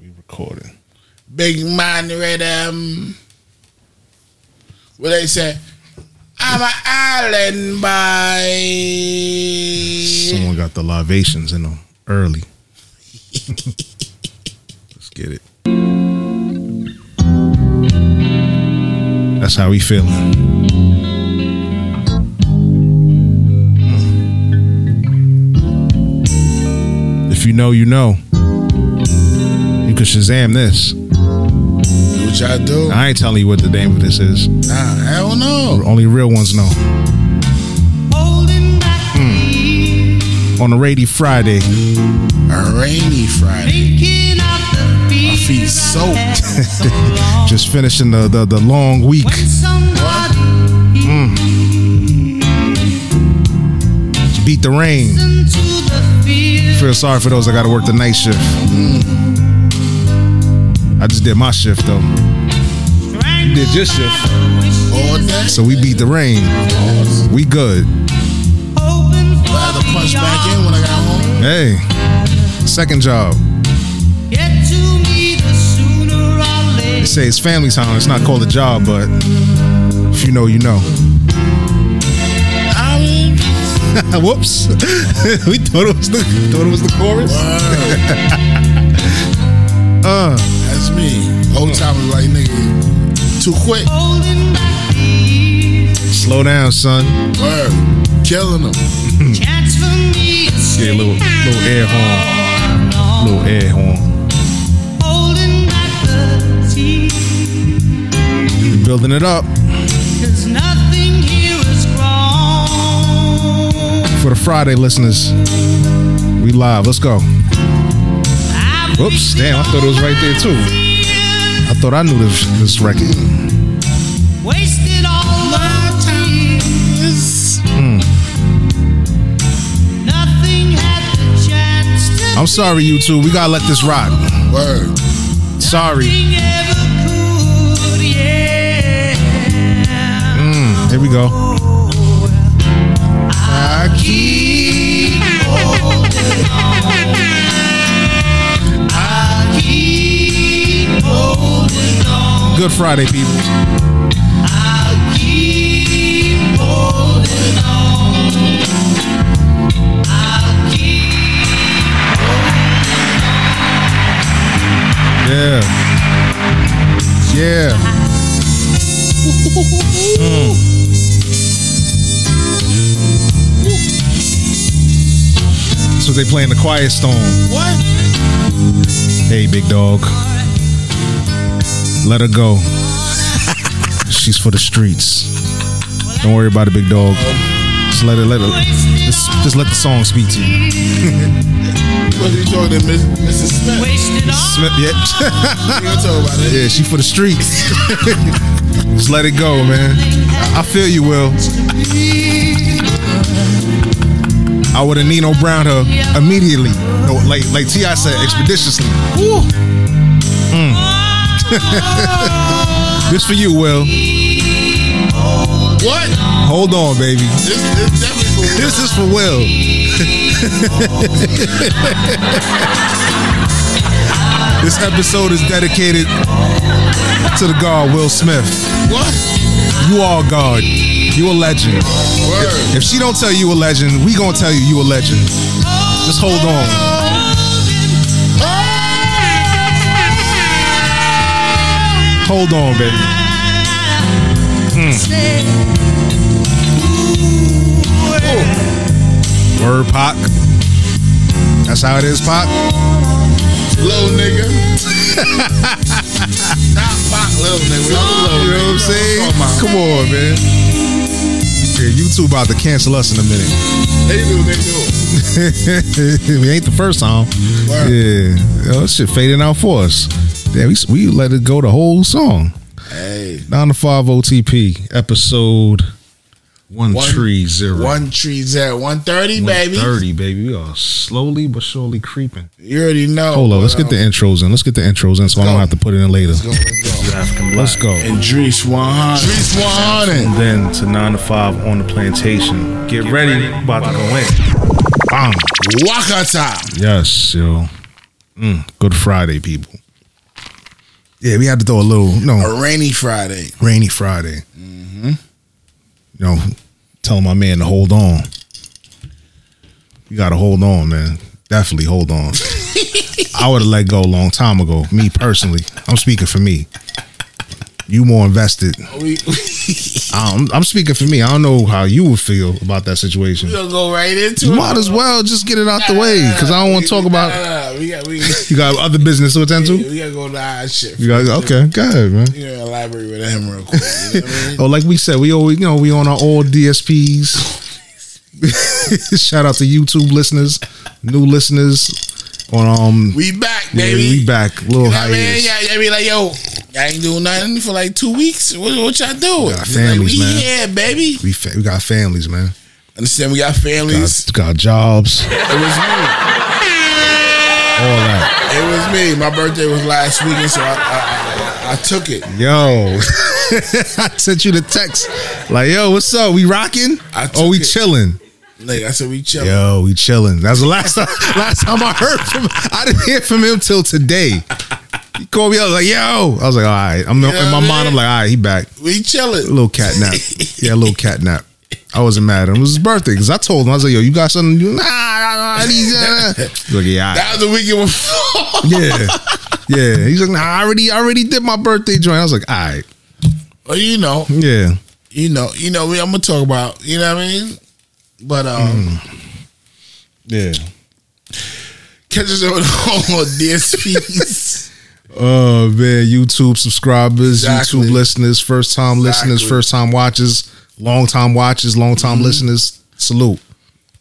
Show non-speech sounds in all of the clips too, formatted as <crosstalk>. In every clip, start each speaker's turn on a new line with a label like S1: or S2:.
S1: We recording.
S2: Big man rhythm. What they say? I'm an island boy.
S1: Someone got the libations in them early. <laughs> Let's get it. That's how we feeling. Hmm. Mm. If you know, you know. You could Shazam this.
S2: Do what y'all do? Nah,
S1: I ain't telling you what the name of this is.
S2: hell no.
S1: Only real ones know. Hmm. On a rainy Friday,
S2: A rainy Friday. My
S1: <laughs>
S2: feet soaked.
S1: just finishing the, the, the long week. Beat the rain. Feel sorry for those that got to work the night shift. Mm. I just did my shift though,
S3: Did your shift.
S1: Oh,
S2: All day.
S1: so we beat the rain. We good.
S2: I had to punch back in when I got home.
S1: Hey, second job.
S3: Get to me the sooner or
S1: They
S3: later.
S1: say it's family time. It's not called a job, but if you know, you know. <laughs>
S2: I mean,
S1: Whoops. <laughs> we thought it was the thought it was the chorus.
S2: word.
S1: Uh,
S2: That's me. Old timers like nigga. Too quick.
S3: Holding back the
S1: slow down, son.
S2: Word. Killing them.
S3: chance for me to
S1: Hmm. Get
S3: say
S1: a little little air horn,
S3: no.
S1: little air horn.
S3: Holding back the tears.
S1: You're building it up
S3: 'Cause nothing here is wrong.
S1: for the Friday listeners. We live. Let's go.
S3: I've
S1: Whoops. Damn, I thought it was right there too.
S3: been
S1: I thought I knew this this record.
S3: wasted all my time.
S1: Hmm.
S3: Nothing had the chance to.
S1: I'm sorry, you two. We gotta let this rock.
S2: Word.
S1: Sorry.
S3: Nothing ever could, <laughs> yeah.
S1: Mm, here we go.
S2: I keep holding on. I keep holding on.
S1: Good Friday, people.
S2: I keep holding on. I keep.
S1: Yeah. Yeah. Mm. So they playing the Quiet Storm.
S2: What?
S1: Hey, big dog. Let her go. She's for the streets. Don't worry about it, big dog. Just let it, let it. Just, just let the song speak to you.
S2: What you talking to Miss, Mrs. Smith?
S3: Wasted all
S1: Smith, yeah. <laughs>
S2: You gonna talk about it?
S1: yeah, she for the streets. <laughs> just let it go, man. I- I feel you, Will. I would have Nino Brown her immediately. No, like like T.I. said, expeditiously. Mm. <laughs> This for you, Will.
S2: What?
S1: Hold on, baby.
S2: This, this definitely for
S1: This is for Will. <laughs> this episode is dedicated to the God, Will Smith.
S2: what?
S1: You are God. You a legend.
S2: Word.
S1: If she don't tell you a legend, we gonna tell you you a legend. Just hold on. Hold on, baby. Hmm. Word, Pac. That's how it is, Pac.
S2: Little <laughs> nigga. Not pop little nigga. I'm a
S1: You know what
S2: little
S1: I'm
S2: nigga.
S1: saying?
S2: What I'm talking
S1: Come on, man. Yeah, you two about to cancel us in a minute. <laughs>
S2: about. They do what they do.
S1: we ain't the first song.
S2: Word.
S1: Yeah, oh, this shit fading out for us. Yeah, we we let it go the whole song.
S2: Hey.
S1: Down to five OTP episode one
S2: One-
S1: three zero.
S2: One tree zero. 130, baby.
S1: 130, baby. We are slowly but surely creeping.
S2: You already know.
S1: Hold on, Oh, let's
S2: Well,
S1: get the intros in. Let's get the intros in so I
S2: go.
S1: don't have to put it in later.
S2: Let's go.
S1: Let's go.
S4: and Drees 100.
S2: Trees 100.
S1: Then to nine to five on the plantation. Get, ready, about to go in. Bang.
S2: Waka time.
S1: Yes, yo. Mm, good Friday, people. Yeah, we had to throw a little, you know,
S2: A rainy Friday.
S1: rainy Friday. You know, telling my man to hold on. You got to hold on, man. Definitely hold on. I would have let go a long time ago. Me personally, I'm speaking for me. You more invested.
S2: <laughs> We,
S1: I'm, I'm speaking for me. I don't know how you would feel about that situation.
S2: we gonna go right into
S1: You
S2: it.
S1: might as well just get it out the way because I don't want to talk about.
S2: Nah, nah, nah,
S1: <laughs>
S2: we got we,
S1: You got other business to attend to.
S2: we gotta go to our shit.
S1: You got okay. Go ahead, man.
S2: You gotta elaborate with him real quick. You know what I mean?
S1: Oh, like we said, we always you know we on our old
S2: <laughs>
S1: DSPs. <laughs> Shout out to YouTube listeners, new listeners on um
S2: We back,
S1: yeah,
S2: baby.
S1: we back little
S2: Yeah, man,
S1: hiatus.
S2: yeah, yeah, be like, yo, y'all ain't doing nothing for like two weeks. What, what y'all doing?
S1: got families,
S2: like, we
S1: man.
S2: here, baby.
S1: We fa- we got families, man.
S2: Understand? We got
S1: Got,
S2: families.
S1: got jobs, all
S2: It was me. <laughs>
S1: that.
S2: It was me. My birthday was last weekend, so I, I, I, I took it.
S1: Yo, <laughs> I sent you the text like, yo, what's up? We rocking?
S2: I
S1: Oh,
S2: took
S1: we
S2: it.
S1: chilling.
S2: Like I said, we chill.
S1: Yo, we chilling. That's the last time. <laughs> Last time I heard from, I didn't hear from him till today. He called me up like, yo. I was like, all right. I'm
S2: know
S1: in my
S2: what I
S1: mind. I'm
S2: mean?
S1: like, all right, he back.
S2: We
S1: A
S2: chilling.
S1: little cat nap. Yeah, a little cat nap. I wasn't mad at him. It was his birthday because I told him I was like, "Yo, you got something?" You, nah, nah, nah, these, uh. He's like, "Yeah, all right."
S2: That was the weekend before. <laughs>
S1: yeah, yeah." He's like, "Nah, I already, I already did my birthday joint." I was like, "All right,
S2: Well, you know,
S1: yeah,
S2: you know, you know. We, I'm gonna talk about. You know what I mean? But um,
S1: Mm. yeah."
S2: catch us on
S1: <laughs>
S2: all DSPs.
S1: Oh man, YouTube subscribers,
S2: Exactly.
S1: YouTube listeners, first time listeners,
S2: Exactly. Mm-hmm.
S1: first time watchers, long time watchers, long time listeners. Salute.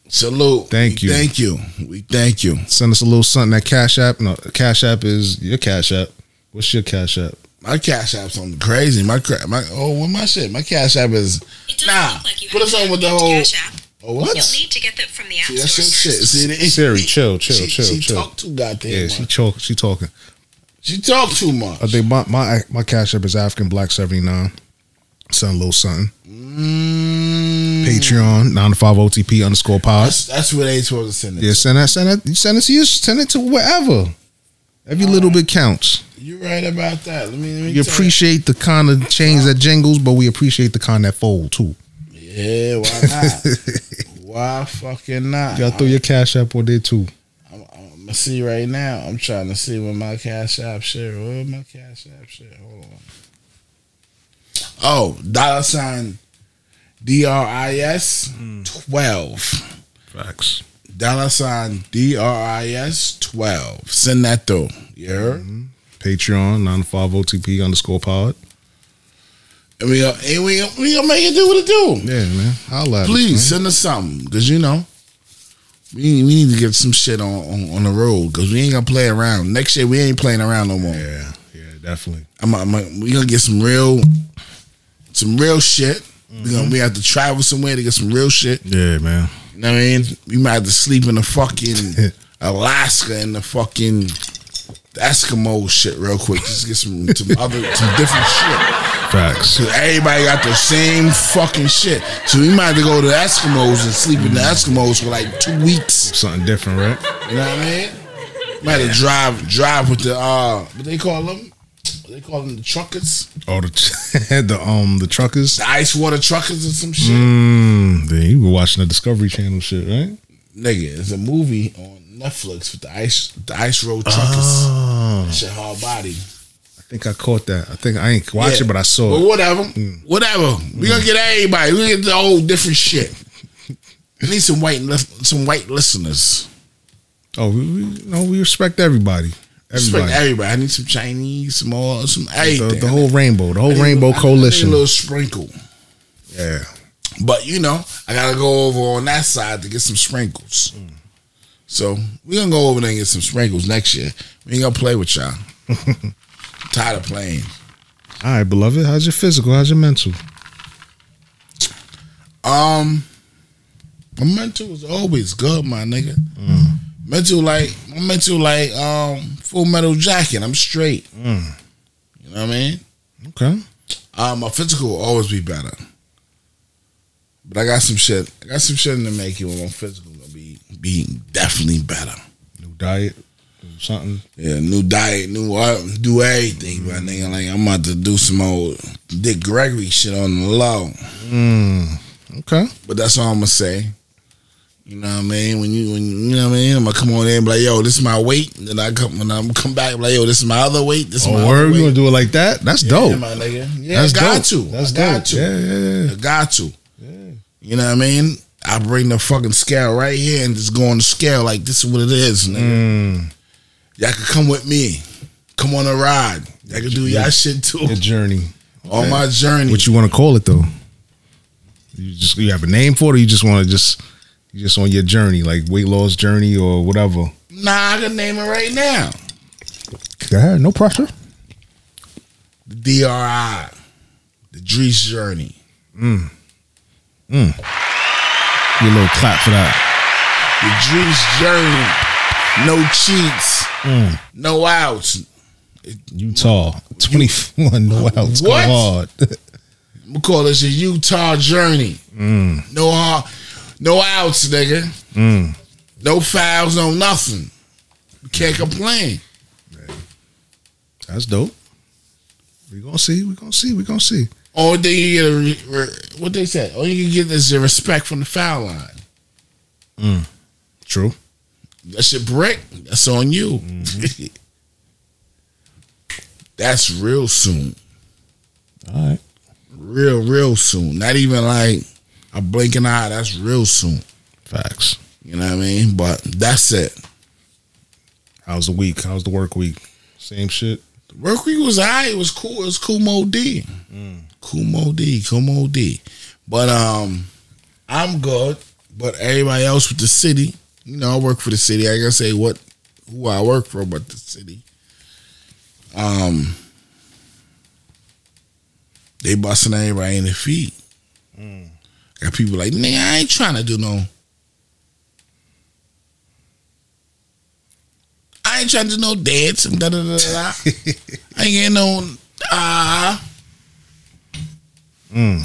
S2: Salute.
S1: Thank
S2: We
S1: you.
S2: Thank you. We thank you.
S1: Send us a little something at Cash App. No, Cash App is your Cash App. What's your Cash App?
S2: My cash app's on crazy. My cra- my oh, what my shit? My cash app is
S4: It doesn't
S2: nah.
S4: look like you
S2: Put
S4: have
S2: us on with the
S4: the
S2: whole.
S4: Cash app.
S2: Oh what?
S4: You'll need to get that from the app
S2: See,
S4: store
S2: that's your shit.
S4: first.
S2: See, it-
S1: Siri, chill, chill,
S2: she,
S1: chill,
S2: She
S1: chill.
S2: talk too goddamn
S1: Yeah,
S2: much.
S1: she
S2: She,
S1: talk. She talking.
S2: talk too much.
S1: I think my my my Cash App is African Black seventy nine. Son, little son.
S2: Mm,
S1: Patreon nine to five OTP underscore pod.
S2: That's that's where they supposed to send it.
S1: Yeah, send that. Send that. You send it to you. Send it to wherever. Every little bit counts.
S2: You right about that. Let me. Let me
S1: You
S2: tell
S1: appreciate the kind of change that jingles, but we appreciate the kind that fold
S2: <laughs>
S1: too.
S2: Yeah, why
S1: <laughs>
S2: not? why fucking not?
S1: Y'all throw your cash app on there too.
S2: I'm, I'm, I'm see right now. I'm trying to see what my cash app shit. What my cash app shit? Hold on. Oh, dollar sign, D R I S twelve.
S1: Facts.
S2: Dollar sign D R I S twelve. Send that through. You heard?
S1: Patreon nine to five OTP underscore pod.
S2: And we gonna, and we gonna, we gonna make it do what it do.
S1: Yeah, man. Holla. at us,
S2: Please
S1: man.
S2: send us something because you know we need, we need to get some shit on on, on the road because we ain't gonna play around. Next year we ain't playing around no more.
S1: Yeah, yeah, definitely.
S2: I'm, I'm, we gonna get some real, some real shit. We gonna we have to travel somewhere to get some real shit.
S1: Yeah, man.
S2: You know what I mean? We might have to sleep in the fucking Alaska in the fucking Eskimo shit real quick. Just get some some other some different shit.
S1: Facts.
S2: Cause everybody got the same fucking shit. So we might have to go to the Eskimos and sleep in the Eskimos for like two weeks.
S1: Something different, right?
S2: You know what I mean? Might have to drive drive with the uh what they call them? What they call them the truckers?
S1: All the <laughs> the um the truckers.
S2: The ice water truckers or some shit.
S1: Mm, then you were watching the Discovery Channel shit, right?
S2: Nigga, it's a movie on Netflix with the ice the ice road truckers.
S1: Oh,
S2: Shit hard body.
S1: I think I caught that. I think I ain't watch
S2: Yeah.
S1: it, but I
S2: But
S1: saw it. Mm.
S2: whatever. Whatever. We gonna get everybody. We gonna get the whole different shit. We need some white lis- some white listeners.
S1: Oh, we, we, you know, we respect everybody. Everybody.
S2: Everybody. everybody. I need some Chinese, some all some everything.
S1: the, the whole rainbow, the
S2: I
S1: whole
S2: need a
S1: rainbow
S2: little- I need
S1: coalition.
S2: A little sprinkle.
S1: yeah.
S2: But you know, I gotta go over on that side to get some sprinkles. So we gonna go over there and get some sprinkles next year. We ain't gonna play with y'all. tired of playing.
S1: All right, beloved. How's your physical? How's your mental?
S2: Um, my mental is always good, my nigga. Mental like my mental like um Full Metal Jacket. I'm straight. You know what I mean?
S1: Okay.
S2: Um, my physical will always be better. But I got some shit. I got some shit in the making where my physical gonna be be definitely better.
S1: New diet, something.
S2: Yeah, new diet, new uh, do everything, but nigga, like I'm about to do some old Dick Gregory shit on the low.
S1: Hmm, Okay.
S2: But that's all I'm gonna say. You know what I mean? When you when you know what I mean, I'm gonna come on in and be like, yo, this is my weight. And then I come when I'm come back, be like, yo, this is my other weight. This is my
S1: Oh,
S2: other
S1: word, you
S2: weight.
S1: gonna do it like that? That's
S2: Yeah,
S1: dope.
S2: my nigga. Yeah,
S1: That's
S2: got
S1: dope.
S2: to.
S1: That's
S2: I got
S1: dope.
S2: to.
S1: Yeah, yeah, yeah.
S2: I got to. You know what I mean? I bring the fucking scale right here and just go on the scale like this is what it is, nigga. Y'all can come with me. Come on a ride. Y'all can do y'all shit too.
S1: Your journey.
S2: On my journey.
S1: What you want to call it though? You just you have a name for it, or you just want to just you just on your journey, like weight loss journey or whatever.
S2: nah, I can name it right now.
S1: Go ahead, no pressure.
S2: The DRI. The Drees Journey.
S1: Give you a little clap for that.
S2: The Drees Journey. No cheats. No outs.
S1: Utah, twenty one <laughs> no outs.
S2: What?
S1: Come hard.
S2: I'm gonna call this a Utah journey. No hard, no outs, nigga. No fouls, no nothing. You can't complain.
S1: That's dope. We gonna see. We gonna see. We gonna see.
S2: Only thing you get a re, re, what they say. All you can get is your respect from the foul line.
S1: True.
S2: That's your brick. That's on you. <laughs> That's real soon.
S1: All right.
S2: Real, real soon. Not even like a blinking eye. That's real soon.
S1: Facts.
S2: You know what I mean? But that's it.
S1: How's the week? How's the work week? Same shit.
S2: Work week was alright. It was cool. It was Kumo D. Kumo D. Kumo D. But um, I'm good. But everybody else with the city, you know, I work for the city. I gotta say what who I work for, but the city. Um, they busting everybody in the feet. Got people like, nigga, I ain't trying to do no. I ain't trying to do no dance and da da da da. da. I ain't getting no ah.
S1: They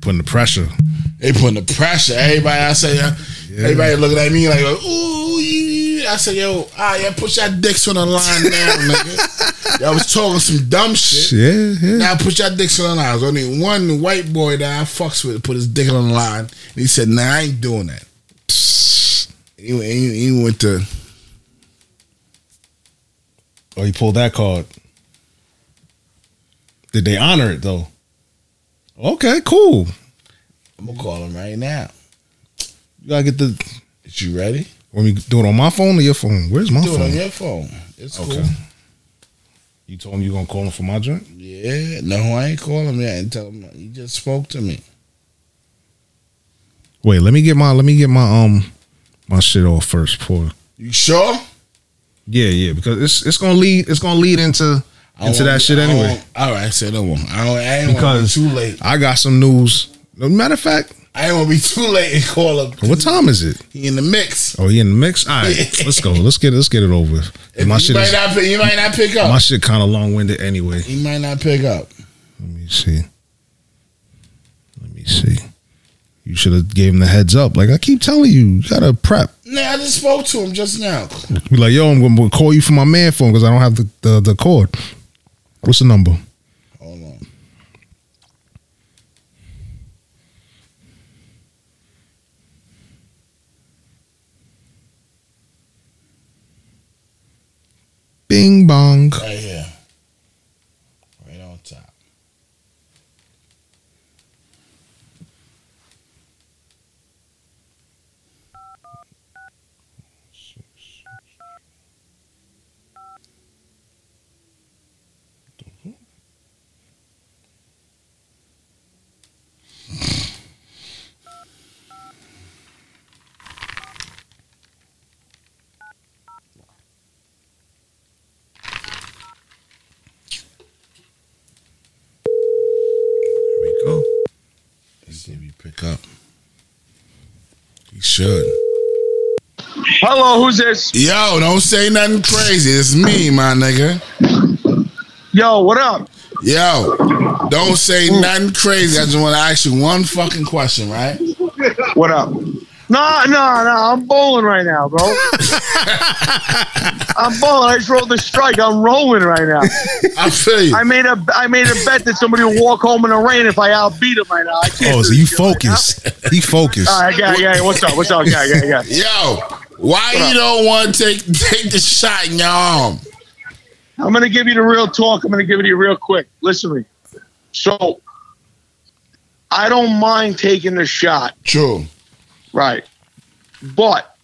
S1: putting the pressure.
S2: They putting the pressure. Everybody, I say, uh, everybody looking at me like, ooh, you. I say, yo, ah, yeah, put your dicks on the line now, nigga. Y'all was talking some dumb shit.
S1: Yeah, yeah.
S2: Now put your dicks on the line. There's only one white boy that I fucks with put his dick on the line, and he said, nah, I ain't doing that. And he, went- he, he went to
S1: Oh, you pulled that card. Did they honor it though? Okay, cool.
S2: I'm gonna call him right now.
S1: You gotta get the.
S2: Is you ready?
S1: When we do it on my phone or your phone? Where's my
S2: Do it
S1: phone?
S2: on your phone. It's
S1: Okay.
S2: cool.
S1: You told me you gonna call him for my joint.
S2: Yeah, no, I ain't calling him yet and tell him you just spoke to me.
S1: Wait, let me get my let me get my um my shit off first, poor.
S2: You sure?
S1: Yeah, yeah, because it's it's gonna lead it's gonna lead into
S2: I
S1: into
S2: won't-
S1: that shit
S2: I won't-
S1: anyway.
S2: All right, say no more. I, don't, I ain't want
S1: Because
S2: to be too late.
S1: I got some news. No matter of fact,
S2: I ain't want to be too late and call him.
S1: what time is it?
S2: He in the mix.
S1: Oh, he in the mix. All right, let's go. Let's get let's get it over. with. My
S2: you
S1: shit
S2: might
S1: is,
S2: not pick. You might not pick up.
S1: my shit kind of long winded anyway.
S2: he might not pick up.
S1: Let me see. Let me see. You should have gave him the heads up. Like I keep telling you, you gotta prep.
S2: Nah, I just spoke to him just now.
S1: Be like, yo, I'm gonna call you for my man phone because I don't have the, the the cord. What's the number?
S2: Hold on.
S1: Bing bong.
S2: Right here. Right on top.
S1: There we go.
S2: Let's see if you pick up. He should.
S4: Hello, who's this?
S2: Yo, don't say nothing crazy. It's me, my nigga.
S4: Yo, what up?
S2: Yo, don't say nothing crazy. I just want to ask you one fucking question, right?
S4: What up? No, no, no. I'm bowling right
S1: <laughs>
S4: now, bro. I'm bowling. I just rolled the strike. I'm rolling right now.
S2: I feel you.
S4: I made a I made a bet that somebody would walk home in the rain if I outbeat him right now. I
S1: Oh,
S4: can't do
S1: so
S4: this
S1: you
S4: shit right
S1: focus. He focus. <laughs>
S4: now. All right, yeah, yeah. What's up? What's up? Yeah, yeah, yeah.
S2: Yo, why you don't want to take take the shot in your arm?
S4: I'm gonna give you the real talk. I'm gonna give it to you real quick. Listen to me. So I don't mind taking the shot,
S2: True.
S4: right? But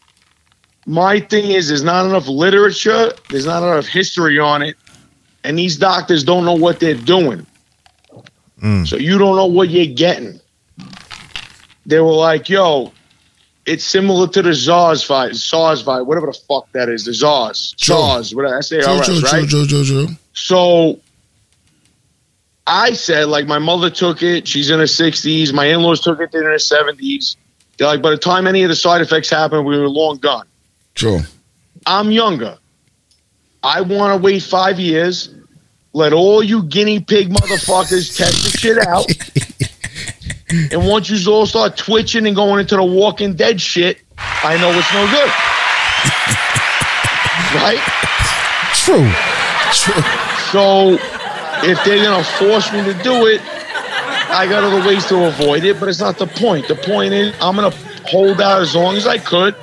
S4: my thing is there's not enough literature, there's not enough history on it, and these doctors don't know what they're doing.
S1: Mm.
S4: So you don't know what you're getting. They were like, yo, it's similar to the SARS fight, SARS fight, whatever the fuck that is, the SARS,
S2: Sure.
S4: SARS, whatever. I say,
S2: True,
S4: all right,
S2: true,
S4: right?
S2: true, true, true, true.
S4: So I said, like, my mother took it. She's in her 60s. My in laws took it. They're in their 70s. They're like, by the time any of the side effects happened, we were long gone.
S2: True.
S4: I'm younger. I want to wait five years. Let all you guinea pig motherfuckers test the shit out. And once you all start twitching and going into the Walking Dead shit, I know it's no good.
S1: True.
S4: right?
S2: True.
S4: So if they're gonna force me to do it, I got other ways to avoid it, but it's not the point. The point is I'm gonna hold out as long as I could.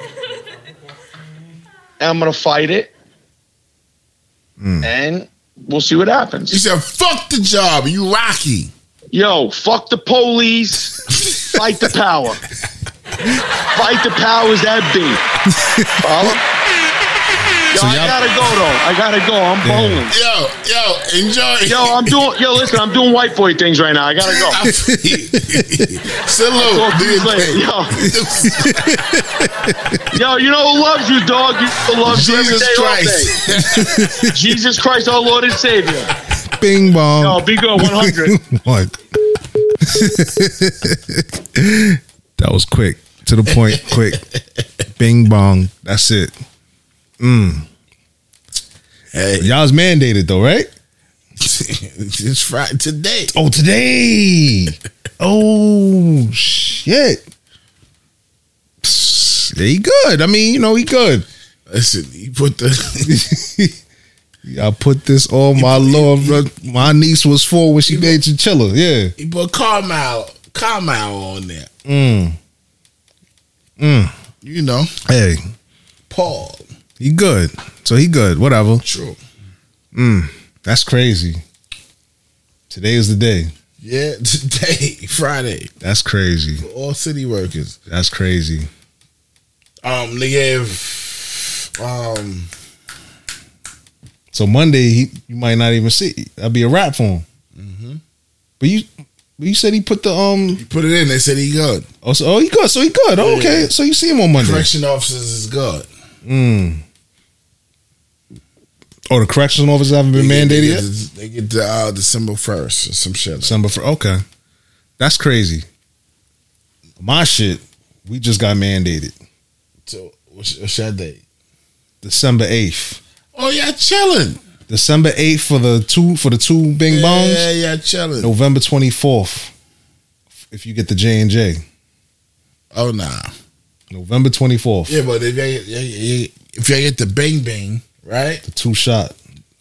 S4: And I'm gonna fight it. And we'll see what
S2: You
S4: happens.
S2: said fuck the job. You Rocky.
S4: Yo, fuck the police. Fight the power. Fight the powers that be. Follow? Yo,
S1: So
S4: I
S1: y'all-
S4: gotta go though. I gotta go. I'm
S1: Yeah.
S4: bowling.
S2: Yo, yo, enjoy. <laughs>
S4: Yo, I'm doing. Yo, listen, I'm doing white boy things right now. I gotta go.
S2: I feel <laughs> you. Salute.
S4: Talk to
S2: Do
S4: you
S2: your
S4: later.
S2: thing.
S4: Yo,
S2: <laughs>
S4: yo, you know who loves you, dog? You who loves you every
S2: Jesus
S4: day, all
S2: Christ.
S4: day. Jesus Christ, our Lord and Savior.
S1: Bing bong.
S4: Yo, be good, 100.
S1: <laughs> What? that was quick. To the point, quick. Bing bong. That's it. Mm.
S2: Hey,
S1: Y'all's mandated though, right?
S2: <laughs> it's Friday today.
S1: Oh, today. oh shit. Psst, Yeah, he good. I mean, you know, he good.
S2: Listen, you put the <laughs>
S1: I put this on my lord. My niece was four when she made chinchilla. Yeah.
S2: you put Carmel Carmel on there.
S1: Mm.
S2: You know,
S1: Hey,
S2: Paul.
S1: he good. So he good. Whatever. Mm.
S2: True.
S1: That's crazy. Today is the day.
S2: Yeah, <laughs> today, Friday,
S1: That's crazy.
S2: for all city workers.
S1: That's crazy.
S2: Um, they gave um
S1: So Monday, he, you might not even see. That'd be a wrap for him. But you, but you said he put the um.
S2: you put it in, they said he good.
S1: Oh, so, oh he good. So he good. Oh, okay. So you see him on Monday.
S2: Correction officers is good.
S1: Mm. Oh, the correction officers haven't been
S2: They get-
S1: mandated
S2: they
S1: yet.
S2: get the- They get the uh, December first or some shit.
S1: December for okay. That's crazy. My shit, we just got mandated
S2: So what's, what's that date?
S1: December eighth.
S2: Oh yeah, chilling.
S1: December eighth for the two for the two Bing Bongs.
S2: Yeah, yeah, chilling.
S1: November 24th, if you get the J and J.
S2: Oh nah.
S1: November 24th,
S2: Yeah, but if you, you- you- if you get the bing bing, right?
S1: the two shot.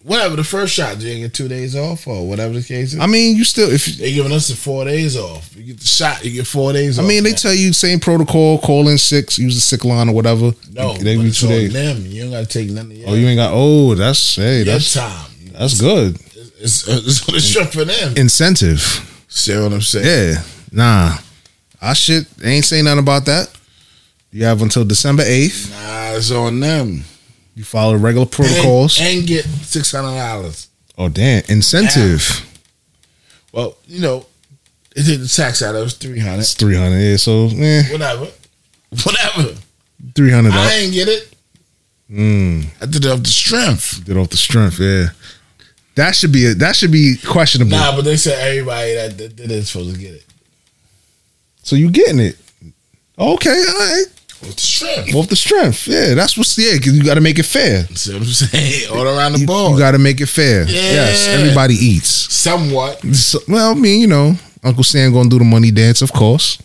S2: Whatever the first shot, do you get two days off or whatever the case is?
S1: I mean, you still if
S2: they giving us the four days off. You get the shot, you get four days
S1: I
S2: off.
S1: mean they tell you same protocol, call in sick, use the sick line or whatever.
S2: no,
S1: they
S2: but
S1: give you
S2: it's
S1: two
S2: on
S1: days.
S2: them. You don't gotta take none of your,
S1: Oh, you ain't got. Oh, that's hey,
S2: your
S1: that's
S2: time.
S1: that's good
S2: It's, it's on the shot for them.
S1: incentive.
S2: See what I'm saying?
S1: Yeah, nah, I shit ain't saying nothing about that. You have until December eighth.
S2: Nah, it's on them.
S1: You follow
S2: <laughs>
S1: regular protocols.
S2: and, and get six hundred dollars.
S1: oh damn, incentive.
S2: Well, you know, it did the tax out. It was three hundred.
S1: It's three hundred. Yeah, so eh,
S2: Whatever, whatever.
S1: three hundred.
S2: I ain't get it.
S1: Mm.
S2: I did it off the strength.
S1: Get off the strength, yeah. That should be a, that should be questionable.
S2: Nah, but they said everybody that that did it is supposed to get it.
S1: So you getting it? Okay, all right.
S2: With the shrimp.
S1: Off the strength, yeah. That's what's yeah. 'cause you got to make it fair.
S2: See what I'm <laughs> saying? All around the
S1: You,
S2: ball.
S1: got to make it fair. Yes,
S2: Yeah.
S1: everybody eats.
S2: Somewhat.
S1: So, well, I mean, you know, Uncle Sam gonna do the money dance, of course.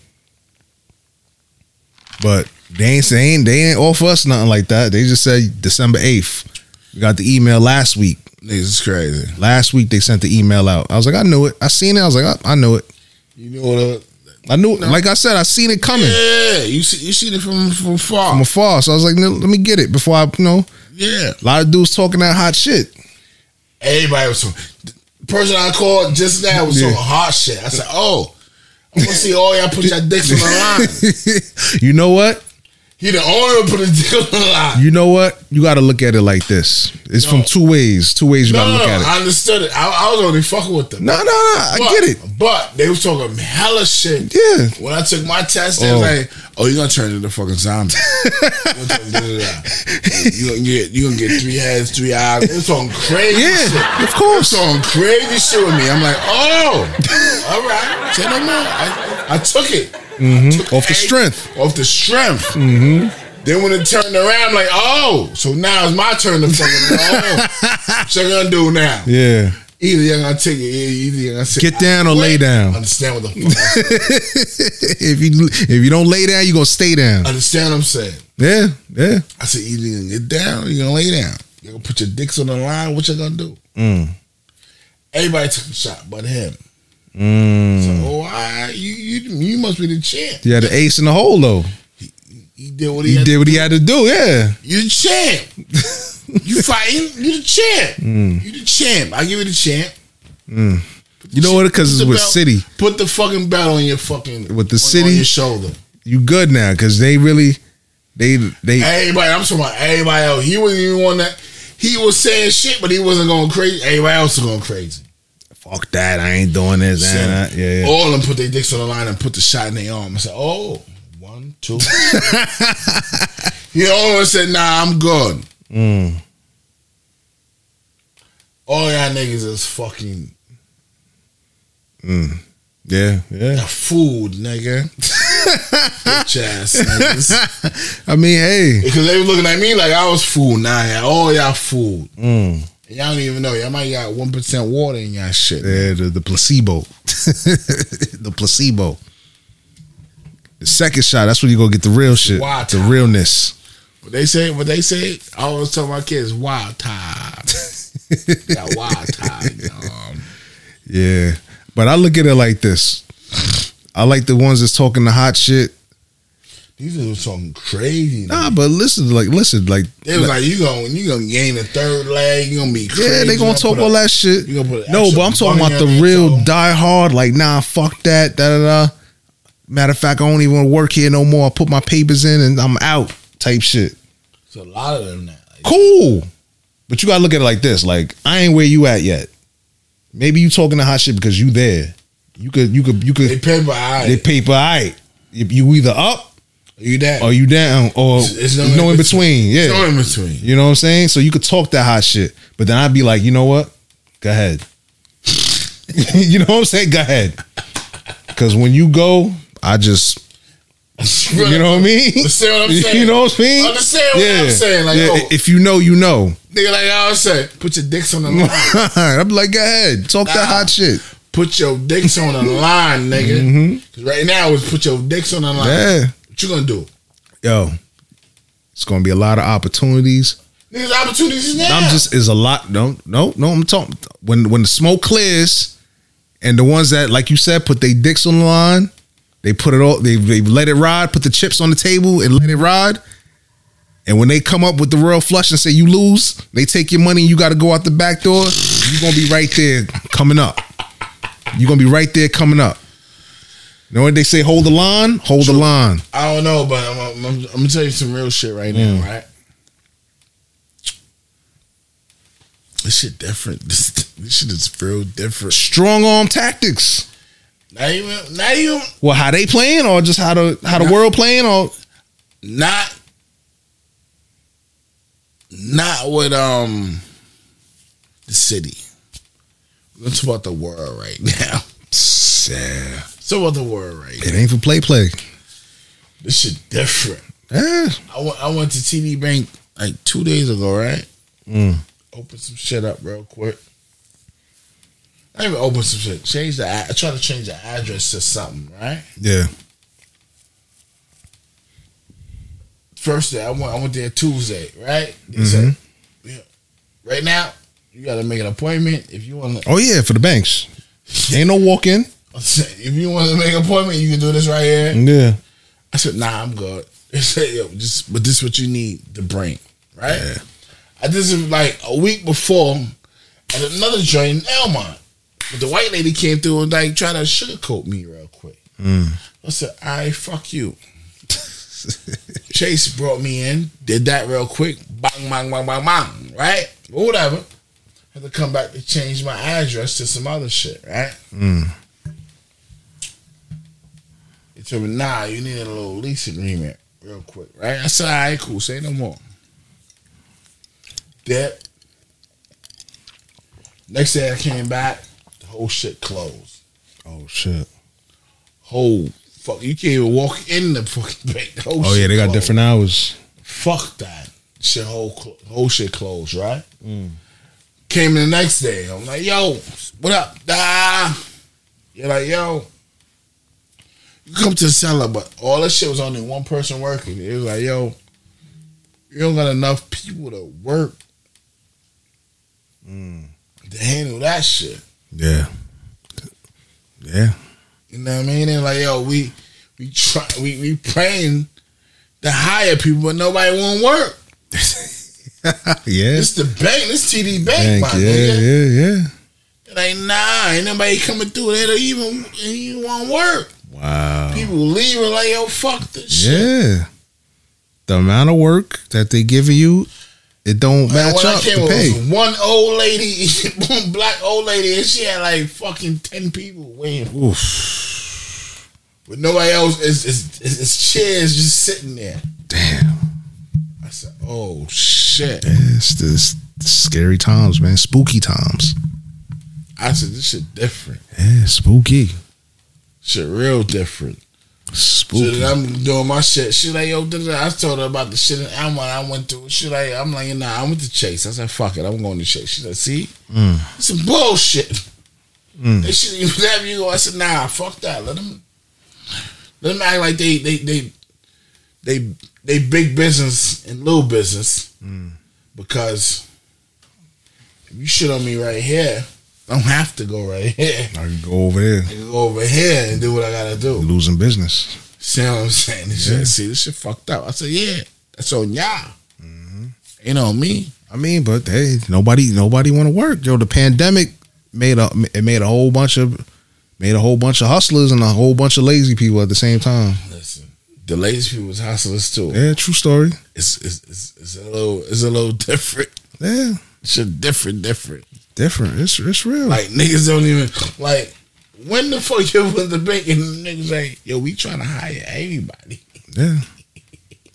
S1: But They ain't saying they ain't offer us nothing like that. They just said December eighth. We got the email last week.
S2: Niggas is crazy.
S1: Last week they sent the email out. I was like, I knew it. I seen it. I was like, I, I knew it.
S2: You know what? uh,
S1: I knew it. Like I said, I seen it coming
S2: Yeah, you see, you seen it from from far.
S1: from afar. So I was like, "No, let me get it before I, you know,
S2: yeah,
S1: a lot of dudes talking that hot shit. <laughs>
S2: everybody was. The person I called just now was
S1: Yeah.
S2: on hot shit. I said, "Oh, I'm gonna see all y'all put your dicks on the
S1: <laughs>
S2: line."
S1: you know what?
S2: He the owner put a deal on the line.
S1: You know what? You got to look at it like this. It's
S2: No.
S1: from two ways. Two ways you
S2: No,
S1: got to
S2: no,
S1: look
S2: no,
S1: at it.
S2: I understood it. I, I was only fucking with them.
S1: no, no, no. I
S2: But-
S1: get it.
S2: But they was talking hella shit.
S1: Yeah.
S2: When I took my test, they was
S1: Oh.
S2: like, "Oh, you're gonna turn into a
S1: <laughs>
S2: fucking zombie. you gonna get you gonna get three heads, three eyes." It was talking crazy.
S1: Yeah,
S2: shit.
S1: of course.
S2: It was talking crazy shit with me. I'm like, "Oh, all right, say no more." I, I took it
S1: Mm-hmm. Off the strength. Mm-hmm.
S2: off the strength. Then when it turned around, I'm like, "Oh, so now it's my turn to fucking oh, so you gonna do now?"
S1: Yeah. <laughs>
S2: Either you're gonna take it, either you're gonna sit
S1: Get down or lay down.
S2: Understand what the fuck? I-
S1: if you if you don't lay down, you gonna stay down.
S2: understand what I'm saying?
S1: Yeah, yeah.
S2: I said either you're gonna get down, or you're gonna lay down. You're gonna put your dicks on the line. What you gonna do?
S1: Mm.
S2: Everybody took a shot, but him.
S1: Mm.
S2: So oh, I, you, you you must be the champ.
S1: You had an ace in the hole though.
S2: He did what he,
S1: He
S2: had.
S1: did what he had to do.
S2: <laughs>
S1: Yeah.
S2: You the champ.
S1: <laughs>
S2: you fighting. You the champ.
S1: Mm.
S2: You the champ. I give you the champ.
S1: You know what? Because
S2: Put
S1: it's
S2: the
S1: with
S2: belt-
S1: city.
S2: Put the fucking belt on your fucking
S1: With the
S2: on-
S1: city?
S2: on your shoulder.
S1: You good now? Because they really, they they.
S2: Everybody, I'm talking about everybody else. He wasn't even one that he was saying shit, but he wasn't going crazy. Everybody else was going crazy.
S1: Fuck that! I ain't doing this.
S2: So,
S1: nah, nah. Yeah, yeah.
S2: All of them put their dicks on the line and put the shot in their arm. I said, oh, one,
S1: <laughs>
S2: two. he all of them said, nah, I'm good.
S1: Mm.
S2: All y'all niggas is fucking
S1: Mm. yeah, yeah.
S2: food,
S1: <laughs>
S2: nigga. Bitch ass niggas.
S1: I mean, hey.
S2: Because they was looking at me like I was food. Nah, yeah, all y'all food.
S1: Mm.
S2: And y'all don't even know. Y'all might got 1% water in y'all shit.
S1: Yeah, Eh, the, the placebo. <laughs> the placebo. The second shot, that's when you go get the real shit.
S2: Wild
S1: The
S2: time.
S1: realness.
S2: What they say, what they say, I always tell my kids, wild time.
S1: <laughs>
S2: yeah, wild time. Um,
S1: Yeah. But I look at it like this. I like the ones that's talking the hot shit.
S2: these are something crazy.
S1: Nah, but listen, like listen, like
S2: They was like, you gonna you gonna gain the third leg, you gonna be crazy.
S1: yeah, they
S2: You
S1: gonna talk
S2: put
S1: all
S2: a-
S1: that shit.
S2: you gonna put an
S1: No,
S2: extra
S1: but I'm talking
S2: bunny
S1: about
S2: on
S1: the
S2: it,
S1: real
S2: so-
S1: die hard. Like, nah, fuck that. Da da da. Matter of fact, I don't even want to work here no more. I put my papers in and I'm out. Type shit.
S2: It's a lot of them now. Like,
S1: cool. But you gotta look at it like this: like I ain't where you at yet. Maybe you talking the hot shit because you there. You could, you could, you
S2: they
S1: could.
S2: pay by eye.
S1: They paper, all right. If you either up
S2: you that?
S1: or you down or
S2: It's- it's
S1: no, in between. Yeah,
S2: It's no in between.
S1: <laughs> you know what I'm saying. So you could talk that hot shit, but then I'd be like, you know what? Go ahead. <laughs> you know what I'm saying? Go ahead. Because when you go, I just you know what I mean?
S2: Understand what I'm saying?
S1: <laughs> You know what I'm saying?
S2: Understand what I'm saying, like,
S1: yeah.
S2: yo.
S1: If you know, you know.
S2: Nigga, like I always say, put your
S1: <laughs>
S2: dicks on the line.
S1: I'm like, go ahead, talk that hot shit.
S2: put your dicks on the line, nigga. 'Cause Right now it's put your dicks on the line.
S1: Mm-hmm. Yeah,
S2: What you gonna do?
S1: yo, it's gonna be a lot of opportunities.
S2: Niggas opportunities now.
S1: I'm just is a lot. No, no, no. I'm talking when when the smoke clears, and the ones that like you said put their dicks on the line, they put it all. They they let it ride, put the chips on the table, and let it ride. And when they come up with the real flush and say you lose, they take your money. and You got to go out the back door. You're gonna be right there coming up. You're gonna be right there coming up. You know what they say? Hold the line. Hold the line.
S2: I don't know, but I'm, I'm, I'm gonna tell you some real shit right now, right? This shit different. <laughs> This, this shit is real different.
S1: Strong arm tactics.
S2: Not even, not even,
S1: Well, how they playing, or just how the how the world playing, or
S2: not, not with um the city. We're gonna talk about the world right <laughs> now.
S1: yeah.
S2: So about the world right now.
S1: It ain't for play play.
S2: This shit different.
S1: Yeah.
S2: I went, I went to TD Bank like two days ago, right?
S1: Mm.
S2: Open some shit up real quick. I even open some shit. Change the. ad- I try to change the address to something, right?
S1: Yeah.
S2: first day I went I went there Tuesday, right? They said, yeah, right now you got to make an appointment if you want to.
S1: Oh yeah, for the banks. Ain't no walk in.
S2: <laughs> If you want to make an appointment, you can do this right here.
S1: Yeah.
S2: I said, Nah, I'm good. They said, Yo, just but this is what you need to bring, right? I this is like a week before at another joint in Elmont. But the white lady came through and like tried to sugarcoat me real quick. I said, I fuck you. Chase brought me in, did that real quick, bang, bang, bang, bang, bang, right? Or whatever. Had to come back to change my address to some other shit, right?
S1: Mm.
S2: They told me, nah, you need a little lease agreement real quick, right? I said, all right, cool, say no more. That next day I came back, the whole shit closed.
S1: Oh shit.
S2: Whole fuck, you can't even walk in the fucking bank. The whole
S1: Oh yeah,
S2: shit
S1: they got
S2: closed.
S1: different hours.
S2: Fuck that shit. Whole cl- whole shit closed, right? Mm. Came in the next day. I'm like, yo, what up? Ah, you're like, yo, you come to the cellar, but all that shit was only one person working. It was like, yo, you don't got enough people to work to handle that shit.
S1: Yeah. Yeah.
S2: You know what I mean? And like, yo, we we try we we praying to hire people, but nobody want work.
S1: yeah.
S2: It's the bank. It's TD
S1: Bank,
S2: Bank, my
S1: yeah,
S2: nigga.
S1: yeah, yeah.
S2: Like, nah, ain't nobody coming through. They don't even, they even want work.
S1: Wow.
S2: People leaving like, yo, fuck this shit.
S1: Yeah. The amount of work that they giving you, it don't
S2: And
S1: match
S2: when I
S1: up
S2: came
S1: to
S2: over, it
S1: pay.
S2: was one old lady, <laughs> one black old lady, and she had like fucking 10 people waiting.
S1: Oof.
S2: But nobody else, it's, it's, it's, it's chairs just sitting there.
S1: Damn.
S2: I said, oh, shit.
S1: It's this scary times, man. Spooky times.
S2: I said, this shit different.
S1: Yeah, spooky.
S2: Shit real different. So
S1: Spooky.
S2: then I'm doing my shit. She like, yo, da, da, da. I told her about the shit in Alma I went to. She like, I'm like, nah, I went to Chase. I said, fuck it, I'm going to Chase. She like, see, it's some bullshit. They should even have you. go. I said, nah, fuck that. Let them, let them act like they they they they they big business and little business because if you shit on me right here, I don't have to go right here. <laughs>
S1: I can go over there.
S2: I can go over here and do what I gotta do.
S1: Losing business.
S2: See what I'm saying? This
S1: Yeah.
S2: shit, see, this shit fucked up. I said, yeah, that's on y'all. Mm-hmm. Ain't on me.
S1: I mean, but hey, nobody nobody wanna work. Yo, the pandemic made a it made a whole bunch of made a whole bunch of hustlers and a whole bunch of lazy people at the same time.
S2: Listen, the lazy people is hustlers too.
S1: Yeah, true story.
S2: It's, it's it's it's a little it's a little different. <laughs>
S1: Yeah.
S2: Shit, different, different.
S1: Different. It's it's real.
S2: <laughs> Like niggas don't even like. When the fuck you went to bank and niggas like, yo, we trying to hire everybody.
S1: yeah.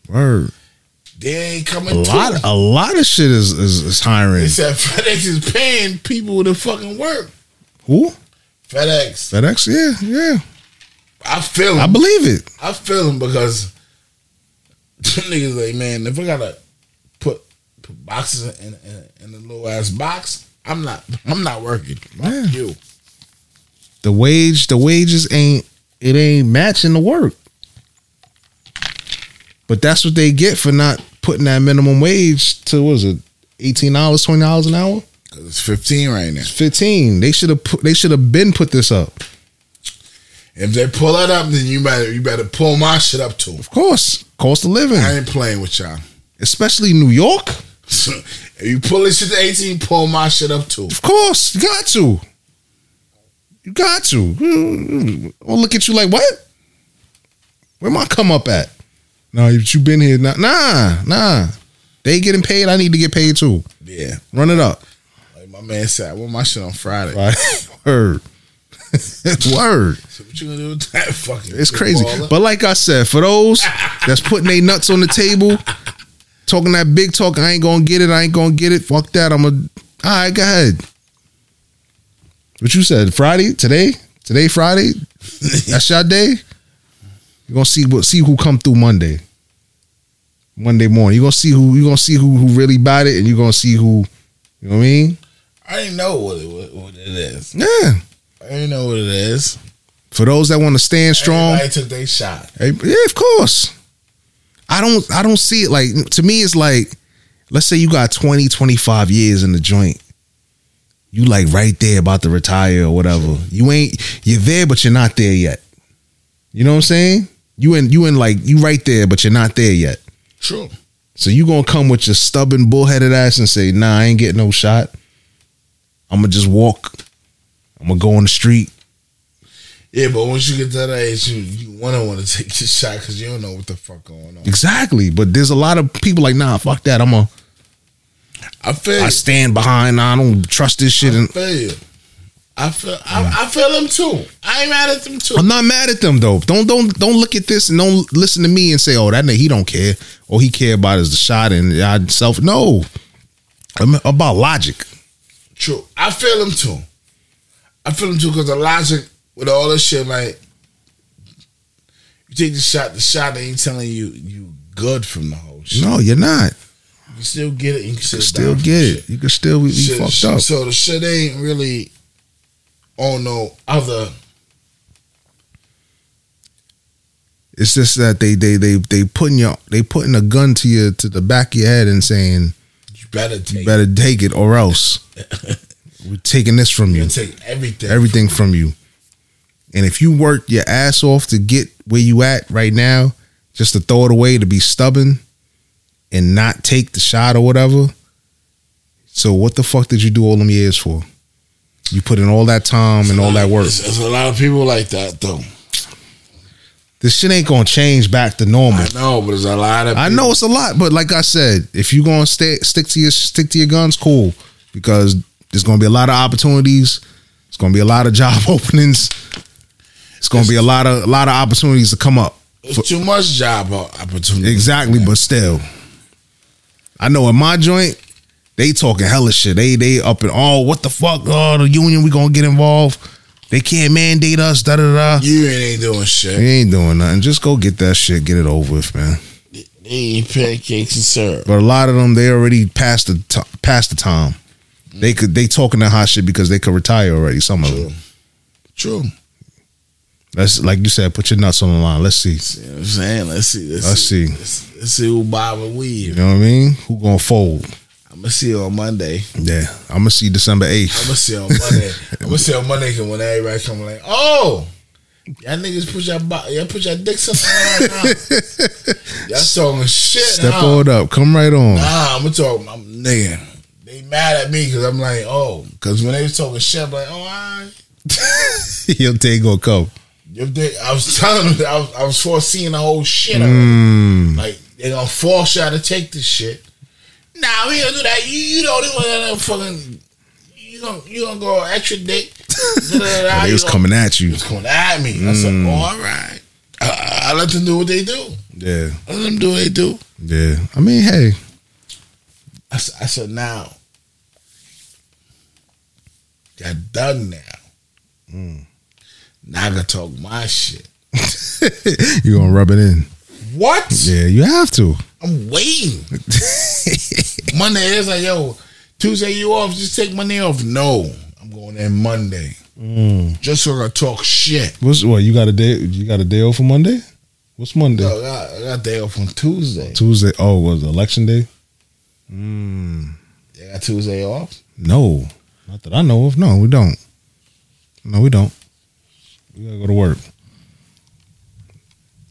S1: Word.
S2: They ain't coming.
S1: A lot
S2: Of-
S1: a lot of shit is is, is hiring.
S2: they said FedEx is paying people to fucking work.
S1: Who?
S2: FedEx,
S1: FedEx? Yeah, yeah.
S2: I feel. 'em.
S1: I believe it.
S2: I feel him because them niggas like, man, if I gotta put, put boxes in, in, in a little ass box, I'm not I'm not working. Fuck
S1: Yeah.
S2: you.
S1: The wage the wages ain't it ain't matching the work. But that's what they get for not putting that minimum wage to what is it? Eighteen dollars, twenty dollars an hour?
S2: Cause it's 15 right now.
S1: It's fifteen. They should have put they should have been put this up.
S2: If they pull that up, then you better you better pull my shit up too.
S1: Of course. Cost of living.
S2: I ain't playing with y'all. <laughs>
S1: Especially New York.
S2: if you pull this shit to 18, pull my shit up too.
S1: Of course. You got to. You got to. I'll look at you like what? Where my come up at? No, you been here. Nah, nah, nah. They getting paid. I need to get paid too.
S2: Yeah.
S1: Run it up. <laughs>
S2: Like my man said, I want my shit on Friday.
S1: Right. Word. <laughs> Word.
S2: So what you gonna do with that <laughs> fucking?
S1: It's crazy.
S2: baller?
S1: But like I said, for those that's putting their nuts on the table, talking that big talk, I ain't gonna get it, I ain't gonna get it. Fuck that. I'm a all right, go ahead. What you said, Friday, today? Today, Friday? That's your day? You're gonna see what see who come through Monday. Monday morning. You're gonna see who you're gonna see who who really bought it and you're gonna see who you know what I mean?
S2: <laughs> I didn't know what it, what, what it is.
S1: Yeah.
S2: I didn't know what it is.
S1: For those that wanna stand strong.
S2: Everybody took their shot.
S1: Hey, yeah, of course. I don't I don't see it like to me it's like let's say you got 20 25 years in the joint. You like right there about to retire or whatever. You ain't you're there but you're not there yet. You know what I'm saying? You in you in like you right there but you're not there yet.
S2: True.
S1: So you gonna come with your stubborn bullheaded ass and say, "Nah, I ain't getting no shot. I'm gonna just walk. I'm gonna go on the street.
S2: Yeah, but once you get to that age, you, you want to want to take your shot because you don't know what the fuck going on.
S1: Exactly. But there's a lot of people like, "Nah, fuck that. I'm gonna
S2: I feel.
S1: I stand behind. Nah, I don't trust this shit."
S2: I
S1: And
S2: feel you. I feel. I, I feel them too. I ain't mad at them too.
S1: I'm not mad at them though. Don't don't don't look at this and don't listen to me and say, "Oh, that nigga he don't care. All he care about is the shot and I self." No, I'm about logic.
S2: True. I feel them too. I feel them too because the logic with all this shit, like you take the shot, the shot ain't telling you you good from the whole shit.
S1: No, you're not.
S2: You can still get it. And you can still,
S1: You still
S2: die from
S1: get
S2: shit.
S1: it. You can still be, be
S2: Shit-
S1: fucked
S2: sh-
S1: up.
S2: So the shit ain't really on no other.
S1: It's just that they they they they putting your they putting a gun to your to the back of your head and saying,
S2: You better take.
S1: "Better take it or
S2: <laughs>
S1: else we're taking this from
S2: You
S1: you,
S2: take everything.
S1: everything from you." And if you work your ass off to get where you at right now, just to throw it away to be stubborn and not take the shot or whatever. So what the fuck did you do all them years for? You put in all that time and all that work.
S2: There's, there's a lot of people like that though.
S1: This shit ain't gonna change back to normal.
S2: I know, but there's a lot of.
S1: I
S2: people-
S1: know it's a lot, but like I said, if you gonna stay stick to your stick to your guns, cool. Because there's gonna be a lot of opportunities. It's gonna be a lot of job <laughs> openings. It's gonna be a lot of a lot of opportunities to come up.
S2: There's too much job o- opportunity.
S1: Exactly, but still, I know in my joint, they talking hella shit. They they up and oh, what the fuck? Oh, the union, we gonna get involved. They can't mandate us. Da da da.
S2: You ain't doing shit.
S1: We ain't doing nothing. Just go get that shit. Get it over with, man.
S2: They eat pancakes and syrup.
S1: But a lot of them, they already passed the t- passed the time. They could they talking that hot shit because they could retire already. Some of them.
S2: True.
S1: That's like you said, put your nuts on the line. Let's see.
S2: You know what I'm saying? Let's see. Let's,
S1: Let's see.
S2: Let's, let's see who Bob and
S1: You
S2: Weave.
S1: know what I mean? Who gonna fold?
S2: I'm going to see you on Monday.
S1: Yeah, I'm gonna see December
S2: I'm
S1: eighth.
S2: going
S1: <laughs>
S2: to see you on Monday. I'm going to see you on Monday 'cause when everybody come like, oh, y'all niggas put your, bo- y'all put your dicks up. Huh?
S1: <laughs>
S2: y'all talking shit.
S1: Step
S2: huh?
S1: on up. Come right on.
S2: Nah, I'm talking, I'm, nigga. They mad at me because I'm like, oh, because when they was talking shit, I'm like, oh, all right.
S1: <laughs> Your day gonna come.
S2: If they, I was telling them, I was, I was foreseeing the whole shit.
S1: Mm.
S2: Like they gonna force y'all to take this shit. Nah, we don't do that. You, you don't do that fucking. You gonna you gonna go extra
S1: <laughs>
S2: dick. Da, da, da, da.
S1: They
S2: You
S1: was Mm.
S2: gonna-
S1: coming at you.
S2: was coming at me. I said, oh, all right. I, I let them do what they do.
S1: Yeah,
S2: I let them do what they do.
S1: yeah. I mean, hey, <laughs>
S2: I, s- I said, now. Got done now.
S1: Mm.
S2: Now I can talk my shit.
S1: you gonna rub it in.
S2: What?
S1: Yeah, you have to.
S2: I'm waiting. Monday is like, yo, Tuesday you off, just take Monday off. No, I'm going in Monday. Just so I can talk shit.
S1: What's what? You got a day? You got a day off for Monday? What's Monday?
S2: Yo, I, got, I got day off on Tuesday.
S1: Tuesday. Oh, was it election day?
S2: I got Tuesday off.
S1: No, not that I know of. No, we don't. No, we don't. We gotta go to work.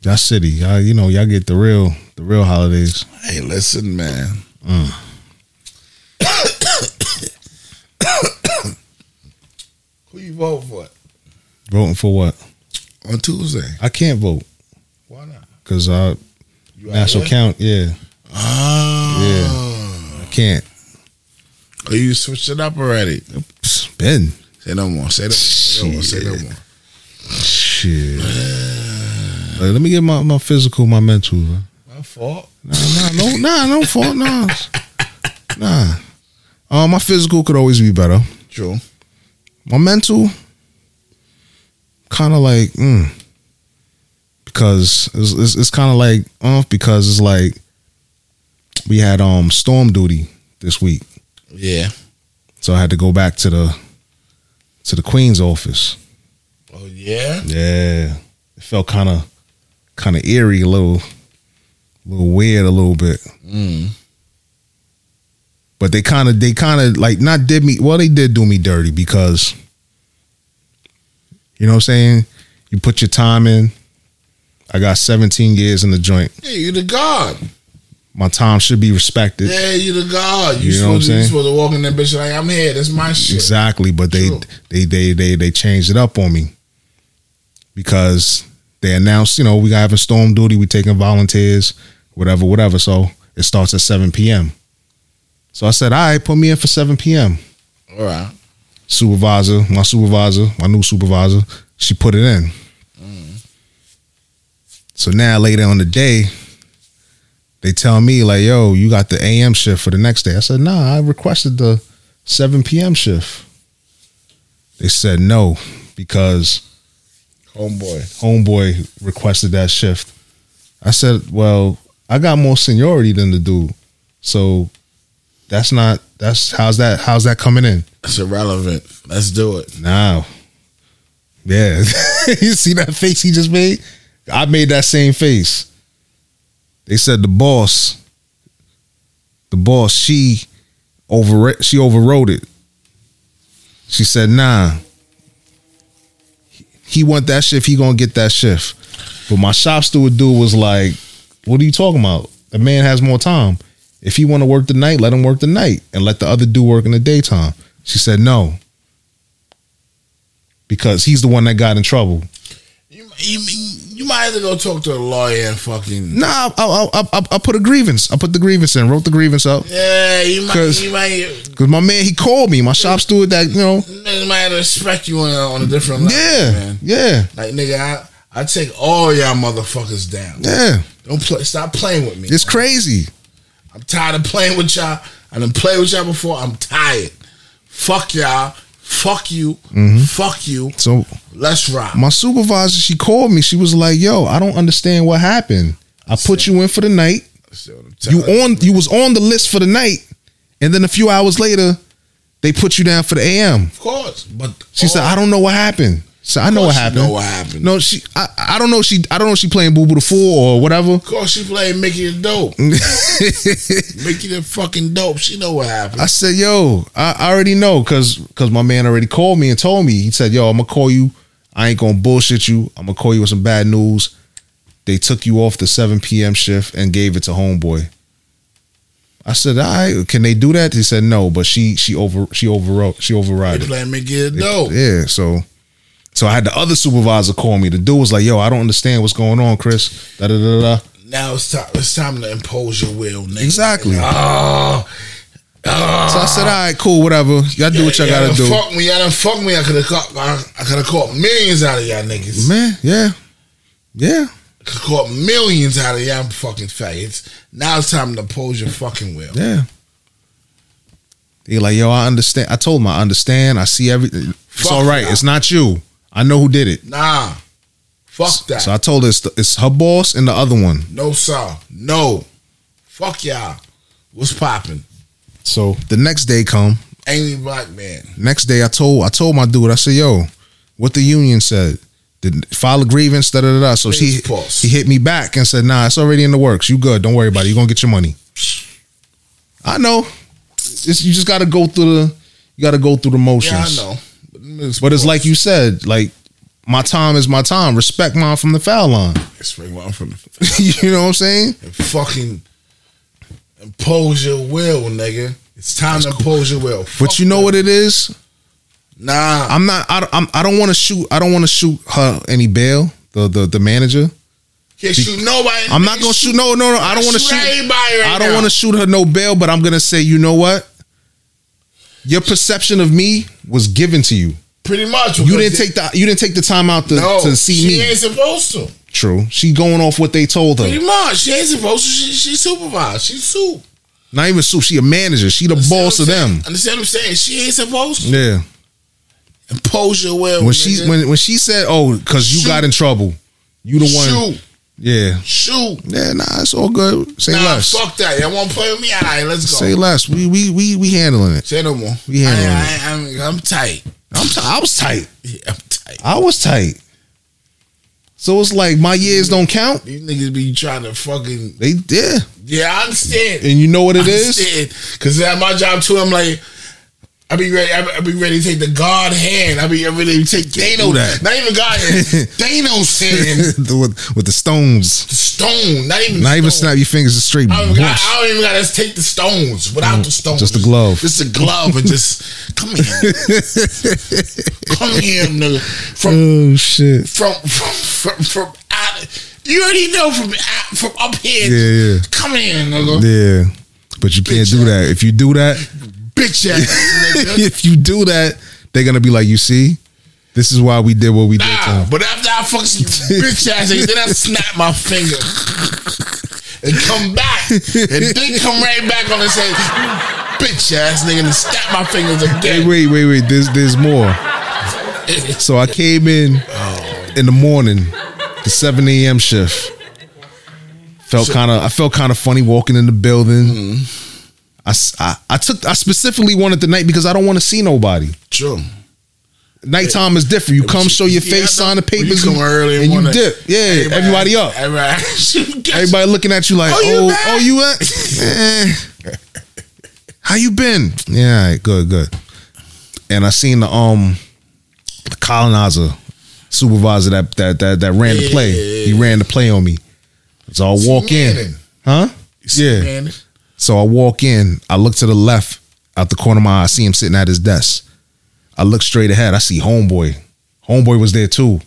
S1: Y'all city, y'all, you know, y'all get the real, the real holidays.
S2: Hey, listen, man. <coughs> Who you vote for
S1: Voting for what?
S2: on Tuesday?
S1: I can't vote
S2: Why not?
S1: because I
S2: You out
S1: national
S2: here?
S1: count. Yeah,
S2: Oh,
S1: I can't.
S2: yeah. Are Oh, you switched it up already?
S1: Psst, Ben,
S2: Say no more. Say no more. Say no more. Say no
S1: Shit.
S2: more.
S1: shit. Like, let me get my, my physical, my mental. man.
S2: My fault.
S1: Nah, nah, no, nah, no fault, nah, nah. Uh, my physical could always be better.
S2: True.
S1: my mental kind of like mm, because it's, it's, it's kind of like off because it's like we had um storm duty this week
S2: Yeah.
S1: so i had to go back to the to the queen's office
S2: Oh yeah.
S1: yeah it felt kind of kind of eerie a little a little weird a little bit. Mm. But they kind of they kind of like not did me well. They did do me dirty because you know what I'm saying. You put your time in. I got 17 years in the joint.
S2: Yeah, you the god.
S1: My time should be respected.
S2: Yeah, you the god. You,
S1: You know what I'm
S2: supposed, to, you
S1: saying?
S2: supposed to walk in that bitch like I'm here. That's my shit.
S1: Exactly, but they,
S2: True.
S1: they they they they changed it up on me because they announced, you know, we got having storm duty, we taking volunteers, whatever, whatever. So it starts at seven p.m. So I said, all right, put me in for seven p.m.
S2: All right.
S1: Supervisor, my supervisor, my new supervisor, she put it in. So now later on the day, they tell me like, yo, you got the AM shift for the next day. I said, nah, I requested the 7 p.m. shift. They said no because
S2: Homeboy.
S1: homeboy requested that shift. I said, well, I got more seniority than the dude. So that's not that's how's that how's that coming in?
S2: That's irrelevant. Let's do it.
S1: Now, yeah, <laughs> you see that face he just made? I made that same face. They said the boss, the boss, she over she overrode it. She said, "Nah, he want that shift. He gonna get that shift." But my shop steward dude was like, "What are you talking about? The man has more time. If he want to work the night, let him work the night, and let the other dude work in the daytime." She said, "No." because he's the one that got in trouble.
S2: You, you, you might have to go talk to a lawyer and fucking.
S1: Nah, I, I, I, I, I put a grievance. I put the grievance in, wrote the grievance up.
S2: Yeah, you might.
S1: 'Cause-
S2: You might.
S1: Because my man, he called me, my shop steward that, you know,
S2: Niggas might have to respect you on, a- on a different level.
S1: yeah,
S2: Man.
S1: yeah,
S2: Like nigga, I, I take all y'all motherfuckers down.
S1: yeah.
S2: Don't play. Stop playing with me.
S1: It's crazy.
S2: I'm tired of playing with y'all. I done played with y'all before. I'm tired. Fuck y'all. Fuck you. Fuck you.
S1: So
S2: Let's rock.
S1: Mm-hmm. my supervisor, she called me. She was like, yo, I don't understand what happened. I put you in for the night. You on you was on the list for the night. And then a few hours later, they put you down for the AM.
S2: Of course, but
S1: She said, "I don't know what happened." So I know
S2: Oh.
S1: what
S2: course you
S1: happened.
S2: know what happened.
S1: No, she. I, I don't know. She. I don't know. if She playing Boo Boo the Fool or whatever.
S2: Of course, she played Mickey
S1: <laughs>
S2: the Dope. Mickey the fucking dope. She know what happened.
S1: I said, "Yo, I, I already know, cause cause my man already called me and told me. He said, "Yo, I'm gonna call you. I ain't gonna bullshit you. I'm gonna call you with some bad news. They took you off the 7 p.m. shift and gave it to homeboy." I said, "All right, can they do that?" He said, "No, but she she over she overrode she
S2: They "Oh."
S1: override it."
S2: played Mickey the Dope.
S1: Yeah, so so I had the other supervisor call me. The dude was like, "Yo, I don't understand what's going on, Chris." Da da da da.
S2: Now it's time. It's time to impose your will, nigga.
S1: Exactly.
S2: Oh,
S1: So I said, "All right, cool, whatever. Y'all do what y'all gotta do,
S2: Ah. Fuck me. Y'all done fuck me. I could have caught. I, I could have caught millions out of y'all niggas.
S1: man. Yeah, yeah."
S2: I coulda caught millions out of y'all fucking faggots. Now it's time to impose your fucking will.
S1: Yeah. He like, yo, I understand. I told him I understand. I see everything. It's
S2: Fuck
S1: all right.
S2: that.
S1: It's not you. I know who did it.
S2: Nah. Fuck that.
S1: So I told her it's, the, it's her boss and the other one.
S2: no sir. No. Fuck y'all. What's popping?
S1: So the next day come.
S2: Angry black man.
S1: Next day I told I told my dude. I said, yo, what the union said. Did file a grievance. Da da da. da. So she
S2: Please pause.
S1: he hit me back and said, nah, it's already in the works. You good? Don't worry about it. You gonna get your money. I know. It's, you just got to go through the. You got to go through the
S2: Yeah, I
S1: motions.
S2: know.
S1: But it's like you said, like my time is my time. Respect mine from the foul line. <laughs>
S2: It's right where I'm from.
S1: you know what I'm saying?
S2: and fucking impose your will, nigga. It's time to impose your will.
S1: But you know what it is?
S2: Nah,
S1: I'm not. I, don't- I'm, I don't want to shoot. I don't want to shoot her any bail. The the the manager.
S2: can't shoot nobody.
S1: I'm not gonna shoot. No no no. I don't want to shoot.
S2: anybody. Right
S1: I don't want to
S2: Shoot.
S1: shoot her no bail. But I'm gonna say, you know what? Your perception of me was given to you.
S2: Pretty much.
S1: You
S2: because
S1: didn't
S2: they-
S1: take the you didn't take the time out to, to see
S2: she
S1: me.
S2: ain't supposed to.
S1: True. She going off what they told her.
S2: Pretty much. She ain't supposed to. She, she supervised. She soup.
S1: Not even Sue. She a manager. She the boss of them.
S2: Understand what I'm saying? She ain't supposed to.
S1: Yeah.
S2: Impose your will.
S1: when
S2: nigga.
S1: she when when she said, "Oh, because you
S2: Shoot.
S1: got in trouble, you the one."
S2: shoot,
S1: Yeah,
S2: shoot.
S1: yeah, nah, it's all good. Say
S2: Nah,
S1: less,
S2: fuck that. Y'all want to play with me? All right, let's go.
S1: say less. We we we we handling it.
S2: Say no more.
S1: We handling
S2: I, I, I, I'm tight.
S1: I'm t- I was tight.
S2: Yeah, I'm tight.
S1: I was tight. So it's like my years don't count.
S2: These niggas be trying to fucking.
S1: They yeah,
S2: Yeah, I understand.
S1: and you know what it
S2: I
S1: is.
S2: understand. Cause at my job too, I'm like, I be ready. I be- I be ready to take the God hand. I be ready to take Dano.
S1: Do that.
S2: Not even
S1: <laughs>
S2: God hand. Dano's hand.
S1: <laughs> The- with, with the stones,
S2: Stone. Not even.
S1: not even
S2: stone.
S1: snap your fingers it's straight.
S2: I don't, even got,
S1: Whoosh.
S2: I don't even gotta take the stones without the stones.
S1: Mm, just the glove.
S2: Just the glove and just come
S1: <laughs>
S2: here. come here, nigga. From
S1: Oh shit!
S2: from from from, from out you already know from out, from up here.
S1: Yeah, yeah.
S2: Come here, nigga.
S1: Yeah, but you can't
S2: Bitch
S1: do
S2: ass.
S1: that. If you do that, <laughs>
S2: Bitch ass nigga.
S1: if you do that, they're gonna be like, you see, this is why we did what we did. To
S2: Nah,
S1: him.
S2: but after I
S1: <laughs>
S2: fuck some bitch ass niggas, then I snap my finger and come back and then come right back on and say, "You bitch ass nigga, and snap my fingers
S1: Hey,
S2: again.
S1: wait, wait, wait. There's there's more. So I came in in the morning, the 7 a.m. shift. Felt kind of I felt kind of funny walking in the building.
S2: Mm-hmm.
S1: I, s- I- I took I specifically wanted the night because I don't want to see nobody.
S2: True.
S1: Nighttime is different. You come show your
S2: Yeah, I know.
S1: face, sign the
S2: When
S1: papers,
S2: you come early and
S1: and you
S2: wanna-
S1: dip. Yeah, everybody up.
S2: Everybody,
S1: Everybody looking at you like,
S2: Oh,
S1: oh,
S2: you
S1: oh,
S2: back?"
S1: you at? Eh. <laughs> How you been? Yeah, all right, good, good. And I seen the um the colonizer supervisor that that that, that ran the play.
S2: Yeah.
S1: He ran the play on me. So I walk
S2: Manning.
S1: in, huh? Yeah.
S2: Man,
S1: So I walk in. I look to the left out the corner of my eye. I see him sitting at his desk. I look straight ahead. I see homeboy. Homeboy was there too.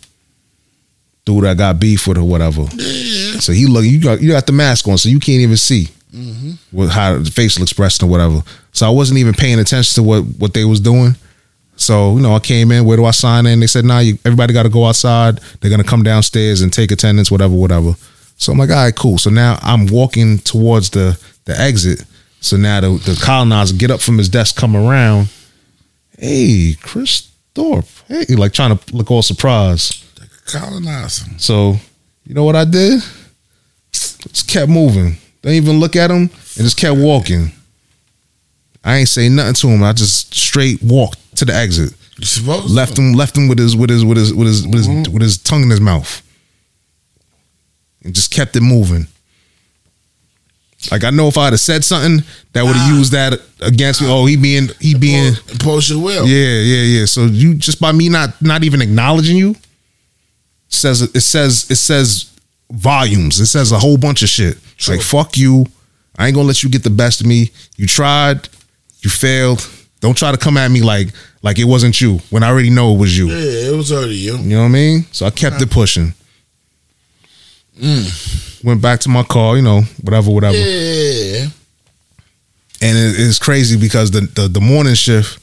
S1: Dude, I got beef with or whatever.
S2: yeah.
S1: So he look you got you got the mask on, so you can't even see what how the facial expression or whatever. So I wasn't even paying attention to what what they was doing. So you know, I came in. Where do I sign in? They said, "Nah, you, everybody got to go outside. They're gonna come downstairs and take attendance, whatever, whatever." So I'm like, "All right, cool." So now I'm walking towards the the exit. So now the, the colonizer get up from his desk, come around. Hey, Chris Thorpe. Hey, like trying to look all surprised.
S2: Colonizer.
S1: So, you know what I did? Just kept moving. Didn't even look at him and just kept walking. I ain't say nothing to him. I just straight walked to the exit.
S2: You supposed
S1: Left him left him with his with his with his with his with his, with his tongue in his mouth. And just kept it moving. Like I know if I'd have said something, that would have used that against me. Oh, he being he being
S2: Post your will.
S1: yeah, yeah, yeah. So you just by me not not even acknowledging you says it says it says volumes. It says a whole bunch of shit. It's like fuck you. I ain't gonna let you get the best of me. You tried, you failed. Don't try to come at me like like it wasn't you when I already know it was you.
S2: Yeah, it was already you.
S1: You know what I mean? So I kept it pushing. Went back to my car, you know, whatever, whatever
S2: Yeah.
S1: and it, it's crazy because the, the the morning shift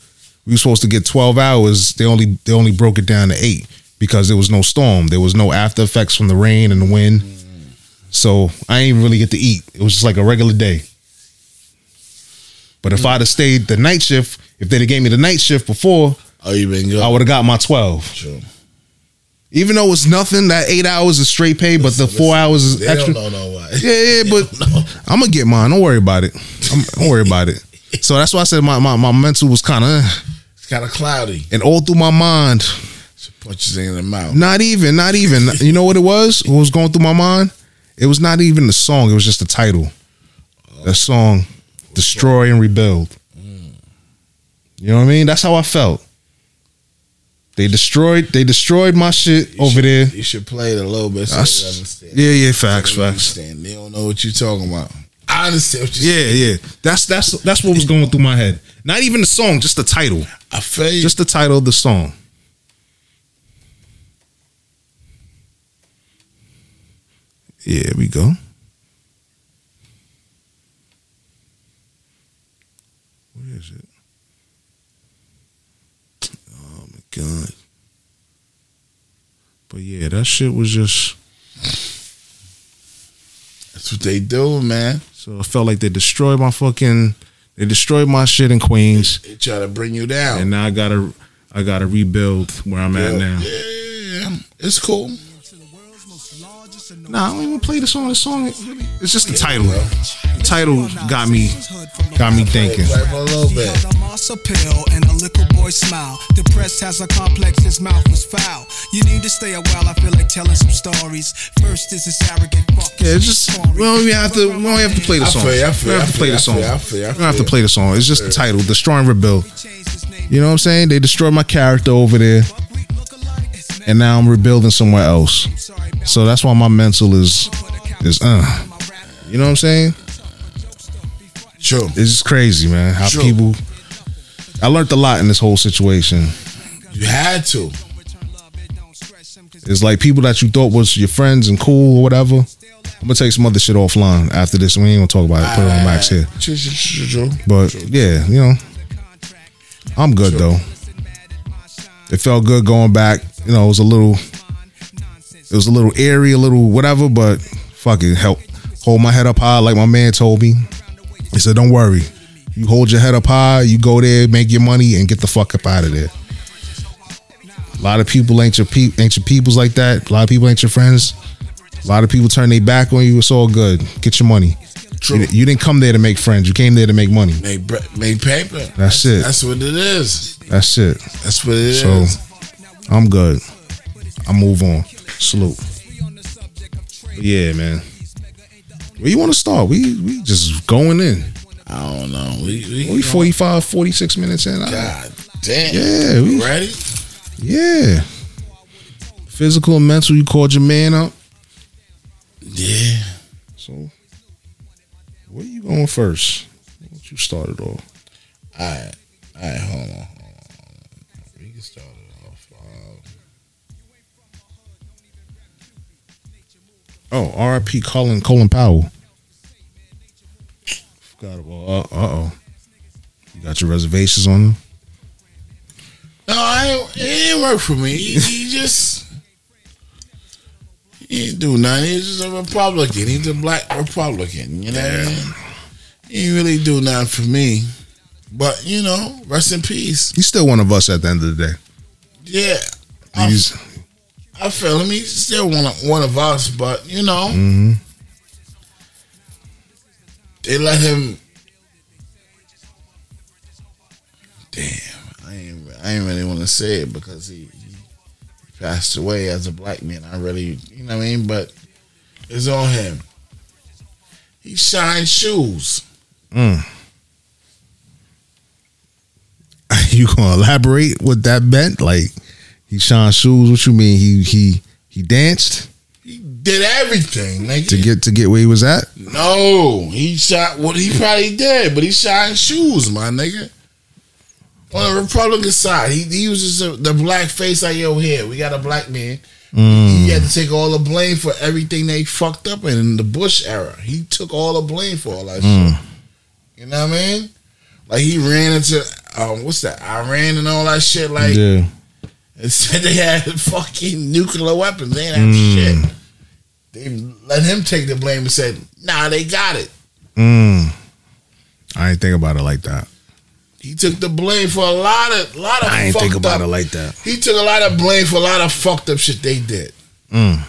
S1: we were supposed to get 12 hours they only they only broke it down to eight because there was no storm there was no after effects from the rain and the wind so i ain't really get to eat it was just like a regular day
S2: Mm.
S1: but if i'd have stayed the night shift if they'd have gave me the night shift before
S2: Oh, you been
S1: i
S2: good.
S1: would have got my 12
S2: True.
S1: even though it's nothing that eight hours is straight pay but the four hours is
S2: They
S1: extra
S2: don't know no why.
S1: yeah, yeah,
S2: <laughs>
S1: but I'm gonna get mine. Don't worry about it. I'm, don't worry about it. So that's why I said my, my, my mental was kind of,
S2: It's kind of cloudy.
S1: and all through my mind,
S2: Punches in the mouth.
S1: not even, not even. You know what it was? What was going through my mind? It was not even the song. It was just the title. The song, "Destroy and Rebuild."
S2: Mm.
S1: You know what I mean? That's how I felt. They destroyed. They destroyed my shit
S2: You
S1: over
S2: should-
S1: there.
S2: You should play it a little bit so
S1: I
S2: they
S1: s-
S2: understand.
S1: yeah, yeah, facts,
S2: They
S1: facts.
S2: understand. They don't know what you're talking about. I understand what you're
S1: Yeah, yeah. That's that's that's what was going through my head. Not even the song, just the title.
S2: I feel you.
S1: Just the title of the song. Yeah, we go. What is it? Oh my god. But yeah, that shit was just
S2: That's what they do, man.
S1: so I felt like they destroyed my fucking they destroyed my shit in Queens.
S2: They try to bring you down.
S1: and now I gotta I gotta rebuild where I'm
S2: yeah.
S1: at now.
S2: Yeah. It's cool.
S3: To the world's most largest and
S1: Nah, I don't even play the song. The song, it's just the title. The title got me, got me thinking.
S2: Play for a little
S5: He
S2: bit.
S5: held a Marsa pill and a liquor boy smile. Depressed has a complex, his mouth was foul. You need to stay a while, I feel like telling some stories. First is this arrogant fuck.
S1: Yeah, it's just we don't even have to. We don't have to play the
S2: I
S1: song.
S2: feel
S1: We
S2: you, I
S1: don't
S2: feel you,
S1: have
S2: I
S1: to play
S2: feel
S1: the
S2: you,
S1: song.
S2: I
S1: We
S2: feel you, I feel you, I
S1: don't have
S2: feel
S1: to
S2: you.
S1: play the song. It's just the title, destroy and rebuild. You know what I'm saying? They destroyed my character over there, and now I'm rebuilding somewhere else. So that's why my mental is is uh. You know what I'm saying?
S2: True.
S1: It's just crazy, man. How
S2: Sure.
S1: people. I learned a lot in this whole situation.
S2: You had to.
S1: It's like people that you thought was your friends and cool or whatever. I'm gonna take some other shit offline after this. We ain't gonna talk about it. Put it on max here.
S2: True, true, true, true, true.
S1: But yeah, you know, I'm good though. It felt good going back. You know, it was a little, it was a little airy, a little whatever, but fucking help hold my head up high, like my man told me. He said, "Don't worry, you hold your head up high, you go there, make your money, and get the fuck up out of there." A lot of people ain't your peop ain't your peoples like that. A lot of people ain't your friends. A lot of people turn their back on you. It's all good. Get your money.
S2: True.
S1: You, you didn't come there to make friends. You came there to make money.
S2: Make, bre- make paper.
S1: That's it.
S2: That's what it is.
S1: That's it.
S2: That's what it is.
S1: So I'm good. I move on. Salute. Yeah, man. Where you want to start? We we just going in.
S2: I don't know. We, we,
S1: We 45, 46 minutes in. I-
S2: God damn.
S1: Yeah, we-
S2: Ready?
S1: yeah. Physical and mental. You called your man up.
S2: Yeah.
S1: So where you going first? Why don't you start it off?
S2: All right. All right. Hold on. Hold on. hold on. We can start it off. Um,
S1: Oh, R.I.P. Colin Colin Powell. Forgot about. Uh oh. You got your reservations on him.
S2: No, I ain't, it didn't work for me. He, he just he didn't do nothing. He's just a Republican. He's a black Republican. You know what I mean? He didn't really do nothing for me. But you know, rest in peace.
S1: He's still one of us at the end of the day.
S2: Yeah, I,
S1: He's
S2: I feel him. He's still one of, one of us. But you know,
S1: Mm-hmm.
S2: they let him. Damn, I ain't. I ain't really want to say it because he, he passed away as a black man. I really, you know what I mean. But it's on him. He shines shoes.
S1: <laughs> you gonna elaborate what that meant? Like he shined shoes. What you mean? He he he danced
S2: He did everything. Like
S1: to get to get where he was at.
S2: No, he shot what he probably did, but he shot in shoes, my nigga. On the Republican side, he, he was just a, the black face like, yo, here, we got a black man. He had to take all the blame for everything they fucked up in, the Bush era. He took all the blame for all that shit. You know what I mean? Like, he ran into, um, what's that, Iran and all that shit. Like,
S1: yeah,
S2: and <laughs> said they had fucking nuclear weapons. They ain't have shit. They let him take the blame and said, nah, they got it.
S1: Mm. I ain't think about it like that.
S2: He took the blame for a lot of lot of.
S1: I ain't
S2: fucked
S1: think about it
S2: up-
S1: like that.
S2: He took a lot of blame for a lot of fucked up shit they did.
S1: Mm.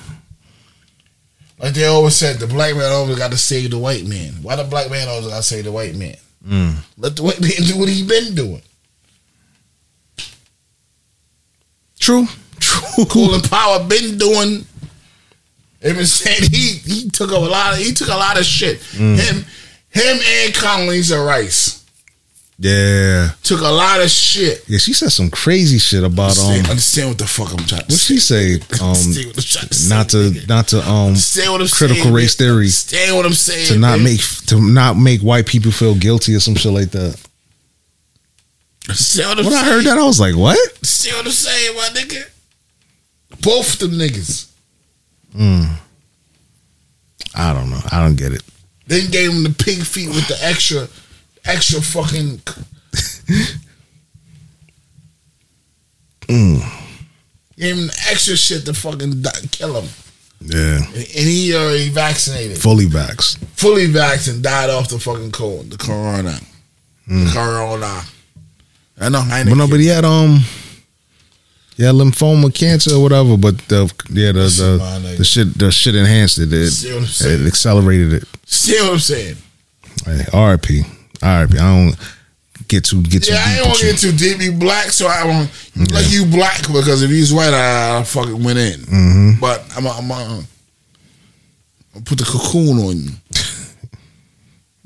S2: Like they always said, the black man always got to save the white man. Why the black man always got to save the white man?
S1: Mm.
S2: Let the white <laughs> man do what he been doing.
S1: True, true.
S2: Cool and Power been doing. Him and saying he he took up a lot of he took a lot of shit.
S1: Mm.
S2: Him him and Condoleezza Rice
S1: Yeah,
S2: took a lot of shit.
S1: yeah. She said some crazy shit about
S2: Understand,
S1: um.
S2: understand what the fuck I'm trying to
S1: What
S2: say.
S1: she <laughs> say? Um,
S2: Understand what I'm trying to say,
S1: not to
S2: nigga.
S1: not to um
S2: Understand what I'm
S1: critical
S2: saying,
S1: race
S2: nigga.
S1: theory
S2: Understand what I'm saying.
S1: to not
S2: nigga.
S1: make to not make white people feel guilty or some shit like that.
S2: Understand what I'm
S1: When I
S2: saying.
S1: heard that, I was like, what?
S2: See what I'm saying, my nigga? Both of them niggas.
S1: I don't know. I don't get it.
S2: Then gave him the pig feet with the extra, extra fucking.
S1: Mm.
S2: Gave him the extra shit to fucking di- kill him.
S1: Yeah,
S2: And, and he already vaccinated.
S1: fully vaxxed.
S2: Fully vaccinated, died off the fucking cold. The corona. The corona. I know, I ain't
S1: Hmm. But
S2: a
S1: no,
S2: kid.
S1: but he had um Yeah, lymphoma, cancer, or whatever. But the yeah, the
S2: Listen, my
S1: the,
S2: nigga.
S1: the shit the shit enhanced it. It,
S2: See what I'm saying?
S1: it accelerated it.
S2: See what I'm saying?
S1: Hey, R.I.P. R.I.P. I don't get too get too
S2: Yeah, I
S1: deep
S2: ain't want
S1: with
S2: to
S1: you.
S2: get too deep. You black, so I won't like you black because if he's white, I, I fucking went in.
S1: Mm-hmm.
S2: But I'm, I'm, I'm, i put the cocoon on
S1: <laughs>
S2: you.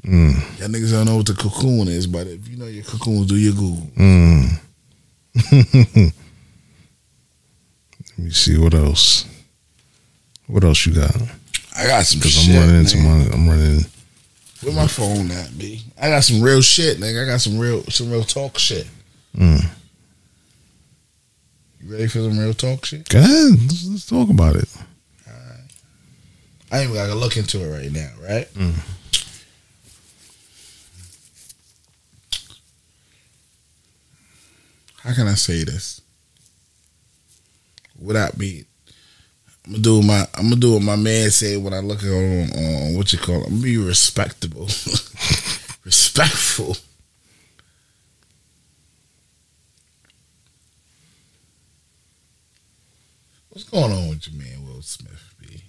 S1: Mm.
S2: Y'all niggas don't know what the cocoon is, but if you know your cocoon, do your Google.
S1: Mm. <laughs> Let me see what else. What else you got?
S2: I got some
S1: Because
S2: shit.
S1: I'm running into
S2: man.
S1: my I'm running.
S2: Where my phone at, B? I got some real shit, nigga. I got some real some real talk shit.
S1: mm.
S2: You ready for some real talk shit?
S1: Go ahead, let's, let's talk about it.
S2: I ain't even gotta look into it right now, right? How can I say this? Without me, I'm gonna do my I'm gonna do what my man said when I look on on what you call. It. I'm gonna be respectable, <laughs> respectful. What's going on with your man Will Smith? B?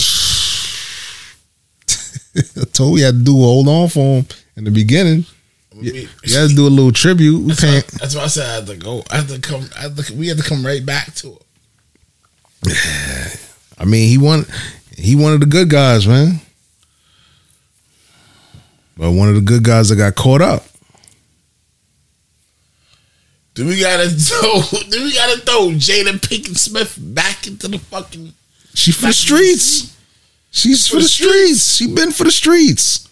S1: I <laughs> told you I had to do a hold on for him in the beginning.
S2: I'm gonna
S1: You,
S2: be-
S1: you had to do a little tribute. We can't.
S2: That's why I said I had to go. I had to come. I had to, we had to come right back to it.
S1: I mean, he won. He one of the good guys, man. But one of the good guys that got caught up.
S2: Do we gotta <laughs> throw? Do we gotta throw Jada Pinkett Smith back into the fucking?
S1: She for the streets. She's for the streets. She been for the streets.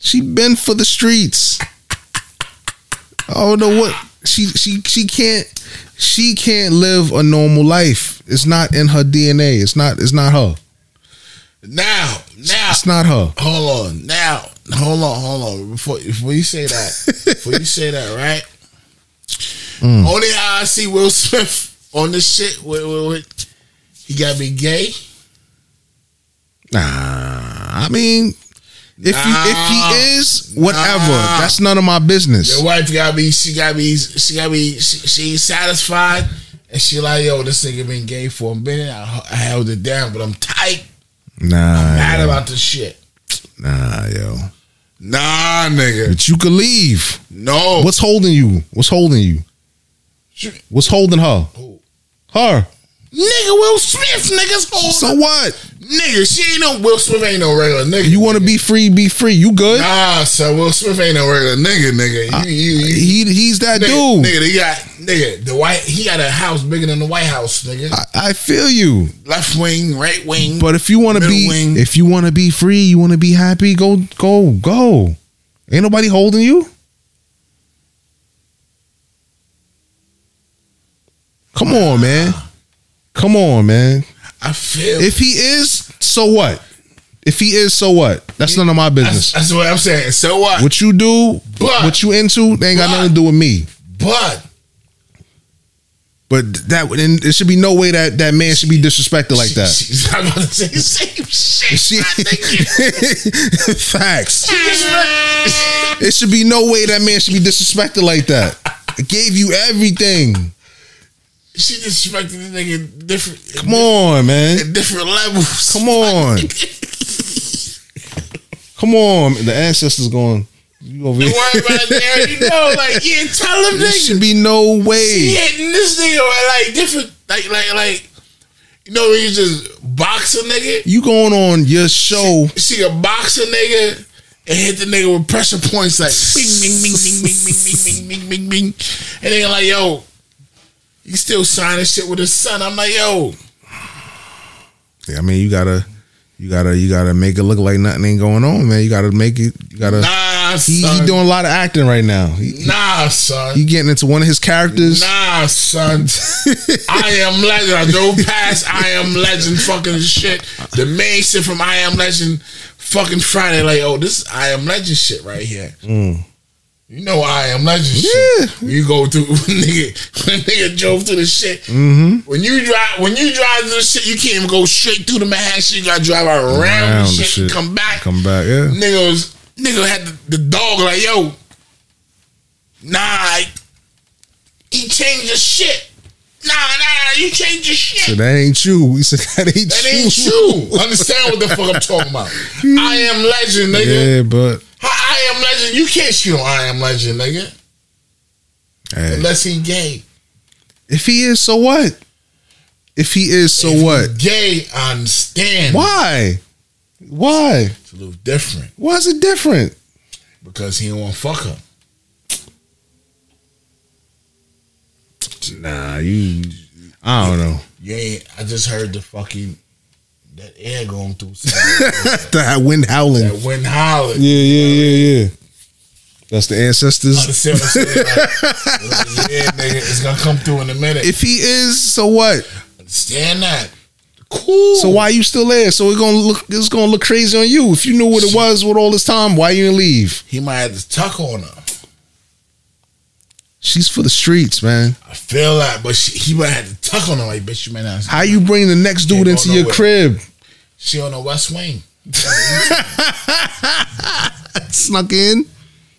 S1: She been for the streets. I don't know what she she she can't she can't live a normal life. It's not in her DNA. It's not it's not her.
S2: Now, now,
S1: It's not her.
S2: hold on. Now, hold on, hold on. Before before you say that, before you say that, right? Only how I see Will Smith on this shit. Wait, wait, wait. He got me gay.
S1: Nah, I mean, if he, if
S2: Nah.
S1: he is whatever,
S2: Nah.
S1: that's none of my business.
S2: Your wife got me. She got me. She got me. She, she satisfied, and she like, yo, this nigga been gay for a minute. I, I held it down, but I'm tight. Mad
S1: Nah, yo.
S2: about this shit.
S1: nah, yo.
S2: Nah, nigga.
S1: But you could leave.
S2: No.
S1: What's holding you? What's holding you?
S2: She-
S1: What's holding her?
S2: Who?
S1: Her.
S2: nigga? Will Smith, niggas hold.
S1: So what?
S2: nigga, she ain't no Will Smith. Ain't no regular nigga.
S1: You want to
S2: nigga.
S1: be free? Be free. You good?
S2: Nah, so Will Smith ain't no regular nigga, nigga. You, you, you,
S1: Uh, He he's that
S2: nigga,
S1: dude.
S2: nigga, he got nigga the white. He got a house bigger than the White House, nigga.
S1: I, I feel you.
S2: Left wing, right wing.
S1: Uh, But if you want to
S2: Middle
S1: be,
S2: wing.
S1: if you want to be free, you want to be happy. Go go go. Ain't nobody holding you. Come on, man. Come on, man.
S2: I feel
S1: If he is, so what? If he is, so what? That's none of my
S2: that's,
S1: business.
S2: that's what I'm saying. So what?
S1: What you do,
S2: But-
S1: what you into, they ain't got
S2: but-
S1: nothing to do with me.
S2: But
S1: But that and there should be no way that that man should be disrespected like that. <laughs>
S2: She's not about to say the same shit.
S1: She-
S2: I
S1: <laughs>
S2: think you-
S1: facts.
S2: you disrespect-
S1: It should be no way that man should be disrespected like that. I gave you everything.
S2: She disrespected the nigga different.
S1: Come on, man.
S2: At different levels.
S1: Come on. Come on. The ancestors going. You over
S2: Don't
S1: here.
S2: worry about it. They already know. Like, yeah,
S1: <laughs>
S2: tell them
S1: There
S2: nigga.
S1: should be no
S2: He
S1: way.
S2: hitting this nigga with, like different, like, like, like. You know, when you just box a nigga.
S1: You going on your show.
S2: She a boxer nigga and hit the nigga with pressure points like bing, bing, bing, bing, bing, bing, bing, bing, bing, bing, bing. And they like, yo, he still signing shit with his son. I'm like, yo,
S1: Yeah, I mean, you gotta, you gotta, you gotta make it look like nothing ain't going on, man. You gotta make it. You gotta.
S2: Nah,
S1: he,
S2: son.
S1: he doing a lot of acting right now. He,
S2: nah, son.
S1: he getting into one of his characters.
S2: Nah, son. I am legend. I drove past I am legend fucking shit. The main shit from I am legend fucking Friday. Like, oh, this is I am legend shit right here.
S1: Mm.
S2: You know I am legend shit. You go through <laughs> when nigga when nigga drove through the shit.
S1: Mm-hmm.
S2: When you drive when you drive through the shit, you can't even go straight through the Manhattan shit. You gotta drive around,
S1: Around
S2: the
S1: the
S2: shit, and
S1: shit.
S2: come back.
S1: <laughs> Come back, yeah.
S2: Nigga was nigga had the, the dog like yo. Nah, he changed the shit. Nah, nah, you change your shit.
S1: So that ain't you. <laughs> We said that ain't
S2: That
S1: you. <laughs>
S2: ain't you. Understand what the fuck I'm talking about? I am legend, nigga.
S1: Yeah, but
S2: How I am legend. You can't shoot on I am legend, nigga.
S1: hey,
S2: Unless he gay.
S1: if he is, so what? If he is, so
S2: If he
S1: what?
S2: Gay, I understand.
S1: Why? Why?
S2: It's a little different
S1: Why is it different?
S2: because he don't want to fuck her.
S1: Nah, you. I don't
S2: <laughs>
S1: know.
S2: You ain't. I just heard the fucking that air going through something. <laughs>
S1: that wind howling.
S2: that wind hollering.
S1: Yeah, yeah, yeah, yeah. That's the
S2: <laughs>
S1: ancestors.
S2: Understand what I'm saying?
S1: <laughs>
S2: Like, yeah, nigga, it's gonna come through in a minute.
S1: If he is, so what?
S2: Understand that? Cool.
S1: So why you still there? So it gonna look it's gonna look crazy on you. If you knew what it was with all this time, why you didn't leave?
S2: He might have to tuck on her.
S1: She's for the streets, man.
S2: I feel that, but she, he might have to tuck on her. Like, bitch, you might not.
S1: How you bring the next dude
S2: Can't go
S1: into your
S2: nowhere.
S1: crib?
S2: She on the West Wing.
S1: Snuck in.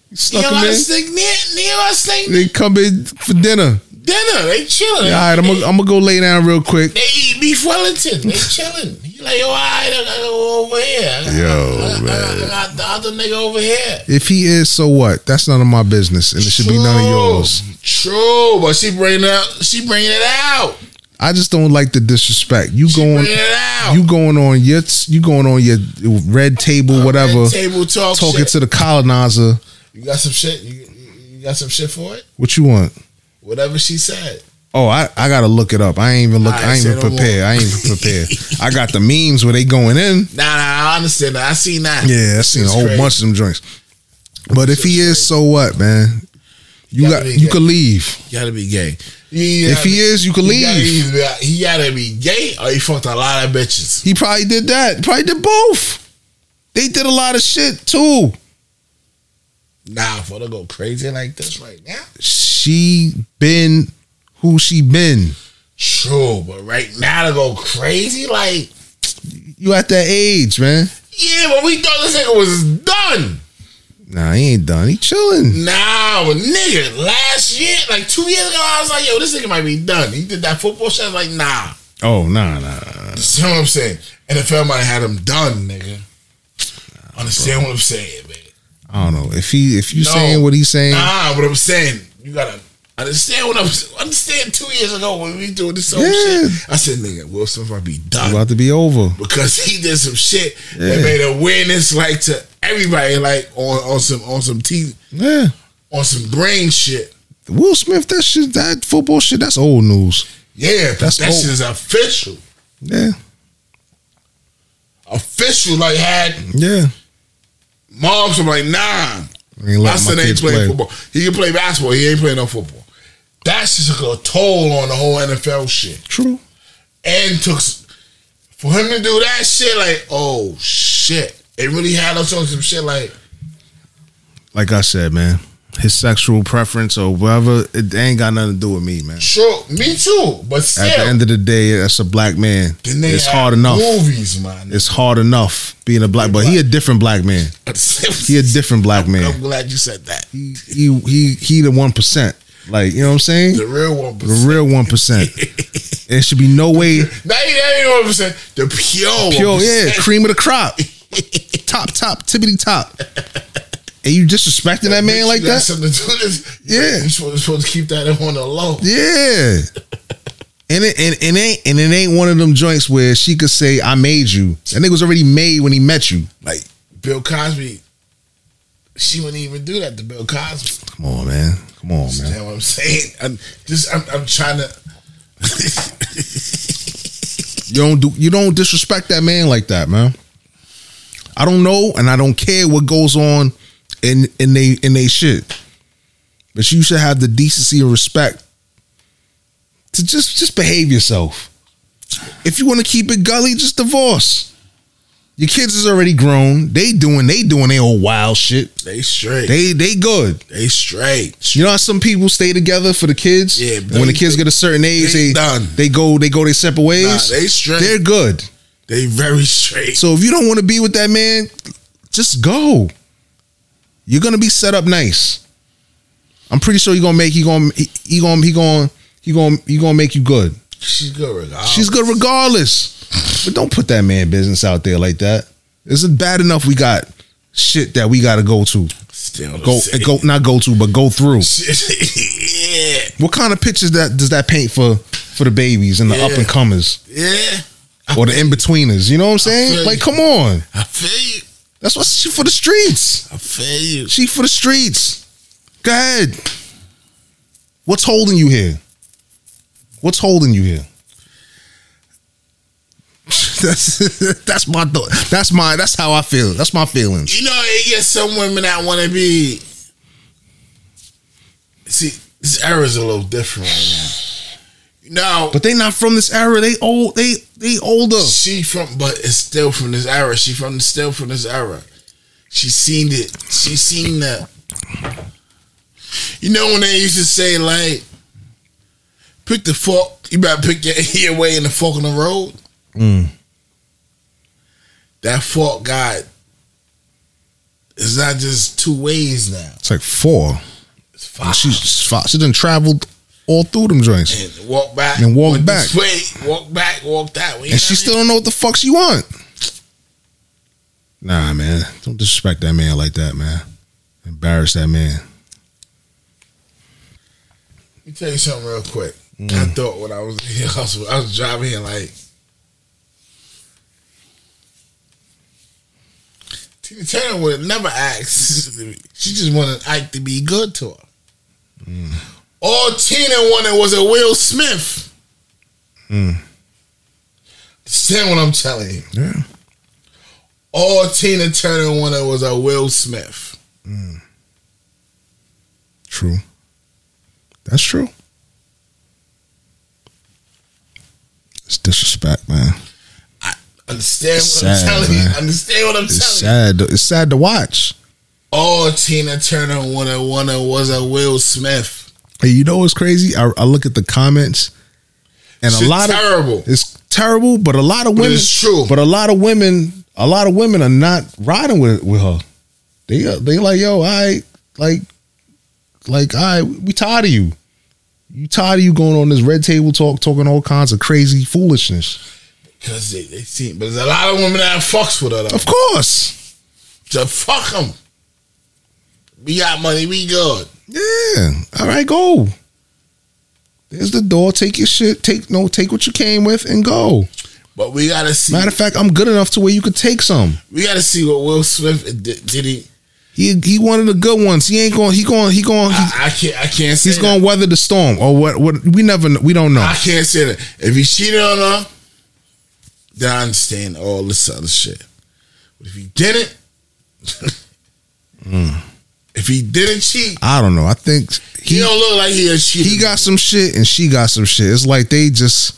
S1: You Snuck
S2: Neil
S1: him in.
S2: Austin, Neil Neil Austin,
S1: They come in for dinner.
S2: dinner. They
S1: All
S2: chilling.
S1: right, I'm gonna I'm gonna go lay down real quick.
S2: They eat beef Wellington.
S1: <laughs>
S2: They chilling. He like, yo, all right, I gotta go over here. I got-
S1: Yo,
S2: I got- I
S1: man.
S2: got the other nigga over here.
S1: If he is, so what? That's none of my business, and it should be none of yours.
S2: True, but she bringing it out. She bringing it out.
S1: I just don't like the disrespect. You going,
S2: bringing it out.
S1: you going on your, you going on your red table, whatever,
S2: Red table talk.
S1: talking
S2: shit.
S1: to the colonizer.
S2: you got some shit. You, you you got some shit for it.
S1: What you want?
S2: Whatever she said.
S1: Oh, I, I gotta look it up. I ain't even look.
S2: All right,
S1: I ain't
S2: say
S1: even
S2: no more.
S1: prepared. I ain't
S2: <laughs>
S1: even prepared. I got the memes where they going in.
S2: Nah, nah, I understand that. I seen that.
S1: Yeah, I seen a
S2: It's
S1: whole
S2: crazy.
S1: bunch of them drinks. But if
S2: Shit's
S1: he is, so what, man? You
S2: Gotta
S1: got,
S2: be
S1: you
S2: gay.
S1: could leave.
S2: You gotta be gay. You
S1: If he
S2: gotta-
S1: is, you could
S2: He gotta,
S1: leave.
S2: either be, uh, he gotta be gay or he fucked a lot of bitches.
S1: He probably did that. Probably did both. They did a lot of shit too.
S2: Nah, for to go crazy like this right now.
S1: She been who she been.
S2: True, but right now to go crazy like
S1: You at that age, man.
S2: yeah, but we thought this nigga was done.
S1: Nah, he ain't done. He chilling.
S2: Nah, but nigga, last year, like two years ago, I was like, yo, this nigga might be done. He did that football shit. I was like, nah.
S1: Oh, nah, nah, nah. nah.
S2: You see what I'm saying? NFL might have had him done, nigga. Understand what I'm saying, man.
S1: I don't know. If he if you
S2: No.
S1: saying what he's saying,
S2: Nah, what I'm saying, you gotta understand what I'm understand. Two years ago when we doing this old
S1: Yeah.
S2: shit, I said, "Nigga, Will Smith might be
S1: it's
S2: done
S1: about to be over.
S2: because he did some shit
S1: Yeah.
S2: that made awareness like to everybody, like on on some on some t
S1: Yeah.
S2: on some brain shit."
S1: Will Smith, that shit that football shit, that's old news.
S2: Yeah,
S1: That's
S2: that's that
S1: old.
S2: shit is official.
S1: Yeah.
S2: Official, like had
S1: Yeah.
S2: moms. I'm like, nah,
S1: I ain't
S2: my
S1: letting my
S2: son ain't
S1: kids
S2: playing
S1: play.
S2: football. He can play basketball. He ain't playing no football. That's just took a toll on the whole NFL shit.
S1: True.
S2: and took s- for him to do that shit like oh shit it really had us on some shit like
S1: Like I said, man, his sexual preference or whatever, it ain't got nothing to do with me, man.
S2: sure me too but still
S1: At the end of the day, that's a black man.
S2: then they
S1: It's
S2: had
S1: hard enough.
S2: movies man
S1: It's hard enough being a black, but he a different black man.
S2: <laughs>
S1: He a different black <laughs>
S2: I'm
S1: man.
S2: glad you said that
S1: He he he, he the one percent. Like you know what I'm saying?
S2: the real one
S1: The
S2: percent
S1: real one
S2: <laughs>
S1: percent. There should be no way.
S2: not even one percent the pure
S1: Pure,
S2: 1%.
S1: yeah, cream of the crop, top top, tippity top. And you disrespecting that man
S2: You
S1: like
S2: got
S1: that?
S2: something to do this
S1: Yeah.
S2: you supposed, supposed to keep that on the low
S1: Yeah. And it, and, and, ain't, and it ain't one of them joints where she could say, I made you. That nigga was already made when he met you.
S2: like Bill Cosby she wouldn't even do that to Bill Cosby
S1: Come on, man. Come on, man.
S2: Understand what I'm saying? I'm just I'm, I'm trying to.
S1: You don't do you don't disrespect that man like that, man. I don't know and I don't care what goes on in in they in they shit. But you should have the decency and respect to just just behave yourself. If you want to keep it gully, just divorce. Your kids is already grown. They doing they doing their old wild shit.
S2: They straight. They,
S1: They they good.
S2: straight.
S1: You know how some people stay together for the kids?
S2: Yeah,
S1: When the
S2: they-
S1: kids get a certain age,
S2: they
S1: they
S2: done.
S1: they go they go their separate ways.
S2: Nah, they straight.
S1: They're good.
S2: They very straight.
S1: So if you don't want to be with that man, just go. You're gonna be set up nice. I'm pretty sure you're gonna make he gonna he, he gonna he gonna He gonna he gonna make you good.
S2: She's good regardless.
S1: She's good regardless. But don't put that man business out there like that. This is bad enough. We got shit that we gotta go to.
S2: still
S1: Go
S2: sick.
S1: go not go to, but go through.
S2: <laughs> yeah,
S1: What kind of pictures that does that paint for for the babies and the
S2: Yeah.
S1: up and comers
S2: yeah.
S1: or the in betweeners? You know what I'm
S2: feel
S1: saying? Like,
S2: you.
S1: come on.
S2: I feel you.
S1: That's what she for the streets.
S2: I feel you.
S1: She for the streets. Go ahead. What's holding you here? What's holding you here? <laughs> That's <laughs> that's my thought. That's my that's how I feel. That's my feelings.
S2: You know, it gets some women that want to be. See, this era's a little different right now. Now
S1: But they not from this era. They old. They they older.
S2: she from, but it's still from this era. She from still from this era. She seen it. She seen that. You know when they used to say like, pick the fork. You better pick your, <laughs> your way in the fork in the road.
S1: Mm.
S2: That fork got. It's not just two ways now.
S1: It's like four.
S2: It's five.
S1: She's five. She done traveled all through them joints,
S2: and walk back
S1: And walk
S2: went this
S1: back.
S2: way, walk back, walk that way. You know
S1: and she
S2: what I
S1: still don't know what the fuck she want. Nah, man. Don't disrespect that man like that, man. Embarrass that man.
S2: mean? Let me tell you something real quick. I
S1: Mm.
S2: thought when I was <laughs> here, I was, I was driving here like. Tina Turner would never ask. <laughs> She just wanted Ike to be good to her.
S1: Mm.
S2: All Tina wanted was a Will Smith.
S1: Mm.
S2: Understand what I'm telling you?
S1: Yeah.
S2: All Tina Turner wanted was a Will Smith.
S1: True. That's true. It's disrespect, man.
S2: Understand what
S1: Sad,
S2: I'm telling
S1: man.
S2: you. Understand what I'm
S1: It's
S2: telling you.
S1: sad. It's sad to watch.
S2: All Tina Turner wanted wanted was a Will Smith.
S1: Hey, you know what's crazy? I, I look at the comments, and
S2: Shit
S1: a lot
S2: terrible.
S1: of it's terrible. But a lot of
S2: But
S1: women,
S2: it's true.
S1: But a lot of women, a lot of women are not riding with with her. They uh, they like yo, I like like I we tired of you. You tired of you going on this red table talk, talking all kinds of crazy foolishness.
S2: Cause they, they seen, but there's a lot of women that fucks with her though.
S1: Of course.
S2: Just fuck them. We got money, we good.
S1: Yeah. All right, go. There's the door. Take your shit. Take no. Take what you came with and go.
S2: But we gotta see.
S1: Matter of fact, I'm good enough to where you could take some.
S2: we gotta see what Will Smith did. did he?
S1: He he one of the good ones. He ain't going. He going. He going. He's,
S2: I, I can't. I can't say.
S1: he's
S2: that.
S1: going to weather the storm or what? What we never. kn- We don't know.
S2: I can't say that. If he cheated on her, then I understand all this other shit. But if he didn't, <laughs> if he didn't cheat,
S1: I don't know. I think
S2: he,
S1: Mm. he
S2: don't look like he a cheater.
S1: he got some shit and she got some shit. It's like they just.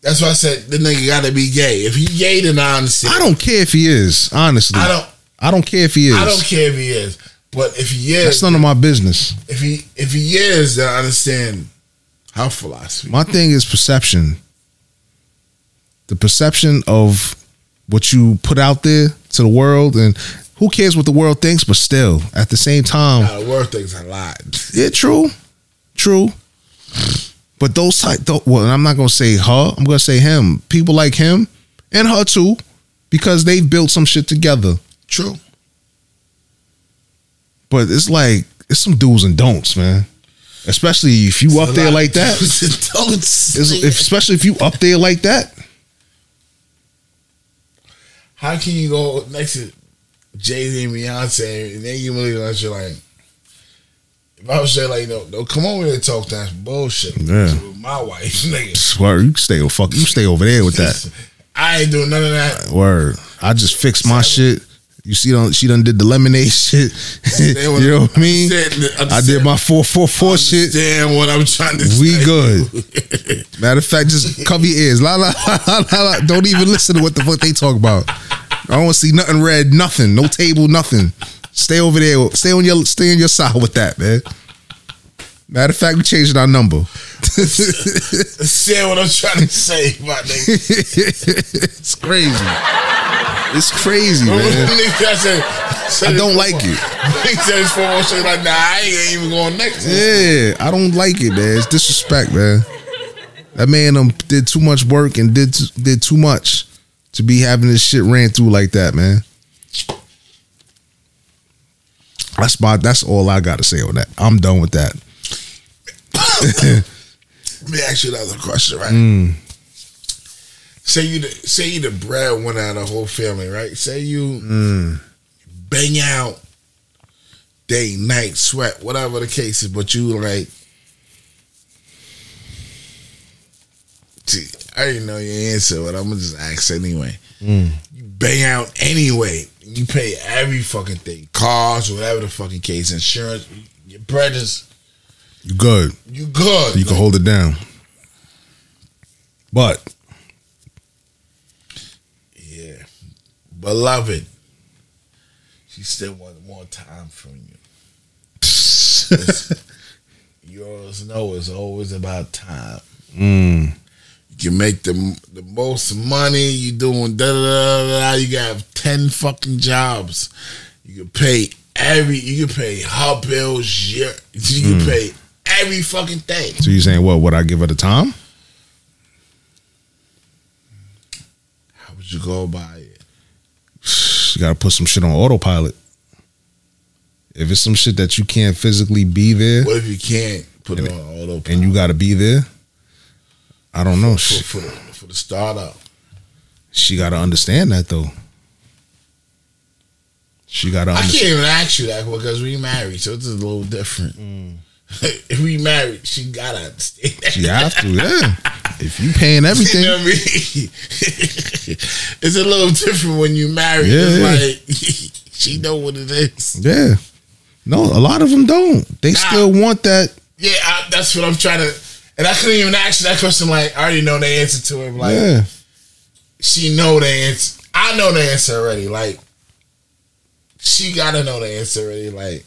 S2: That's why I said the nigga got to be gay. If he gay, then I understand.
S1: I don't care if he is. Honestly,
S2: I don't.
S1: I don't care if he is.
S2: I don't care if he is. But if he
S1: That's
S2: is,
S1: none of my business.
S2: if he if he is, then I understand her philosophy.
S1: My thing is perception. The perception of what you put out there to the world, and who cares what the world thinks, but still, at the same time,
S2: Now, the word thing's uh, a lot.
S1: yeah, true, true. But those type, tho- well, and I'm not gonna say her. I'm gonna say him. People like him and her too, because they've built some shit together.
S2: True.
S1: But it's like it's some do's and don'ts, man. Especially if you up there like that.
S2: <laughs> don't
S1: It's-
S2: say
S1: if- especially if you up there like that.
S2: How can you go next to Jay Z and Beyonce and then you really that shit like? If I was there, like, no, no, come on here and talk that bullshit.
S1: Yeah.
S2: With my wife, <laughs> nigga.
S1: Swear, you can stay over fuck. You can stay over there with that
S2: <laughs> I ain't doing none of that.
S1: word. I just fixed my shit. You see, done she done did the lemonade <laughs> shit.
S2: what
S1: you know what I mean?
S2: Understand-
S1: I did my four four four shit.
S2: Understand what I'm trying to
S1: We
S2: say. <laughs>
S1: good. Matter of fact, just cover your ears. La la la la la. la. Don't even listen to what the fuck they talk about. I don't want to see nothing red, nothing, no table, nothing. Stay over there. Stay on your stay on your side with that, man. Matter of fact, we changing our number. <laughs>
S2: Said what I'm trying to say, my
S6: <laughs>
S2: nigga.
S6: It's crazy. It's crazy, man.
S2: nigga I said, said
S6: I
S2: it
S6: don't
S2: before.
S6: like it.
S2: <laughs> He said it's four more shit like, nah, I ain't even going next. to it.
S6: Yeah, I don't like it, man. It's disrespect, man. That man um, did too much work and did t- did too much to be having this shit ran through like that, man. That's my, that's all I got to say on that. I'm done with that.
S2: Let me ask you another question, right? Say you the say you the breadwinner of the whole family, right? Say you bang out day, night, sweat, whatever the case is, but you like Gee, I already know your answer, but I'm gonna just ask anyway. You bang out anyway. You pay every fucking thing. Cars, whatever the fucking case, insurance, your bread is
S1: You good.
S2: you good.
S1: You can hold it down. But
S2: Yeah. Beloved. She still wants more time from
S1: <laughs>
S2: you. you always know it's always about time.
S1: mm,
S2: You can make the the most money. You doing da da da da. da. You got ten fucking jobs. You can pay every. You can pay her bills. Your, you
S1: Hmm.
S2: can pay every fucking thing.
S1: so you saying what? Would I give it a time?
S2: How would you go about it?
S1: You gotta put some shit on autopilot. If it's some shit that you can't physically be there
S2: What if you can't put it on auto?
S1: and you gotta be there, I don't know. She,
S2: for, for, the, for the startup.
S1: she gotta understand that though. She gotta
S2: <laughs> I
S1: understand.
S2: can't even ask you that because we married, so it's a little different.
S1: Mm.
S2: if <laughs> we married, she gotta understand. That.
S1: You have to, yeah. If you
S2: <laughs>
S1: paying
S2: You know
S1: everything,
S2: what I mean? <laughs> it's a little different when you married.
S1: Yeah,
S2: it's like <laughs> she know what it is.
S1: yeah. No, a lot of them don't. They still want that.
S2: Yeah, I, that's what I'm trying to. And I couldn't even ask you that question. Like I already know the answer to it. Like
S1: yeah,
S2: she know the answer. I know the answer already. Like she gotta know the answer already. Like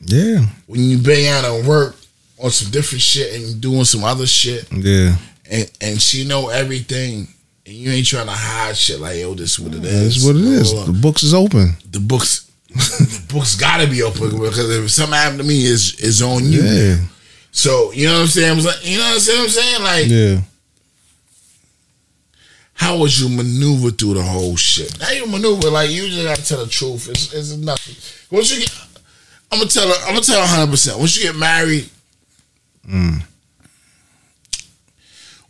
S1: yeah,
S2: when you been out and work on some different shit and doing some other shit
S1: yeah.
S2: and, and she know everything and you ain't trying to hide shit like yo this what it is
S1: That's what it is. The
S2: Blah, blah, blah.
S1: books is open.
S2: the books <laughs> the books gotta be open because if something happened to me it's, it's on you <laughs>
S1: Yeah,
S2: so you know what I'm saying I'm like, you know what I'm saying like
S1: yeah.
S2: how would you maneuver through the whole shit? Now you maneuver like you just gotta tell the truth. It's, it's nothing. Once you get, I'm gonna tell her. I'm gonna tell her 100. percent Once you get married, Mm.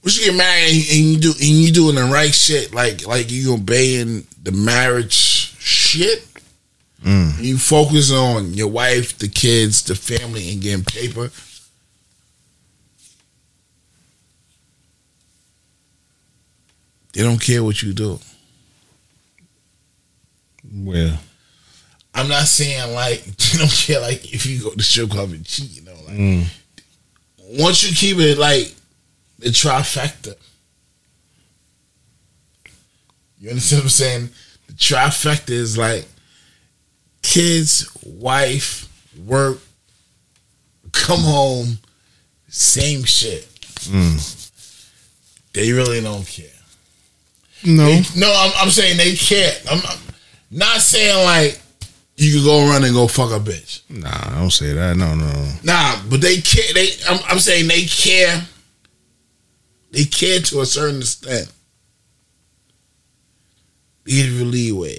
S2: once you get married and, and you do and you doing the right shit, like like you obeying the marriage shit. and You focus on your wife, the kids, the family, and getting paper. They don't care what you do.
S1: Well,
S2: I'm not saying like <laughs> you don't care like if you go to strip club and cheat, you know. Like once you keep it like the trifecta, you understand what I'm saying? The trifecta is like kids, wife, work, come home, same shit.
S1: mm.
S2: They really don't care.
S1: no.
S2: No, I'm, I'm saying they can't. I'm, I'm not saying like you can go run and go fuck a bitch.
S1: Nah, don't say that. No, no. no.
S2: Nah, but they care. They, I'm, I'm saying they care. They care to a certain extent. Give you leeway.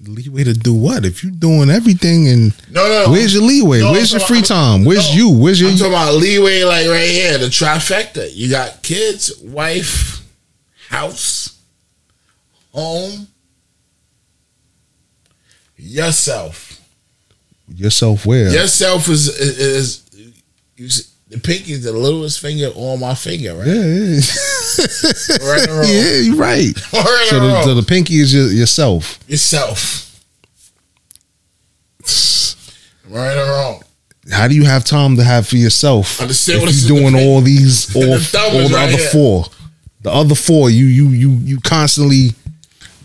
S1: Leeway to do what? If you're doing everything and
S2: No, no.
S1: where's your leeway?
S2: No, I'm
S1: where's your
S2: talking
S1: free
S2: about-
S1: time? Where's
S2: no.
S1: you? Where's your
S2: I'm talking about leeway, like right here, the trifecta. You got kids, wife, house, home, yourself.
S1: yourself? Where?
S2: Yourself is is, is you see, the pinky is the littlest finger on my finger, right?
S1: Yeah, yeah. <laughs>
S2: Right or wrong?
S1: yeah, you're right.
S2: <laughs> Right
S1: So
S2: or
S1: the,
S2: wrong?
S1: so the pinky is your, yourself.
S2: Yourself. Right or wrong?
S1: How do you have time to have for yourself?
S2: Understand
S1: if
S2: what it's
S1: you're
S2: in the
S1: doing
S2: pin-
S1: all these, all,
S2: <laughs> the
S1: all
S2: thumb is
S1: the
S2: right
S1: other
S2: here.
S1: four. The other four, you you you you constantly.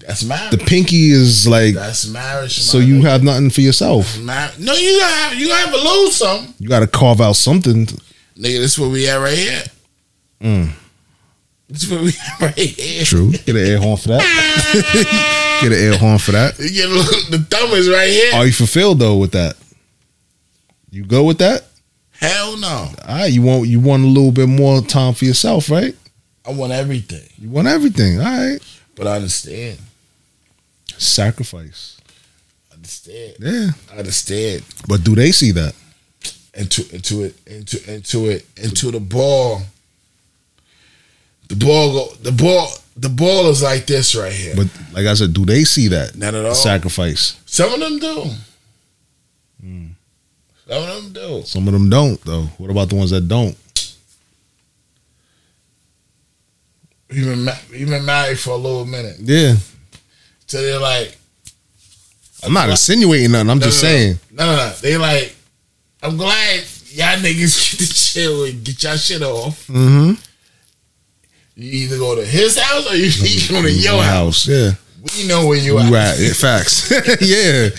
S2: That's marriage.
S1: The pinky is like
S2: That's marriage.
S1: so
S2: my
S1: you
S2: nigga.
S1: have nothing for yourself.
S2: Mar- no, you gotta have you gotta have to lose some.
S1: You got to carve out something.
S2: Nigga, this is where we at right here.
S1: Mm.
S2: This is where we <laughs> at right here.
S6: True.
S1: Get an air horn for that. <laughs>
S6: Get an air horn for that.
S2: You get a look, the thumb is right here.
S1: Are you fulfilled though with that? You go with that?
S2: Hell no.
S1: All right, you want you want a little bit more time for yourself, right?
S2: I want everything.
S1: You want everything. All right.
S2: But I understand.
S1: Sacrifice.
S2: I understand.
S1: Yeah.
S2: I understand.
S1: But do they see that?
S2: Into into it into into it into the ball. The ball go the ball the ball is like this right here.
S1: But like I said, do they see that?
S2: Not at all.
S1: Sacrifice.
S2: Some of them do.
S1: Hmm.
S2: Some of them do.
S1: Some of them don't though. What about the ones that don't?
S2: You've been, ma- you've been married for a little minute.
S1: Yeah.
S2: So they're like,
S1: I'm not insinuating nothing. I'm
S2: No,
S1: just
S2: no, no.
S1: saying.
S2: No, no, no. They like, I'm glad y'all niggas <laughs> get to chill and get y'all shit off.
S1: Mm-hmm.
S2: You either go to his house or you <laughs> you go to your house.
S1: house. Yeah.
S2: We know where you at.
S1: You right. Yeah, facts. <laughs> yeah.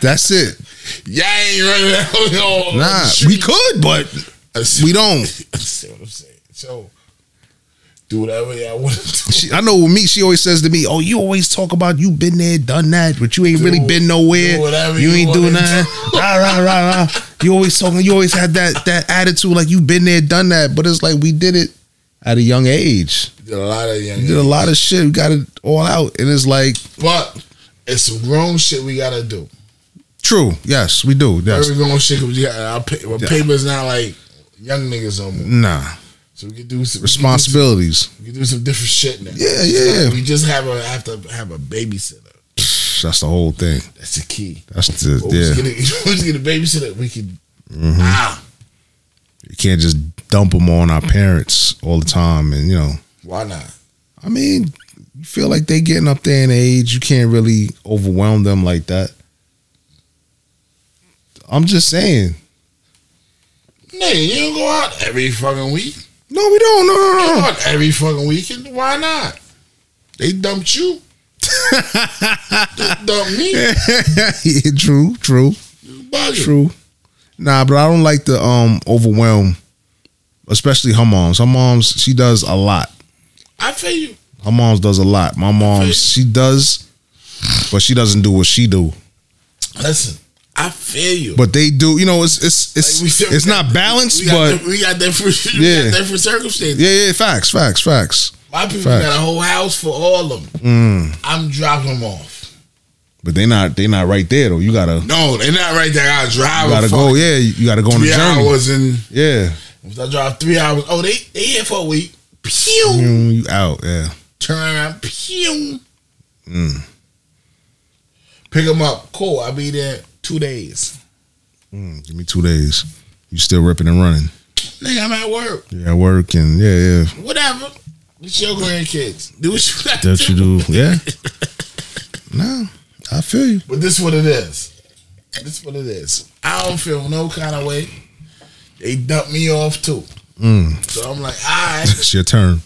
S1: That's it.
S2: <laughs> Y'all ain't running <laughs> out on
S1: Nah. We could, but we don't.
S2: <laughs> I see what I'm saying. So, do whatever y'all want to <laughs> do.
S1: She, I know with me, she always says to me, "Oh, you always talk about you been there, done that, but you ain't really been nowhere.
S2: do whatever
S1: you,
S2: you
S1: ain't doing
S2: wanna
S1: nothing. rah, rah, rah, rah. You always talking. You always had that that attitude like you been there, done that. But it's like we did it at a young age.
S2: Did a lot of young
S1: We did a lot of shit. We got it all out, and it's like
S2: But it's some grown shit we gotta do.
S1: true. Yes, we do. Yes.
S2: Very grown shit. 'cause we got, our pa- our paper's not like young niggas no more.
S1: Nah,
S2: So we can do some we can do some-
S1: responsibilities.
S2: We can do some different shit now.
S1: Yeah, yeah, yeah.
S2: We just have a have to have a babysitter.
S1: That's the whole thing.
S2: That's the key.
S1: That's the
S2: Once
S1: yeah. Mm-hmm.
S2: you get a, <laughs> once you get a babysitter, we can ah.
S1: You can't just dump them on our parents all the time, and you know.
S2: Why not?
S1: I mean, you feel like they getting up there in age. You can't really overwhelm them like that. I'm just saying.
S2: Nigga, you don't go out every fucking week.
S1: No, we don't. No, no,
S2: Go
S1: <laughs> no.
S2: out every fucking weekend. Why not? They dumped
S1: <laughs>
S2: you. they dumped me.
S1: Yeah, true, true,
S2: You bugging.
S1: true. Nah, but I don't like the um overwhelm, especially her mom's. Her mom's she does a lot.
S2: I feel you.
S1: Her mom's does a lot. My mom's she does, but she doesn't do what she do.
S2: Listen, I feel you.
S1: But they do. You know, it's it's it's
S2: Like, we said-
S1: it's not balanced,
S2: <laughs> we got,
S1: but
S2: <laughs> we got different.
S1: Yeah.
S2: We got different circumstances.
S1: yeah, yeah, facts, facts, facts. Mm.
S2: My people
S1: Facts.
S2: got a whole house for all of them. I'm dropping them off.
S1: But they not they not right there though. You gotta you
S2: No, they're not right there. I drive.
S1: gotta
S2: them
S1: go.
S2: for
S1: Yeah, you gotta go on the
S2: Three
S1: journey.
S2: hours and
S1: Yeah,
S2: if I drive three hours. Oh, they they here for a week. Pew.
S1: Mm, you out. Yeah,
S2: Turn around. Pew.
S1: Mm.
S2: Pick them up. Cool. I'll be there two days.
S1: Mm, give me two days. You still ripping and running.
S2: Nigga, I'm at work.
S1: You at work and yeah, yeah.
S2: Whatever. It's your grandkids. Do what you got to
S1: That you do.
S2: <laughs>
S1: Yeah. no, I feel you.
S2: But this what it is. This what it is. I don't feel no kind of way. They dumped me off too. So I'm like, all right.
S1: It's your turn.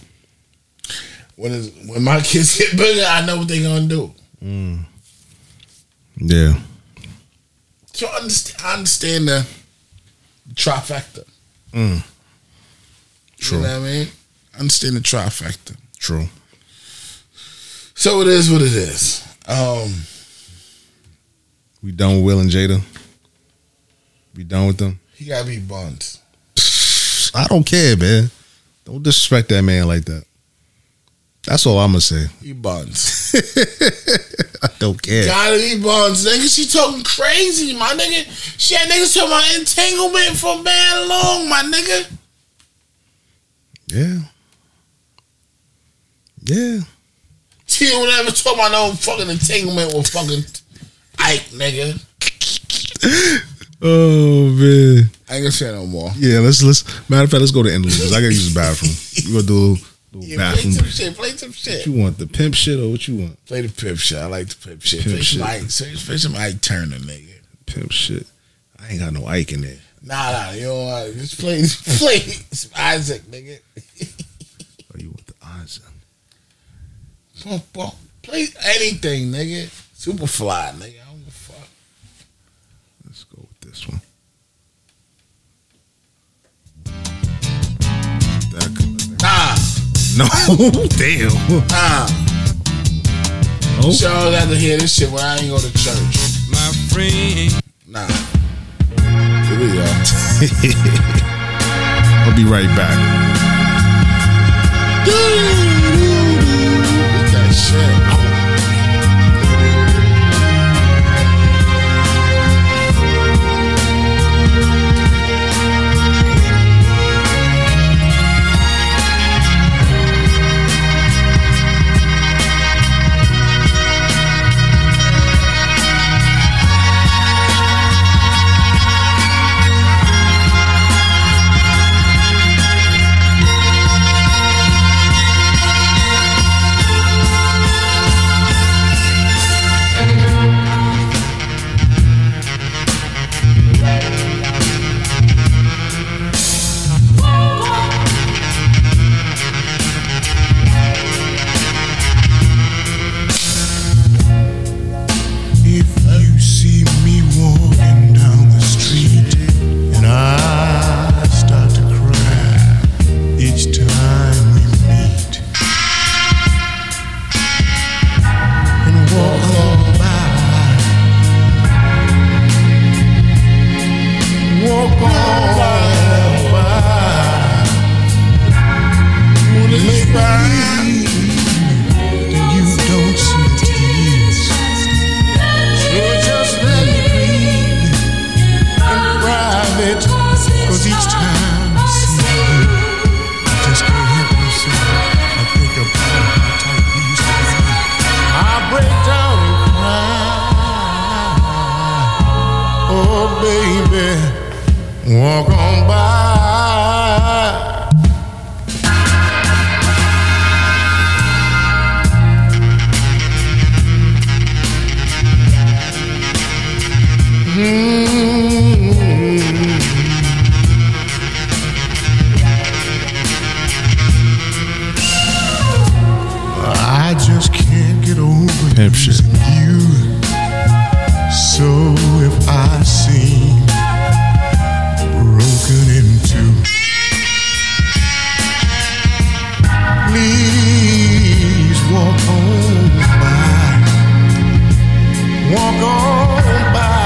S2: when is, when my <laughs> kids get bigger, I know what they gonna do.
S1: Yeah,
S2: So I understand, I understand the trifecta.
S1: True.
S2: You know what I mean? I understand the trifecta.
S1: true.
S2: So it is what it is. Um,
S1: We done with Will and Jada. We done with them.
S2: he gotta be buns.
S1: I don't care, man. Don't disrespect that man like that. That's all I'm gonna say.
S2: He buns.
S1: I don't care.
S2: Gotta be buns, nigga. She talking crazy, my nigga. She had niggas talking about entanglement for man long, my nigga.
S1: Yeah. Yeah.
S2: She don't ever talk about no fucking entanglement with fucking Ike, nigga.
S1: Oh man.
S2: I ain't gonna say no more.
S1: Yeah, let's let's matter of fact, let's go to end because I gotta use the bathroom. You gonna do a little, little
S2: Yeah, play
S1: bathroom.
S2: some shit. Play some shit.
S1: What you want the pimp shit or what you want?
S2: Play the pimp shit. I like the pimp shit.
S1: Pimp
S2: play some
S1: shit.
S2: Ike. Play some Ike Turner, nigga.
S1: Pimp shit. I ain't got no Ike in there.
S2: Nah, nah. You don't want to. Just play, <laughs> just play some Isaac, nigga.
S1: Oh, you want the Isaac?
S2: Bum, bum. Play anything, nigga. Superfly, nigga. I don't give a fuck.
S1: Let's go with this one.
S7: No,
S1: <laughs>
S7: damn.
S8: Ah,
S7: Oh.
S8: y'all got to hear this shit when I ain't go to church.
S9: My friend.
S8: Nah. Here we go. <laughs>
S7: I'll be right back.
S8: It's that shit.
S2: If you see me walking down the street and I start to cry each time we meet, and walk on by, walk on by, would it make me that you don't see the tears? So just let me breathe in private, 'cause each time I see you, I just can't help myself. I think about how tight we used to be. I break down and cry. Oh, baby, walk on by. Mm, I just can't get over
S7: Pimp shit.
S2: losing you. So if I seem broken in two, please walk on by. Walk on by.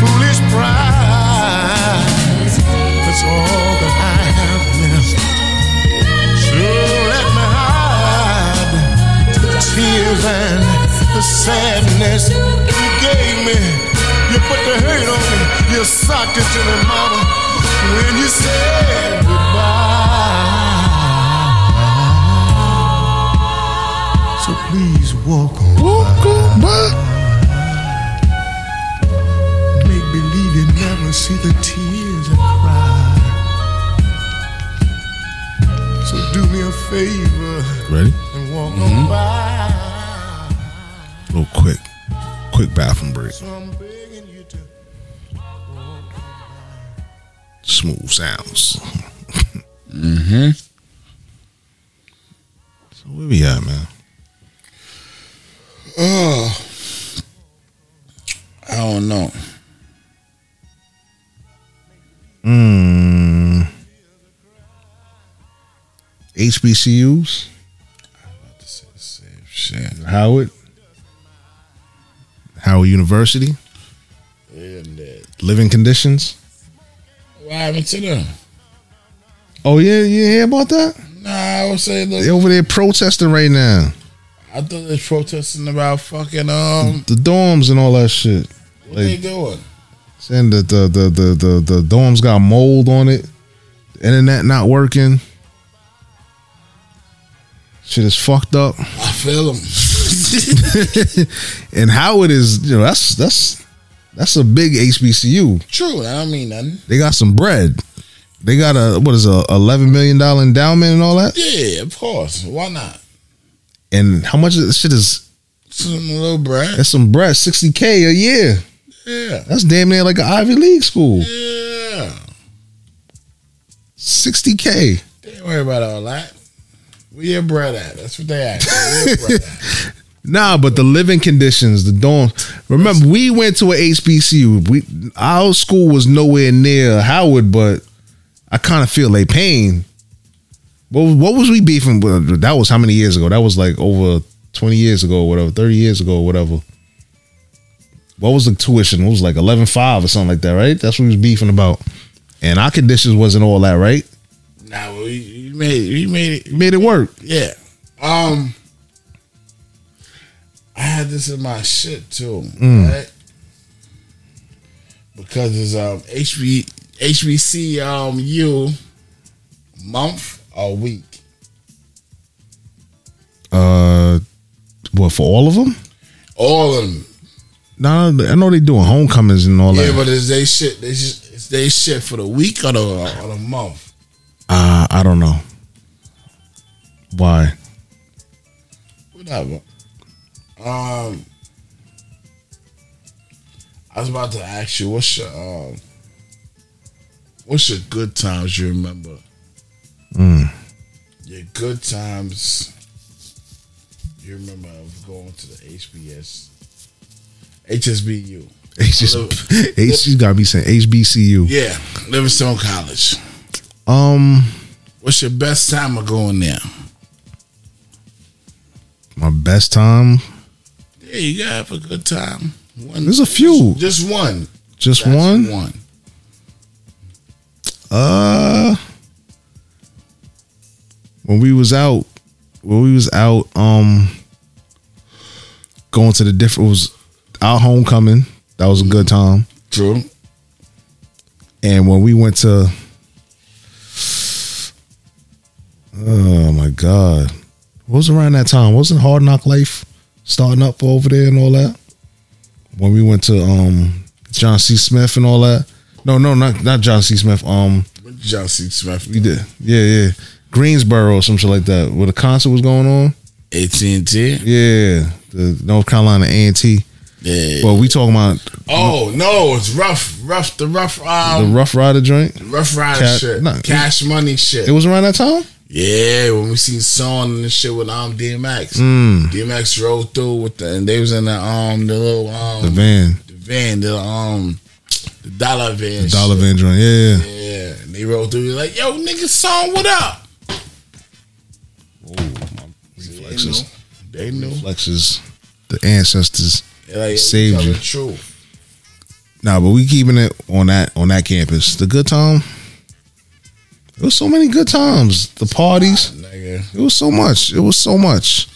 S2: Foolish pride. That's all that I have left. So let me hide the tears and the sadness you gave me. You put the hurt on me, you socked it to me, mama. When you said goodbye. So please walk on. Walk on Make believe you never see the tears I cry. So do me a favor
S7: Ready?
S2: and walk on by.
S7: A little quick, quick bathroom break.
S2: So I'm begging you to
S7: Smooth sounds. mm-hmm.
S1: Mm-hmm.
S7: So where we at, man?
S8: Oh. I don't know.
S7: Mm,
S1: HBCUs.
S8: Same shit.
S7: Howard. Howard University.
S8: And that.
S7: Living conditions.
S8: What happened to them?
S7: Oh yeah, you hear about that?
S8: Nah, I was saying
S1: They
S8: look,
S1: over there protesting right now.
S8: I thought they was protesting about fucking um
S1: The dorms and all that shit.
S8: what they doing?
S1: Saying that the the the the, the dorms got mold on it. The internet not working. Shit is fucked up. <laughs>
S8: I feel them.
S1: And Howard is, you know, that's that's that's a big HBCU.
S8: <laughs> True, I don't mean nothing.
S1: They got some bread. They got a what is a eleven million dollar endowment and all that.
S8: Yeah, of course. Why not?
S1: And how much of this shit is
S8: Some little brat.
S1: that's some bread? Sixty k a year.
S8: Yeah.
S1: That's damn near like an Ivy League school.
S8: Yeah.
S1: Sixty k.
S8: They ain't worry about all that. Where your brat at? That's what they ask. Where your brat at?
S1: Nah, but the living conditions, the dorm. Remember, we went to a HBCU. We our school was nowhere near Howard, but I kind of feel like pain. What what was we beefing? with? That was how many years ago? That was like over twenty years ago, or whatever, thirty years ago, or whatever. What was the tuition? It was like eleven five or something like that, right? That's what we was beefing about. And our conditions wasn't all that, right?
S2: Nah, well, you, you made it. You made it.
S1: You made it work.
S2: Yeah. Um, I had this in my shit too, right? Because it's um HB HBC um you month or week.
S1: Uh, what for all of them?
S2: All of them.
S1: Nah, I know they doing homecomings and all
S2: Yeah,
S1: that.
S2: but is they shit? They just is they shit for the week or the or the month?
S1: uh, I don't know why. <laughs>
S2: Whatever. Um, I was about to ask you what's your um, what's your good times you remember?
S1: Mm.
S2: Your good times you remember of going to the HBS, HSBU.
S1: H just <laughs>
S2: Hello.
S1: H you gotta be saying HBCU.
S2: Yeah, Livingstone College.
S1: Um,
S2: What's your best time of going there?
S1: my best time.
S2: Yeah, you gotta have a good time. One,
S1: There's a few.
S2: Just one.
S1: Just
S2: That's
S1: one.
S2: One.
S1: Uh, when we was out, when we was out, um, going to the different it was our homecoming. That was a good time.
S2: True.
S1: And when we went to, oh my god, what was around that time? Wasn't Hard Knock Life starting up over there and all that? When we went to um John C. Smith and all that. No, no, not not John C. Smith. Um,
S2: John C. Smith.
S1: we did, yeah, yeah, Greensboro or some shit like that, where the concert was going on.
S2: AT and T.
S1: Yeah, the North Carolina A and T.
S2: Yeah.
S1: But we talking about
S2: Oh no, it's rough, rough. The rough,
S1: the
S2: um,
S1: Rough Rider joint.
S2: rough rider
S1: Ca-
S2: shit,
S1: no,
S2: cash money shit.
S1: It was around that time.
S2: yeah, when we seen Song and the shit with um DMX,
S1: Hmm.
S2: DMX rode through with the, and they was in the um the little um
S1: The
S2: the van,
S1: van,
S2: the, um the dollar van, shit.
S1: dollar van joint. Yeah, yeah.
S2: Yeah, and they rode through. he like, yo, nigga, Song, what up?
S1: Oh, reflexes.
S2: They knew. They knew.
S1: reflexes, the ancestors.
S2: Like,
S1: Saved
S2: tell
S1: you.
S2: The truth.
S1: Nah, but we keeping it on that on that campus. The good time. It was so many good times. The parties.
S2: Nigga.
S1: It was so much. It was so much.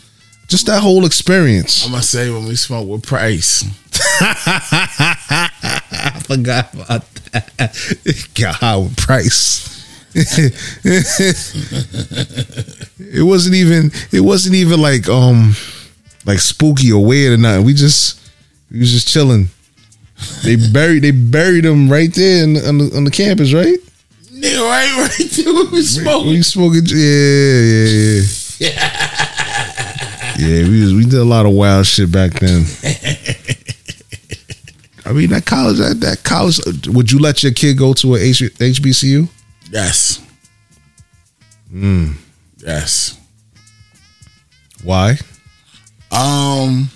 S1: Just that whole experience.
S2: I'm gonna say when we smoke with Price.
S1: I forgot <laughs> about that. God, price. <laughs> it wasn't even. It wasn't even like um, like spooky or weird or nothing. We just we was just chilling. They buried. They buried him right there in, on, the, on the campus. Right.
S2: Nigga, right, right <laughs> there when we smoke.
S1: We smoking. Yeah, yeah, yeah.
S2: <laughs>
S1: yeah, we was, we did a lot of wild shit back then. I mean, that college, that, that college. Would you let your kid go to a H, HBCU?
S2: Yes. Yes.
S1: Why?
S2: Um.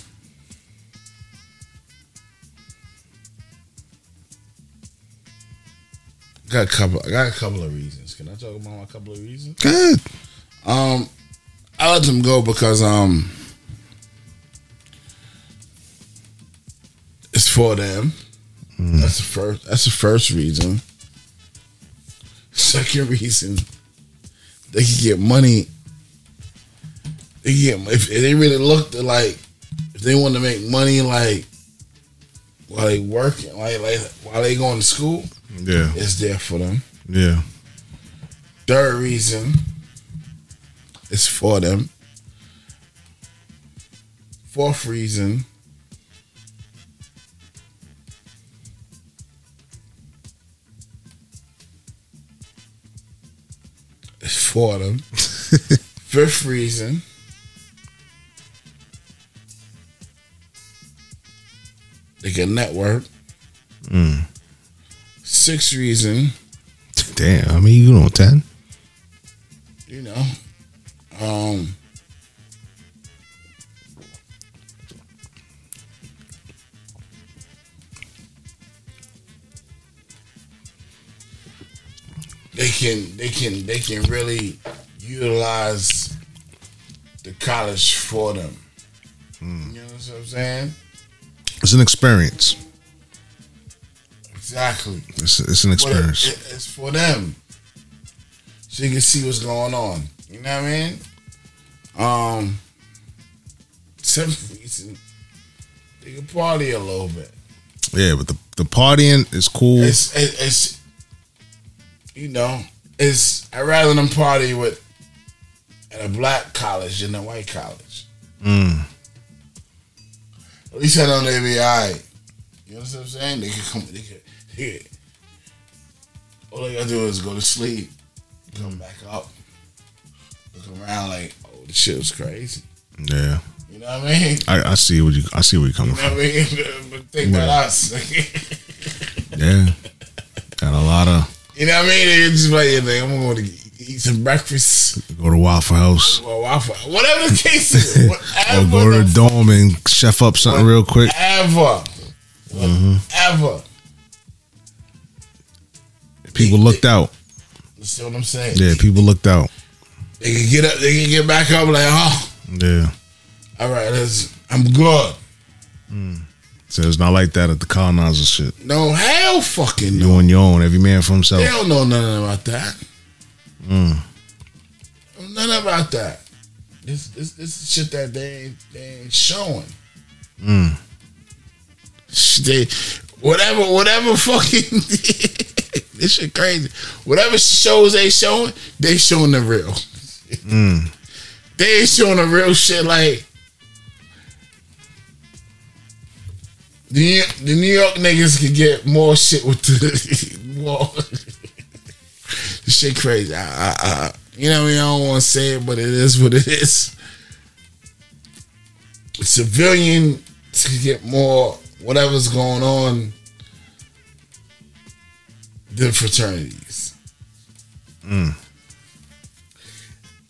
S2: Got a couple. I got a couple of reasons. Can I talk about my couple of reasons?
S1: Good.
S2: Um, I let them go because um, it's for them. That's the first. That's the first reason. Second <laughs> reason, they can get money. They can get if, if they really looked at like if they want to make money like while they working like like while they going to school,
S1: Yeah,
S2: it's there for them.
S1: yeah.
S2: Third reason is for them. Fourth reason is for them. Fifth reason they can network. Sixth reason
S1: Damn. I mean, you know, ten.
S2: you know. Um they can they can they can really utilize the college for them. You know what I'm saying?
S1: It's an experience.
S2: Exactly.
S1: It's, it's an
S2: But it-
S1: experience.
S2: it- it's for them. So you can see what's going on. You know what I mean? Um <laughs> some reason they can party a little bit.
S1: yeah, but the, the partying is cool.
S2: It's it, it's you know, it's I rather them party with at a black college than a white college. At least I know they be alright. You know what I'm saying? They can come they can, they can all they gotta do is go to sleep, come back up, look around like, oh this shit was crazy.
S1: yeah,
S2: You know what I mean? <laughs>
S1: I, I see what you. I see where you're coming
S2: You know
S1: from.
S2: what I mean? <laughs> but think about us. <laughs>
S1: Yeah, got a lot of
S2: You know what I mean? It's just like, you know, I'm going to eat some breakfast
S1: go to Waffle House
S2: or waffle, whatever the case
S1: <laughs>
S2: is.
S1: or
S2: Whatever.
S1: go to the
S2: the
S1: Dome and chef up something real quick.
S2: Ever.
S1: Mm-hmm.
S2: Whatever.
S1: People looked out.
S2: You see what I'm saying?
S1: Yeah, people looked out.
S2: They can get up, they can get back up like, oh,
S1: Yeah,
S2: all right, let's, I'm good.
S1: so it's not like that at the colonizer shit.
S2: No, hell fucking no.
S1: You on your own, every man for himself.
S2: They don't know nothing about that. Nothing about that. This, this, this is shit that they ain't, they ain't showing. Sh- They, whatever, whatever fucking. <laughs> this shit crazy. Whatever shows they showing, they showing the real. <laughs> They ain't showing the real shit like. The New, the New York niggas could get more shit with the <laughs> more. This shit crazy. I, I, I, you know, what I mean, I don't want to say it, but it is what it is. Civilian to get more whatever's going on than fraternities. I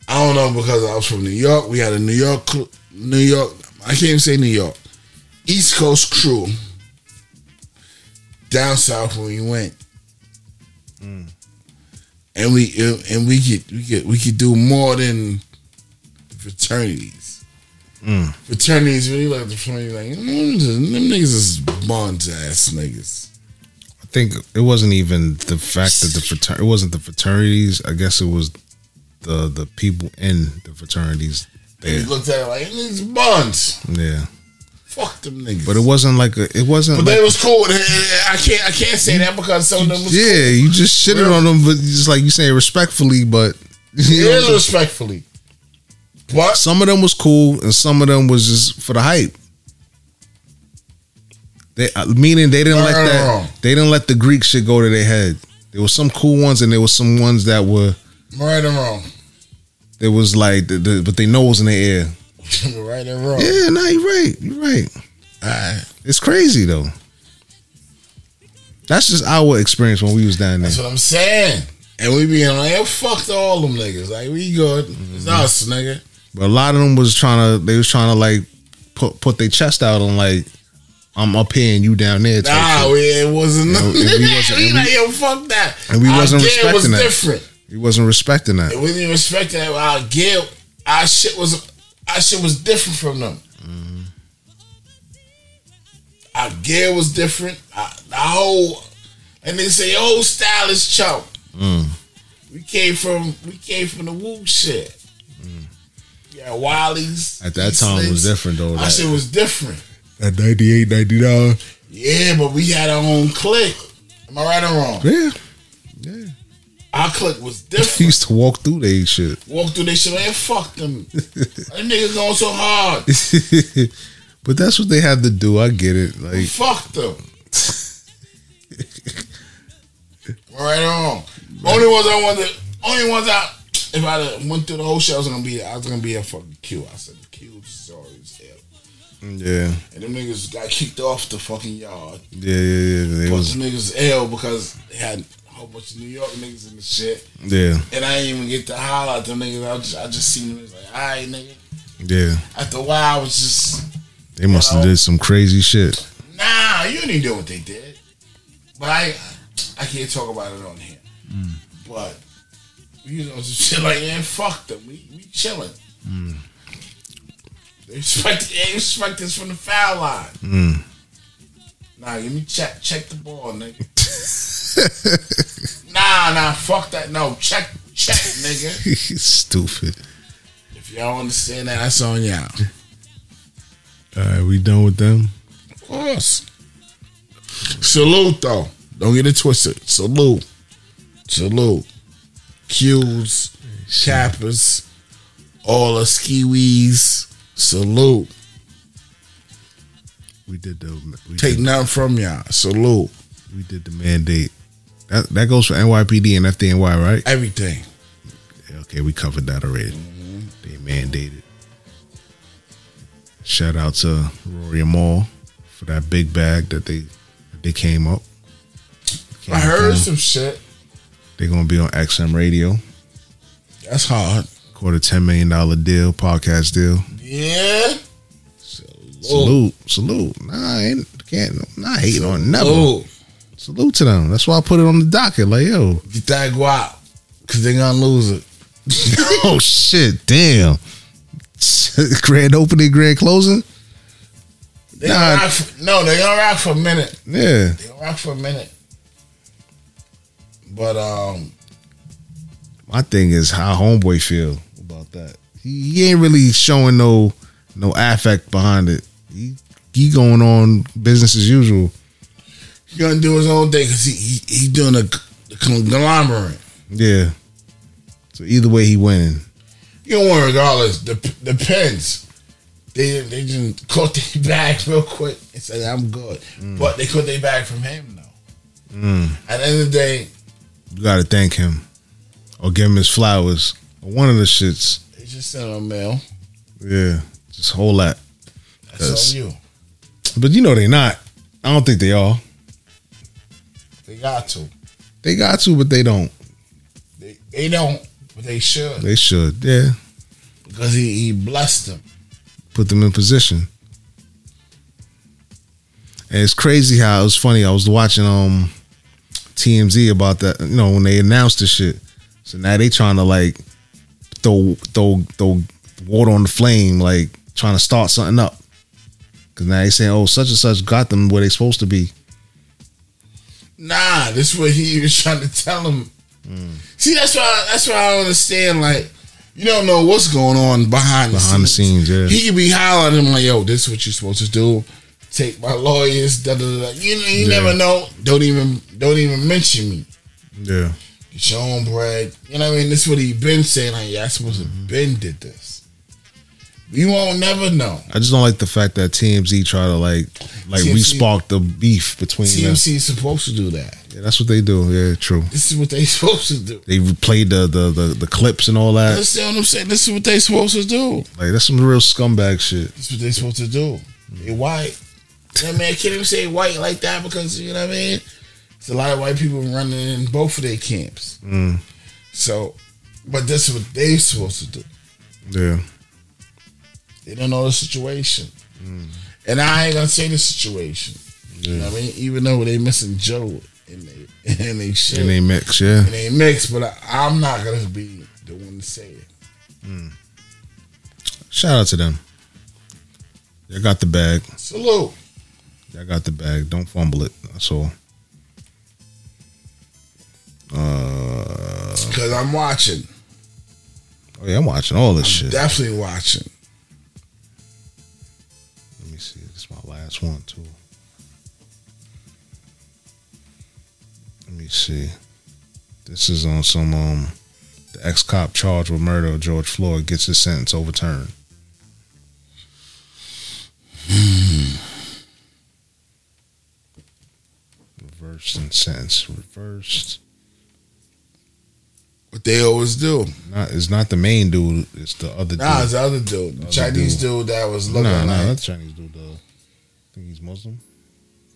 S2: don't know because I was from New York. We had a New York, cl- New York. I can't even say New York. East Coast crew down south when we went, and we and we could we could we could do more than fraternities.
S1: Mm.
S2: Fraternities when you look at the fraternity, like mm, them niggas is bonds ass niggas.
S1: I think it wasn't even the fact that the frater- it wasn't the fraternities. I guess it was the the people in the fraternities.
S2: And
S1: There.
S2: You looked at it like niggas bonds.
S1: Yeah,
S2: Fuck them niggas.
S1: but it wasn't like a, it wasn't.
S2: But
S1: like-
S2: they was cool. I can't I can't say that because some of them was
S1: yeah, you just shitted
S2: Real.
S1: on them, but just like you saying respectfully, but <laughs> you know,
S2: cool. Disrespectfully. What?
S1: some of them was cool and some of them was just for the hype. They uh, meaning they didn't let
S2: Girl.
S1: that they didn't let the Greek shit go to their head. There was some cool ones and there was some ones that were
S2: Right or wrong? <laughs>
S1: there was like the, the, but they know it was in the air.
S2: right or wrong?
S1: Yeah, no, you're right. You're right.
S2: Alright.
S1: It's crazy though. That's just our experience when we was down there.
S2: That's what I'm saying. And we being like, yo, fuck to all them niggas. Like, we good.
S1: Mm-hmm.
S2: It's us, nigga.
S1: But a lot of them was trying to they was trying to like put put their chest out on like I'm up here and you down there. type
S2: Nah,
S1: shit.
S2: we, it wasn't
S1: And we
S2: nothing.
S1: wasn't-
S2: <laughs> we
S1: and
S2: like,
S1: we-
S2: yo, fuck that.
S1: and we
S2: Our
S1: wasn't
S2: gear was
S1: respecting that.
S2: different.
S1: He wasn't respecting that.
S2: It wasn't even respecting that. Our gear, our shit was, our shit was different from them.
S1: Mm-hmm.
S2: Our gear was different. Our, the whole, and they say, "Yo, style is chump."
S1: Mm.
S2: We came from, we came from the woo shit. Yeah, Wiley's.
S1: Mm. At that time, it was
S2: Eastlings.
S1: different, though,
S2: Our
S1: that-
S2: shit was different.
S1: At 98, 99.
S2: Yeah, but we had our own clique. Am I right or wrong?
S1: Yeah.
S2: Our clique was
S1: He <laughs>
S2: different.
S1: used to walk through they shit.
S2: Walk through their shit, man. Fuck them. them niggas going so hard.
S1: but that's what they had to do. I get it. Like,
S2: Fuck them. right on. Only ones I wanted. Only ones I. If I done went through the whole show, I was gonna be. I was gonna be a fucking Q. I said the Q was sorry as hell.
S1: yeah.
S2: And them niggas got kicked off the fucking yard.
S1: Yeah, yeah, yeah. They
S2: But
S1: was,
S2: the niggas L because they had a whole bunch of New York niggas in the shit.
S1: yeah,
S2: And I didn't even get to holler at them niggas. I just, I just seen them niggas like, all right, nigga.
S1: yeah.
S2: After a while, I was just.
S1: They must have
S2: Well.
S1: did some crazy shit. <laughs>
S2: Nah, you didn't do what they did. But I I can't talk about it on here. But you know, some shit like man, fuck them. We we chilling. They expect they expect this from the foul line. Nah, give me check check the ball, nigga. nah, nah, fuck that. No, check check, nigga.
S1: Stupid.
S2: If y'all understand that, that's on y'all.
S1: All right, we done with them.
S2: Of course. Salute though. Don't get it twisted. Salute. Salute. Q's, Kappas, all the skiwis. Salute.
S1: We did the we
S2: Take
S1: did,
S2: nothing from y'all. Salute.
S1: we did the mandate. That that goes for NYPD and FDNY, right?
S2: Everything.
S1: Okay, we covered that already. They mandated. Shout out to Rory and Maul for that big bag that they that they came up.
S2: I heard
S1: Came
S2: some shit.
S1: up. They're gonna be on XM Radio.
S2: That's hard.
S1: Quarter ten million dollar deal, podcast deal.
S2: Yeah.
S1: Salute, salute. Nah, I ain't, can't. I'm not hating on never.
S2: Oh.
S1: Salute to them. That's why I put it on the docket. Like yo, <laughs>
S2: Get that guap. Cause they gonna lose it.
S1: oh shit, damn. <laughs> grand opening, grand closing.
S2: They
S1: Nah.
S2: gonna rock for, no, they gonna rock for a minute.
S1: Yeah,
S2: They gonna rock for a minute. But um
S1: my thing is how homeboy feel about that. He, he ain't really showing no no affect behind it. He he going on business as usual.
S2: He gonna do his own thing because he, he he doing a, c- conglomerate.
S1: Yeah. So either way, he winning.
S2: You don't want regardless the the pins. They they just caught their <laughs> bags real quick and said I'm good, but they caught their bag from him though. At the end of the day,
S1: You got to thank him or give him his flowers or one of the shits.
S2: they just sent him a mail.
S1: Yeah, just whole lot.
S2: That's
S1: Yes.
S2: on you.
S1: But you know they not. I don't think they are.
S2: They got to.
S1: They got to, but they don't.
S2: They they don't, but they should
S1: They should. Yeah,
S2: because he he blessed them.
S1: put them in position. And it's crazy how it was funny. I was watching um TMZ about that. You know when they announced the shit. So now they trying to like throw throw throw water on the flame, like trying to start something up. Cause now they saying, oh, such and such got them where they supposed to be.
S2: Nah, this is what he was trying to tell him.
S1: Mm.
S2: See, that's why that's why I don't understand. Like, you don't know what's going on behind the
S1: Behind the scenes, yeah.
S2: He could be hollering at him like, "Yo, this is what you're supposed to do. Take my lawyers." Da da da. You, you
S1: Yeah.
S2: never know. Don't even don't even mention me.
S1: Yeah.
S2: Get your own bread. You know what I mean? This is what he been saying. Like, yeah, I supposed
S1: Mm-hmm.
S2: to been did this. You won't never know.
S1: I just don't like the fact that TMZ try to like like
S2: TMZ.
S1: respark the beef between them.
S2: TMC is supposed to do that.
S1: Yeah, that's what they do. Yeah, true.
S2: This is what they <laughs> supposed to do.
S1: They played the the the, the clips and all that.
S2: Understand what I'm saying? This is what they supposed to do.
S1: Like that's some real scumbag shit.
S2: That's what they supposed to do. They white. That man can't even say white like that because you know what I mean. It's a lot of white people running in both of their camps.
S1: Mm.
S2: So, but that's what they supposed to do.
S1: Yeah.
S2: They don't know the situation,
S1: Mm.
S2: and I ain't gonna say the situation. You know what I mean? Even though they missing Joe and they <laughs> and they shit
S1: And they mix, yeah.
S2: and they mix, but I, I'm not gonna be the one to say it.
S1: Shout out to them. Y'all got the bag.
S2: Salute.
S1: Y'all got the bag. Don't fumble it. That's all. Uh
S2: Because I'm watching,
S1: oh yeah, I'm watching all this shit.
S2: definitely watching.
S1: Let me see. This is my last one too. Let me see. This is on some um the ex cop charged with murder of George Floyd gets his sentence overturned. Hmm. Reversed and sentence reversed.
S2: What they always do.
S1: Not it's not the main dude, it's the other
S2: Nah,
S1: dude.
S2: it's the other dude, the
S1: Other
S2: Chinese
S1: dude.
S2: dude. that was
S1: No,
S2: looking
S1: nah, nah,
S2: like
S1: that's Chinese dude though. I think he's Muslim.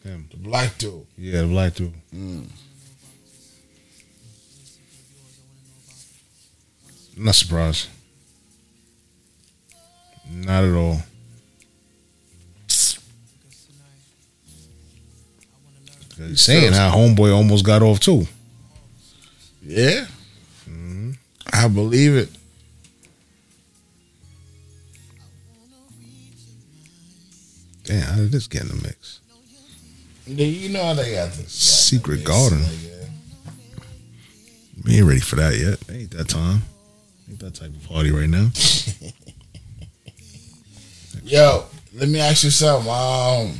S1: Him.
S2: the black dude.
S1: Yeah, the black dude. Mm. Not surprised. Not at all. Saying how homeboy almost got off too.
S2: Yeah, Mm-hmm. I believe it.
S1: Damn, how did this get in the mix?
S2: Yeah, You know how they got this.
S1: Secret Garden. We ain't ready for that yet. Ain't that time. Ain't that type of party right now.
S2: Yo, let me ask you something. Um,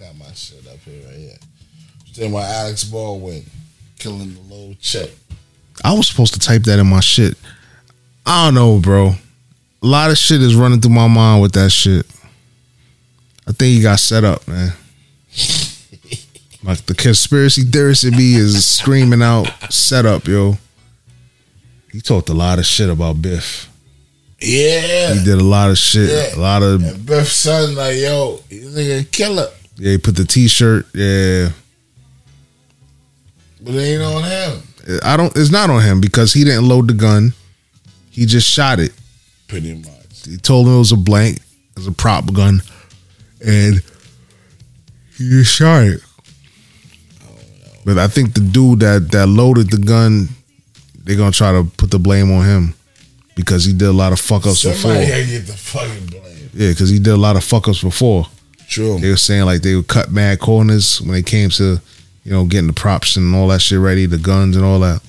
S2: got my shit up here right here. You think about Alex Baldwin killing the little chick?
S1: I was supposed to type that in my shit. I don't know, bro. A lot of shit is running through my mind with that shit. I think you got set up, man. Like the conspiracy theorist in me is screaming out set up, yo. He talked a lot of shit about Biff. He
S2: Yeah.
S1: did a lot of shit.
S2: Yeah.
S1: A lot of
S2: And Biff's son, like, yo, you nigga a killer,
S1: yeah, he put the t shirt. Yeah.
S2: but it ain't on him.
S1: I don't it's not on him because he didn't load the gun. He just shot it.
S2: Pretty much.
S1: He told him it was a blank, it was a prop gun, and he just shot it. But I think the dude that that loaded the gun, they're gonna try to put the blame on him because he did a lot of fuck ups before.
S2: Somebody
S1: Yeah,
S2: gotta get the fucking blame.
S1: because he did a lot of fuck ups before.
S2: True.
S1: They were saying like they would cut mad corners when it came to, you know, getting the props and all that shit ready, the guns and all that.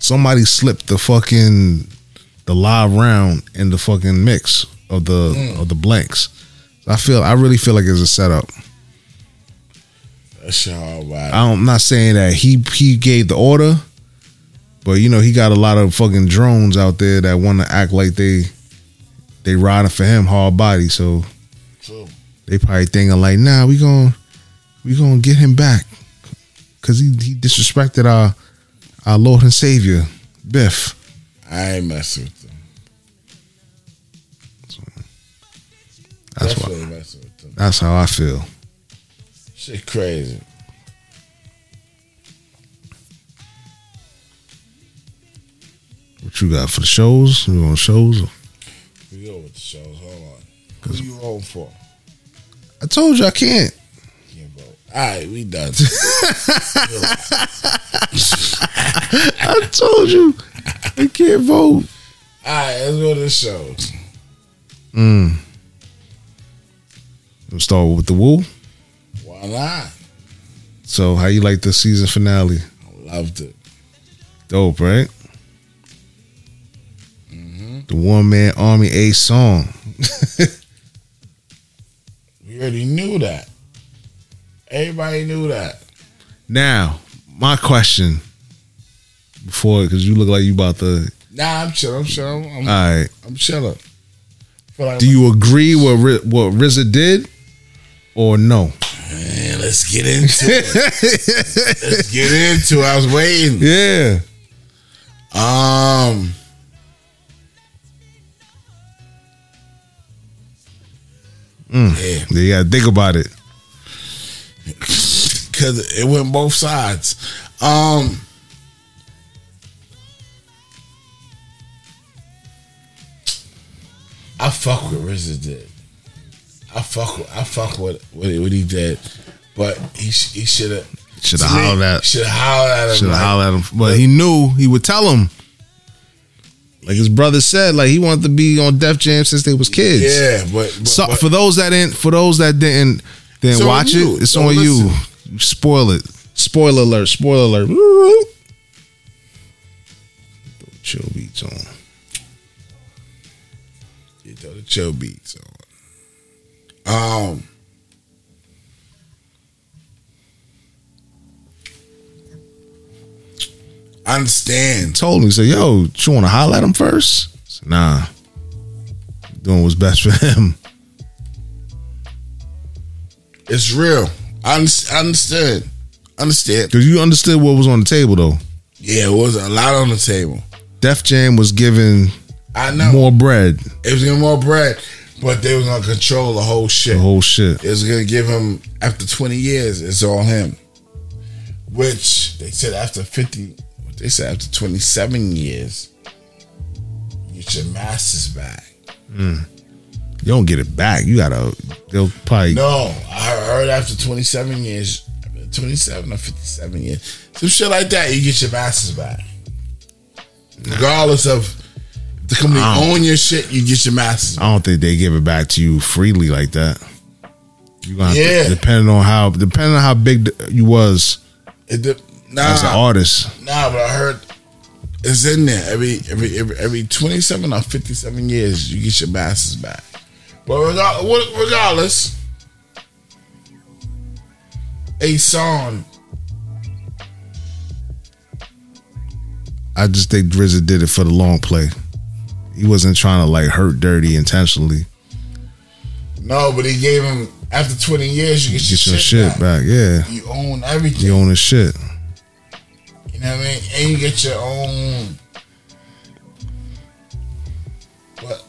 S1: Somebody slipped the fucking the live round in the fucking mix of the of the blanks. I feel I really feel like it's a setup.
S2: That's all right.
S1: I don't, I'm not saying that he he gave the order, but you know he got a lot of fucking drones out there that want to act like they they riding for him hard body. So
S2: True.
S1: they probably thinking like, nah, we gon' we gonna get him back because he, he disrespected our our Lord and Savior Biff.
S2: I ain't messing with them.
S1: That's why.
S2: Definitely messing with them.
S1: That's how I feel.
S2: Shit crazy.
S1: What you got for the shows? We on shows?
S2: We go with the shows. Hold on. Who you rolling for?
S1: I told you I can't.
S2: Can't vote. All right, we done.
S1: I told you I can't vote.
S2: All right, let's go to the shows.
S1: We'll start with the Woo.
S2: Why not?
S1: So how you like the season finale?
S2: I loved it.
S1: Dope, right? The one man army A song.
S2: We already knew that. Everybody knew that.
S1: Now, my question before, because you look like you about to.
S2: Nah, I'm chill. I'm chill. I'm, I'm,
S1: All right.
S2: I'm chilling. Feel like
S1: Do you agree with Ri- what RZA did, or no?
S2: Man, let's get into it. <laughs> let's get into it. I was waiting.
S1: Yeah,
S2: Um. Yeah,
S1: you gotta think about it.
S2: <laughs> because it went both sides. Um, I fuck with RZA did. I fuck with I fuck with what he, what he did, but he sh- he should have
S1: Should have hollered at.
S2: should have hollered at him.
S1: Should have
S2: like,
S1: hollered at him, but he knew he would tell him. Like his brother said, like he wanted to be on Def Jam since they was kids.
S2: Yeah, but, but,
S1: So
S2: but
S1: for those that didn't, for those that didn't, then
S2: It's on
S1: watch
S2: you.
S1: it. It's
S2: Don't
S1: on you. Spoil it. Spoiler alert. Spoiler alert. Chill beats on.
S2: you throw the chill beats on. Um, I understand.
S1: Told him, he said, "Yo, you want to holler at him first? I said, nah, doing what's best for him. <laughs>
S2: It's real. I under- I understand. Understand.
S1: Cause you understood what was on the table though.
S2: Yeah, it was a lot on the table.
S1: Def Jam was giving
S2: I know
S1: more bread.
S2: it was getting more bread, but they was gonna control the whole shit.
S1: The whole shit.
S2: It was gonna give him after twenty years. It's all him. Which they said after fifty. what They said after twenty seven years, you get your masters back.
S1: You don't get it back. You gotta. They'll probably.
S2: No, I heard after twenty seven years, twenty seven or fifty seven years, some shit like that. You get your masters back. regardless of the company own your shit, you get your masters.
S1: I don't think they give it back to you freely like that. You gonna have
S2: Yeah.
S1: to, depending on how depending on how big th- you was
S2: It de-
S1: as an
S2: nah,
S1: artist.
S2: nah, but I heard it's in there every every every, every twenty seven or fifty seven years you get your masters back. But rega- what- regardless, a song
S1: I just think RZA did it for the long play. He wasn't trying to like hurt Dirty intentionally.
S2: No, but he gave him after twenty years. You get,
S1: Get
S2: your,
S1: your shit
S2: back.
S1: back, yeah.
S2: You own everything.
S1: You own his shit.
S2: You know what I mean? And you get your own. But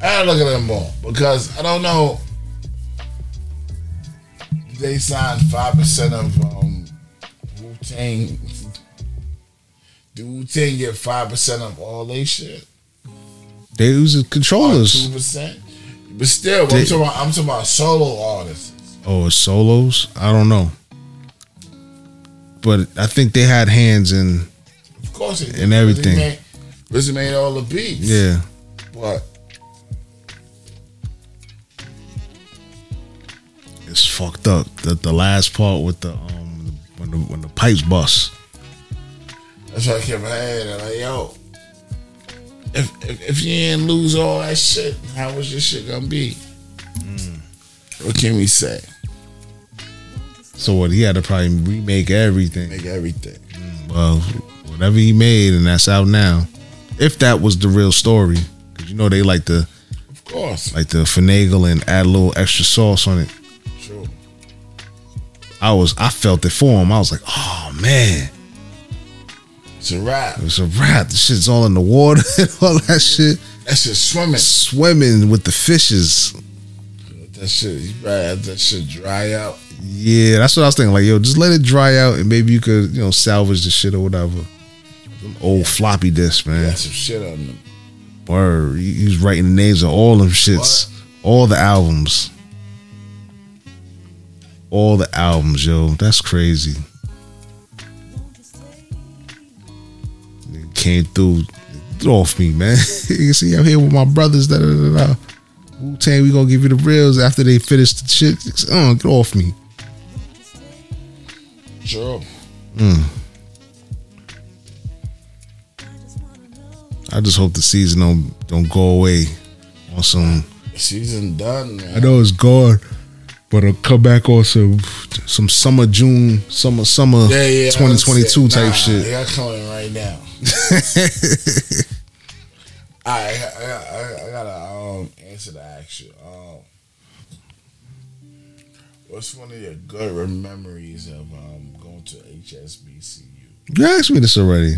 S2: I gotta look at them all because I don't know. They signed five percent of um, Wu Tang. Do Wu Tang get five percent of all they shit?
S1: They use the
S2: Two
S1: controllers.
S2: percent. But still, I'm talking, about, I'm talking about solo artists.
S1: Oh, it's solos? I don't know. But I think they had hands in
S2: Of course, it did,
S1: And everything.
S2: Rizzy made, Rizzy made all the beats.
S1: yeah.
S2: but
S1: It's fucked up. The the last part with the um when the when the pipes bust.
S2: that's why I kept my head. I'm like, yo, if, if if you didn't lose all that shit, how was your shit gonna be? What can we say?
S1: So what he had to probably remake everything.
S2: Make everything.
S1: Well, whatever he made, and that's out now. If that was the real story, because you know they like to
S2: Of course.
S1: like to finagle and add a little extra sauce on it.
S2: True.
S1: I was I felt it for him. I was like, oh man,
S2: It's a rap.
S1: it's a wrap. The shit's all in the water <laughs> and all that shit.
S2: That shit swimming.
S1: Swimming with the fishes.
S2: That shit, you better have that shit dry out.
S1: Yeah, that's what I was thinking. Like, yo, just let it dry out and maybe you could, you know, salvage the shit or whatever. Them old floppy disc, man.
S2: Got some shit on them.
S1: Word. He he was writing the names of all them shits. All the albums. All the albums, yo. That's crazy. Nigga Came through. Get off me, man. <laughs> you can see I'm here with my brothers. Da, da, da, da. Wu Tang, we gonna give you the reels after they finish the shit. Uh, get off me.
S2: True.
S1: I just hope the season don't don't go away on some.
S2: Season done, man.
S1: I know it's gone, but it'll come back on some some summer June summer summer
S2: Yeah, yeah.
S1: twenty twenty two
S2: that's it.
S1: type
S2: Nah,
S1: shit.
S2: They got coming right
S1: <laughs>
S2: now. All right, I, I, I, I gotta um, answer the action. Um, what's one of your good memories of um, going to HSBCU?
S1: You asked me this already.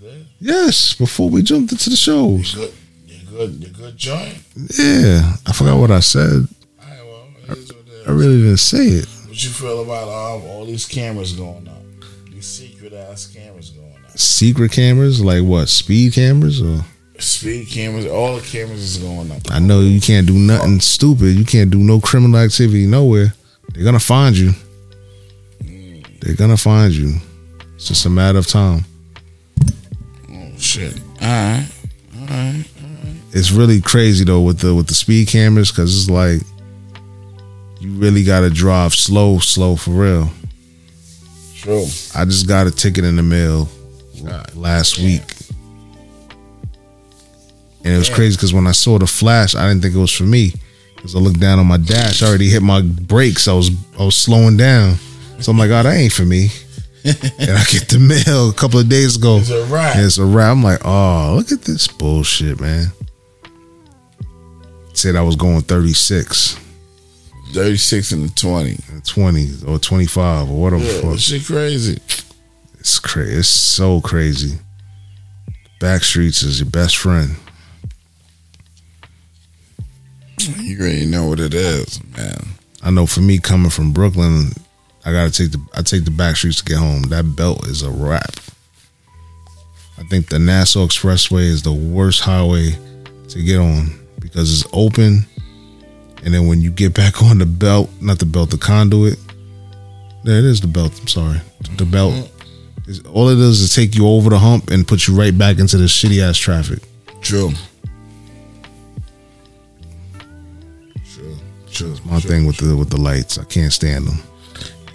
S2: Good,
S1: Yes, before we jumped into the shows.
S2: good, your good, your good joint.
S1: Yeah, I forgot what I said.
S2: All right, well, it is what, it
S1: I
S2: is.
S1: really didn't say it.
S2: what you feel about um, all these cameras going up? These secret ass cameras going up.
S1: Secret cameras, like what? Speed cameras, or
S2: Speed cameras, all the cameras is going up.
S1: I know you can't do nothing stupid. You can't do no criminal activity nowhere. They're gonna find you. They're gonna find you. It's just a matter of time.
S2: Oh shit! All right, all right.
S1: it's really crazy though with the with the speed cameras because it's like you really gotta drive slow, slow for real.
S2: True.
S1: I just got a ticket in the mail last week, and it was crazy because when I saw the flash, I didn't think it was for me because I looked down on my dash, I already hit my brakes. I was I was slowing down, so I'm like, oh, that ain't for me.
S2: <laughs>
S1: and I get the mail a couple of days ago.
S2: It's a wrap.
S1: And it's a wrap. I'm like, oh, look at this bullshit, man. Said I was going 36
S2: 36 and the 20.
S1: and 20 or 25 or whatever. the
S2: Yeah,
S1: fuck.
S2: that shit crazy.
S1: It's crazy. It's so crazy. Backstreets is your best friend.
S2: You already know what it is, man.
S1: I know for me coming from Brooklyn, I gotta take the I take the Backstreets to get home. That belt is a wrap. I think the Nassau Expressway is the worst highway to get on because it's open, and then when you get back <laughs> on the belt, not the belt, the conduit. There it is, the belt. I'm sorry, the belt. It's- all it does is take you over the hump and put you right back into the shitty ass traffic.
S2: True. True. True.
S1: My thing with the with the lights, I can't stand them.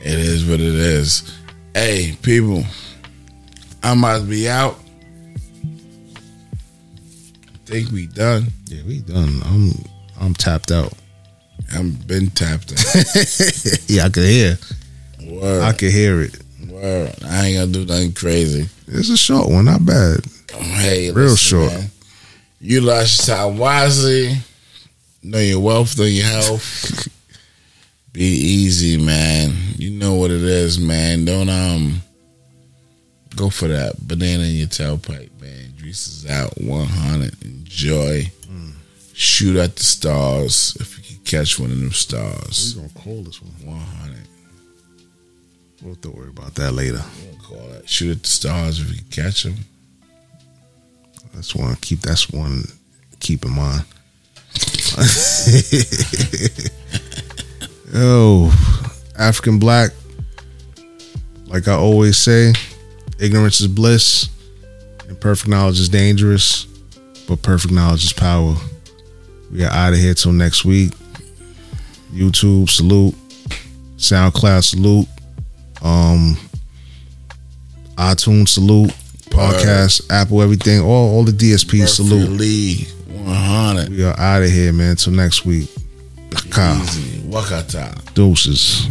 S2: It is what it is. Hey, people, I might be out. Think we done.
S1: Yeah, we done. I'm I'm tapped out.
S2: I'm been tapped out. <laughs>
S1: yeah, I could hear.
S2: word,
S1: I could hear it.
S2: word. I ain't gonna do nothing crazy.
S1: It's a short one, not bad.
S2: Hey,
S1: Real
S2: listen,
S1: short.
S2: man. Utilize your time wisely. Know your wealth, know
S1: <laughs>
S2: your health. Be easy, man. You know what it is, man. Don't um go for that banana in your tailpipe, man. Drees is out 100. Enjoy.
S1: Mm.
S2: Shoot at the stars if you can catch one of them stars.
S1: gonna call this one.
S2: 100.
S1: We'll have to worry about that later.
S2: We'll call that. Shoot at the stars if you can catch them.
S1: That's one. Keep that's one. Keep in mind. Yo, Oh, African black. Like I always say, ignorance is bliss, and perfect knowledge is dangerous, but perfect knowledge is power. We are out of here till next week. YouTube salute, SoundCloud salute, um, iTunes salute, podcast, Apple, everything, all all the DSP salute.
S2: Lee 100.
S1: We are out of here, man. Till next week. Ka.
S2: Easy. Wakata.
S1: Deuces.